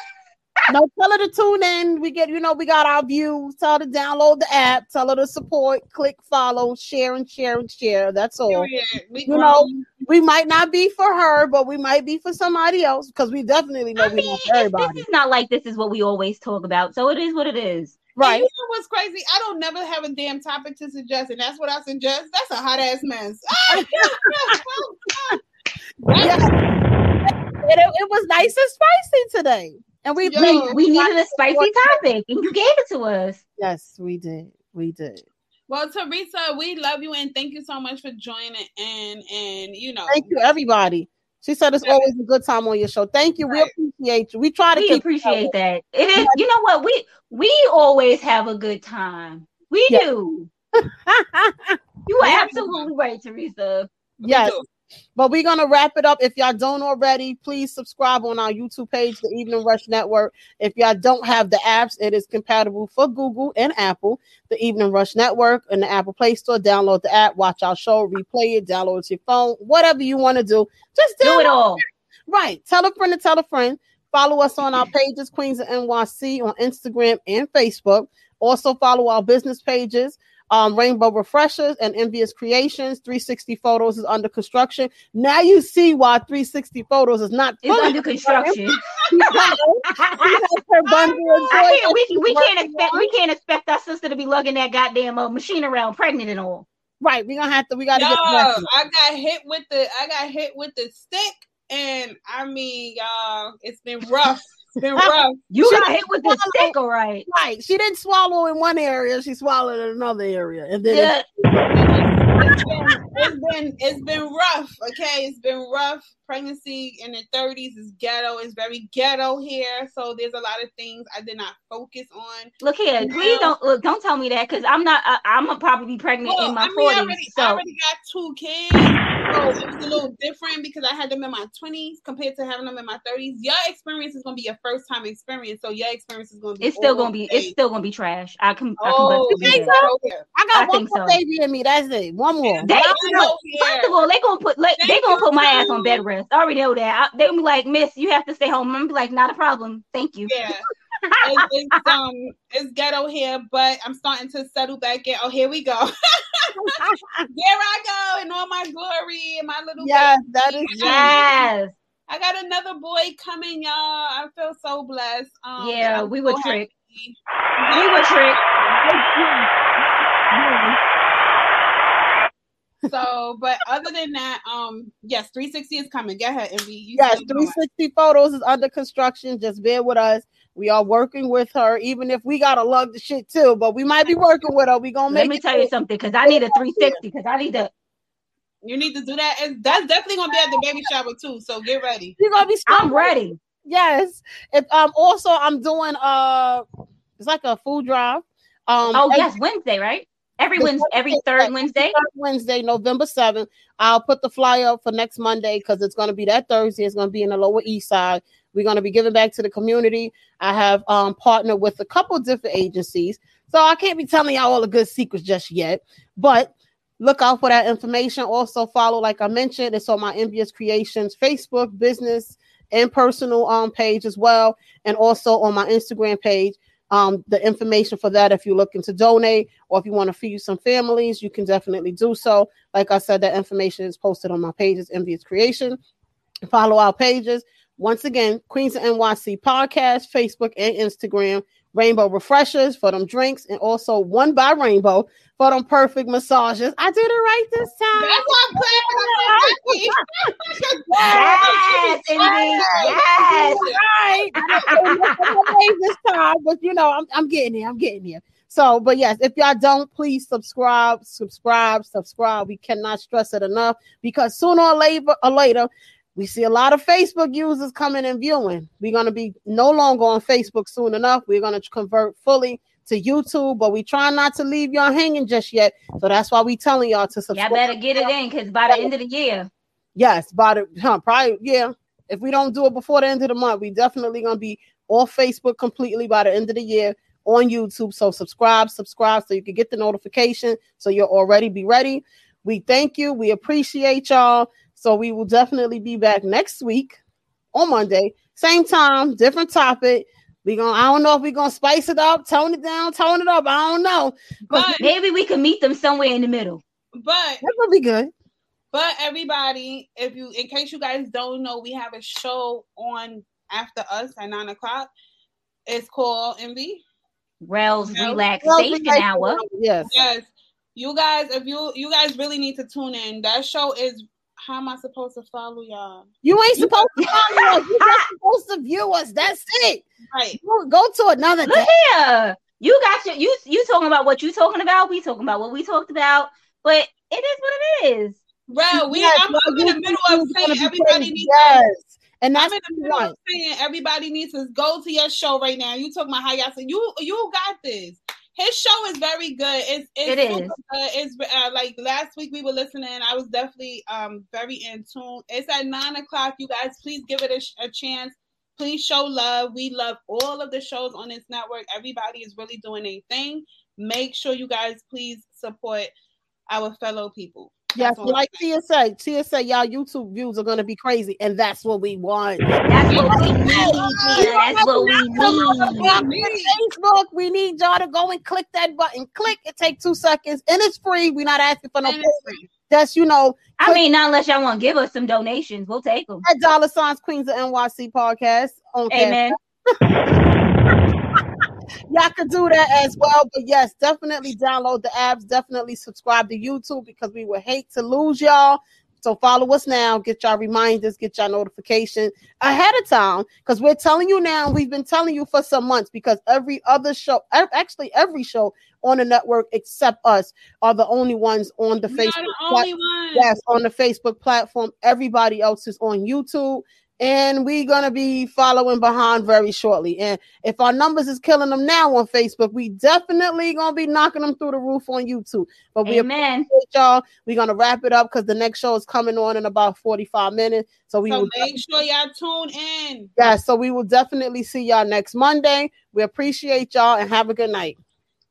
[SPEAKER 1] no, tell her to tune in. We get, you know, we got our views. Tell her to download the app. Tell her to support, click, follow, share, and share and share. That's all.
[SPEAKER 5] never, period. We
[SPEAKER 1] You know, we might not be for her, but we might be for somebody else because we definitely know
[SPEAKER 4] I
[SPEAKER 1] we
[SPEAKER 4] mean,
[SPEAKER 1] want
[SPEAKER 4] it's-
[SPEAKER 1] everybody. *laughs*
[SPEAKER 4] this is not like this is what we always talk about. So it is what it is.
[SPEAKER 5] Right.
[SPEAKER 1] Right.
[SPEAKER 5] You know what's crazy? I don't never have a damn topic to suggest, and that's what I suggest. That's a hot ass mess.
[SPEAKER 1] Yeah. It, it was nice and spicy today. And we
[SPEAKER 5] Yo.
[SPEAKER 4] We, we needed a
[SPEAKER 1] Well,
[SPEAKER 4] spicy topic, and you gave it to us.
[SPEAKER 1] Yes, we did. We did.
[SPEAKER 5] well, Teresa, we love you and thank you so much for joining in. And you know,
[SPEAKER 1] Thank you, everybody. She said it's always a good time on your show. Thank you. We appreciate you. We try to
[SPEAKER 4] We
[SPEAKER 1] keep
[SPEAKER 4] appreciate that. *laughs* It is, you know what? We we always have a good time. We
[SPEAKER 1] Yeah.
[SPEAKER 4] do.
[SPEAKER 1] *laughs*
[SPEAKER 4] You
[SPEAKER 5] Yeah.
[SPEAKER 4] are absolutely right, Teresa.
[SPEAKER 1] yes.
[SPEAKER 5] do.
[SPEAKER 1] But we're gonna wrap it up. If y'all don't already, please subscribe on our YouTube page, the Evening Rush Network. If y'all don't have the apps, it is compatible for Google and Apple, the Evening Rush Network and the Apple Play Store. Download the app, watch our show, replay it, download it to your phone, whatever you want to do. Just
[SPEAKER 4] Do
[SPEAKER 1] download
[SPEAKER 4] it all.
[SPEAKER 1] Right. Tell a friend to tell a friend. Follow us on our pages, Queens of NYC, on Instagram and Facebook. Also follow our business pages, um, Rainbow Refreshers and Envious Creations. 360 Photos is under construction. Now you see why 360 Photos is not
[SPEAKER 4] It's
[SPEAKER 1] fully *laughs*
[SPEAKER 4] under construction. *laughs*
[SPEAKER 1] her bundle of joy
[SPEAKER 4] I
[SPEAKER 1] that
[SPEAKER 4] can't, we,
[SPEAKER 1] she's
[SPEAKER 4] we
[SPEAKER 1] working
[SPEAKER 4] can't expect
[SPEAKER 1] on.
[SPEAKER 4] we can't expect our sister to be lugging that goddamn uh, machine around, pregnant and all.
[SPEAKER 1] Right. We're gonna have to we gotta
[SPEAKER 5] Yo,
[SPEAKER 1] get back. to-
[SPEAKER 5] I got hit with the I got hit with the stick, and I mean, y'all, it's been rough.
[SPEAKER 1] *laughs*
[SPEAKER 5] It's been rough.
[SPEAKER 4] You
[SPEAKER 1] She
[SPEAKER 4] got
[SPEAKER 1] didn't
[SPEAKER 4] hit with the
[SPEAKER 1] swallow-
[SPEAKER 4] stick, all right.
[SPEAKER 1] Right. She didn't swallow in one area, she swallowed in another area. And then
[SPEAKER 4] Yeah,
[SPEAKER 5] It's been, it's been it's been rough. Okay, it's been rough. Pregnancy in the thirties is ghetto. It's very ghetto here. So there's a lot of things I did not focus on.
[SPEAKER 4] look here,
[SPEAKER 5] Yeah.
[SPEAKER 4] please don't look. Don't tell me that because I'm not. I, I'm gonna probably be pregnant
[SPEAKER 5] Well,
[SPEAKER 4] in
[SPEAKER 5] I
[SPEAKER 4] my
[SPEAKER 5] mean, I already,
[SPEAKER 4] forties.
[SPEAKER 5] I
[SPEAKER 4] So
[SPEAKER 5] already got two kids, so it was a little different because I had them in my twenties compared to having them in my thirties. Your experience is gonna be your first time experience, so your experience is gonna be
[SPEAKER 4] it's still
[SPEAKER 5] all
[SPEAKER 4] gonna be. It's
[SPEAKER 5] day.
[SPEAKER 4] still gonna be trash. I can. I can
[SPEAKER 5] Oh,
[SPEAKER 4] bust
[SPEAKER 5] it's
[SPEAKER 4] you that.
[SPEAKER 5] so here.
[SPEAKER 1] I got
[SPEAKER 4] I
[SPEAKER 1] one
[SPEAKER 4] think
[SPEAKER 1] more
[SPEAKER 4] so.
[SPEAKER 1] baby in me. That's it. One more.
[SPEAKER 4] They
[SPEAKER 5] I know here.
[SPEAKER 4] First of all, they gonna put like, they
[SPEAKER 5] Thank
[SPEAKER 4] gonna
[SPEAKER 5] you,
[SPEAKER 4] put my ass on
[SPEAKER 5] Tom.
[SPEAKER 4] bed rest. I already know that. I, they gonna be like, Miss, you have to stay home. I'm gonna be like, not a problem. Thank you.
[SPEAKER 5] Yeah. It's, it's um it's ghetto here, but I'm starting to settle back in. Oh, here we go. *laughs* there I go in all my glory and my little
[SPEAKER 1] Yes,
[SPEAKER 5] baby.
[SPEAKER 1] that is
[SPEAKER 4] Yes.
[SPEAKER 5] I got another boy coming, y'all. I feel so blessed. Um
[SPEAKER 4] Yeah,
[SPEAKER 5] I'm
[SPEAKER 4] we were
[SPEAKER 5] so
[SPEAKER 4] tricked.
[SPEAKER 5] happy.
[SPEAKER 4] We were tricked.
[SPEAKER 5] *laughs* So, but other than that, um, yes, 360 is coming. Go ahead, Envy. You
[SPEAKER 1] Yes,
[SPEAKER 5] still going.
[SPEAKER 1] 360 Photos is under construction. Just bear with us. We are working with her, even if we gotta lug the shit too. But we might be working with her. We gonna
[SPEAKER 4] Let
[SPEAKER 1] make
[SPEAKER 4] me
[SPEAKER 1] it.
[SPEAKER 4] tell you something, because I need a 360, because I need to
[SPEAKER 5] You need to do that. It's, that's definitely gonna be at the baby shower too. So get ready.
[SPEAKER 1] You gonna be.
[SPEAKER 4] I'm ready.
[SPEAKER 1] Yes. If um. Also, I'm doing uh. It's like a food drive. Um.
[SPEAKER 4] Oh
[SPEAKER 1] every-
[SPEAKER 4] yes, Wednesday, right? Every
[SPEAKER 1] The
[SPEAKER 4] Wednesday, every third Wednesday.
[SPEAKER 1] Third Wednesday, November 7th. I'll put the flyer up for next Monday because it's going to be that Thursday. It's going to be in the Lower East Side. We're going to be giving back to the community. I have um, partnered with a couple different agencies. So I can't be telling y'all all the good secrets just yet, but look out for that information. Also follow, like I mentioned, it's on my Envious Creations Facebook business and personal um, page as well. And also on my Instagram page um, the information for that if you're looking to donate or if you want to feed some families, you can definitely do so. Like I said, that information is posted on my pages, Envious Creation. Follow our pages. Once again, Queens of NYC podcast, Facebook and Instagram, Rainbow Refreshers for them drinks, and also One by Rainbow for them perfect massages. I did it right this
[SPEAKER 5] That's
[SPEAKER 1] time.
[SPEAKER 5] what I'm saying. I'm so happy.
[SPEAKER 4] Yes, indeed. Yes.
[SPEAKER 1] right. *laughs* this time, but you know, I'm, I'm getting there. I'm getting there. So, but yes, if y'all don't, please subscribe, subscribe, subscribe. We cannot stress it enough because sooner or later, or later, we see a lot of Facebook users coming and viewing. We're gonna be no longer on Facebook soon enough. We're gonna convert fully to YouTube, but we try not to leave y'all hanging just yet. So that's why we telling y'all to
[SPEAKER 4] Y'all
[SPEAKER 1] subscribe.
[SPEAKER 4] better get it in because by the end of the year,
[SPEAKER 1] Yes, by the huh, probably yeah. If we don't do it before the end of the month, we definitely gonna be off Facebook completely by the end of the year on YouTube. So subscribe, subscribe, so you can get the notification, so you'll already be ready. We thank you. We appreciate y'all. So we will definitely be back next week on Monday, same time, different topic. We gonna I don't know if we're gonna spice it up, tone it down, tone it up. I don't know.
[SPEAKER 5] *laughs* But
[SPEAKER 4] maybe we can meet them somewhere in the middle.
[SPEAKER 5] but
[SPEAKER 1] That's gonna be good.
[SPEAKER 5] But everybody, if you in case you guys don't know, we have a show on after us at nine o'clock. It's called Envy.
[SPEAKER 4] Rails
[SPEAKER 5] No.
[SPEAKER 4] relaxation hour.
[SPEAKER 1] Yes.
[SPEAKER 5] Yes. You guys, if you you guys really need to tune in. That show is how am I supposed to follow y'all?
[SPEAKER 1] You ain't supposed
[SPEAKER 5] *laughs*
[SPEAKER 1] to follow us. You're just supposed to view us. That's it.
[SPEAKER 5] Right.
[SPEAKER 1] Go, go to another
[SPEAKER 4] Look
[SPEAKER 1] day.
[SPEAKER 4] Yeah, you got your you you talking about what you talking about. We talking about what we talked about, but it is what it is.
[SPEAKER 5] Bro, we
[SPEAKER 1] Yes,
[SPEAKER 5] I'm, I'm in the
[SPEAKER 1] you-
[SPEAKER 5] middle
[SPEAKER 1] you
[SPEAKER 5] of
[SPEAKER 1] gonna
[SPEAKER 5] saying
[SPEAKER 1] be
[SPEAKER 5] everybody
[SPEAKER 1] crazy.
[SPEAKER 5] needs to
[SPEAKER 1] Yes. And
[SPEAKER 5] I'm
[SPEAKER 1] that's
[SPEAKER 5] in
[SPEAKER 1] what
[SPEAKER 5] the
[SPEAKER 1] we
[SPEAKER 5] middle of
[SPEAKER 1] want.
[SPEAKER 5] saying everybody needs to go to your show right now. You talking about how y'all said you you got this. His show is very good. It's it's
[SPEAKER 4] It is.
[SPEAKER 5] super good. It's uh, like last week we were listening. I was definitely um very in tune. It's at nine o'clock. You guys, please give it a, sh- a chance. Please show love. We love all of the shows on this network. Everybody is really doing their thing. Make sure you guys please support our fellow people.
[SPEAKER 1] Yes,
[SPEAKER 5] That's all.
[SPEAKER 1] like Tia said, Tia said, y'all YouTube views are gonna be crazy, and that's what we want.
[SPEAKER 4] That's what we need, Tina. That's what we
[SPEAKER 1] We
[SPEAKER 4] need.
[SPEAKER 1] on Facebook, we need y'all to go and click that button. Click it, take two seconds, and it's free. We're not asking for no
[SPEAKER 5] And it's
[SPEAKER 1] payment. That's you know,
[SPEAKER 4] I mean, not unless y'all want to give us some donations, we'll take them.
[SPEAKER 1] at dollar signs Queens of NYC podcast on Cash
[SPEAKER 4] Amen.
[SPEAKER 1] y'all can do that as well. But yes, definitely download the apps. Definitely subscribe to YouTube because we would hate to lose y'all. So follow us now. Get y'all reminders. Get y'all notification ahead of time because we're telling you now. We've been telling you for some months because every other show, a- actually every show on the network except us, are the only ones on the
[SPEAKER 5] We are
[SPEAKER 1] Facebook.
[SPEAKER 5] the
[SPEAKER 1] plat-
[SPEAKER 5] only ones.
[SPEAKER 1] Yes, on the Facebook platform. Everybody else is on YouTube. And we're gonna be following behind very shortly. And if our numbers is killing them now on Facebook, we definitely gonna be knocking them through the roof on YouTube. But we
[SPEAKER 4] Amen.
[SPEAKER 1] appreciate y'all. We're gonna wrap it up because the next show is coming on in about 45 minutes. So we
[SPEAKER 5] So
[SPEAKER 1] will
[SPEAKER 5] make sure y'all tune in.
[SPEAKER 1] yeah, so we will definitely see y'all next Monday. We appreciate y'all and have a good night.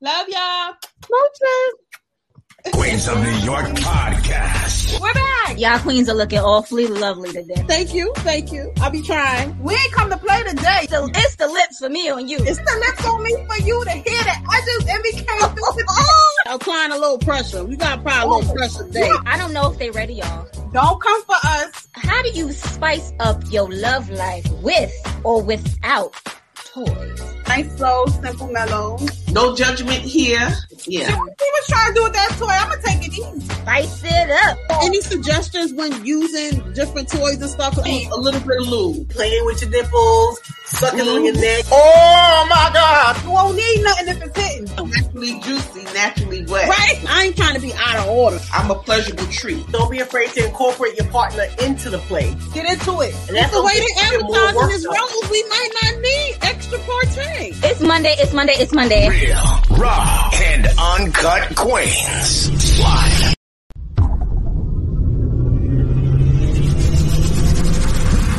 [SPEAKER 5] Love y'all.
[SPEAKER 1] Smooches.
[SPEAKER 3] Queens of New York podcast.
[SPEAKER 5] We're back.
[SPEAKER 4] Y'all queens are looking awfully lovely today.
[SPEAKER 1] Thank you, thank you. I'll be trying.
[SPEAKER 5] We ain't come to play today.
[SPEAKER 4] So it's the lips for me on you.
[SPEAKER 5] It's the lips on me for you to hear that. I
[SPEAKER 1] *laughs*
[SPEAKER 5] just MBK through the
[SPEAKER 1] Oh, Applying a little pressure. We got to apply a little pressure today.
[SPEAKER 4] I don't know if they ready, y'all.
[SPEAKER 5] Don't come for us.
[SPEAKER 4] How do you spice up your love life with or without toys?
[SPEAKER 5] Nice, slow, simple, mellow. See
[SPEAKER 2] No judgment here. Yeah.
[SPEAKER 5] what he was trying to do with that toy. I'm gonna take it easy.
[SPEAKER 4] Spice it up.
[SPEAKER 1] Any suggestions when using different toys and stuff?
[SPEAKER 2] A little bit of lube. Playing with your nipples, sucking on your neck.
[SPEAKER 3] Oh my God.
[SPEAKER 5] You won't need nothing if it's hitting.
[SPEAKER 2] Naturally juicy, naturally wet.
[SPEAKER 1] Right? I ain't trying to be out of order.
[SPEAKER 2] I'm a pleasurable treat.
[SPEAKER 11] Don't be afraid to incorporate your partner into the play.
[SPEAKER 5] Get into it.
[SPEAKER 11] And that's
[SPEAKER 1] the way
[SPEAKER 11] gonna
[SPEAKER 1] they
[SPEAKER 11] get you more
[SPEAKER 1] advertising
[SPEAKER 11] work
[SPEAKER 1] is
[SPEAKER 11] done.
[SPEAKER 1] roles, we might not need extra partay.
[SPEAKER 4] It's Monday, it's Monday, it's Monday.
[SPEAKER 3] Real, raw, and
[SPEAKER 8] Uncut Queens. Live.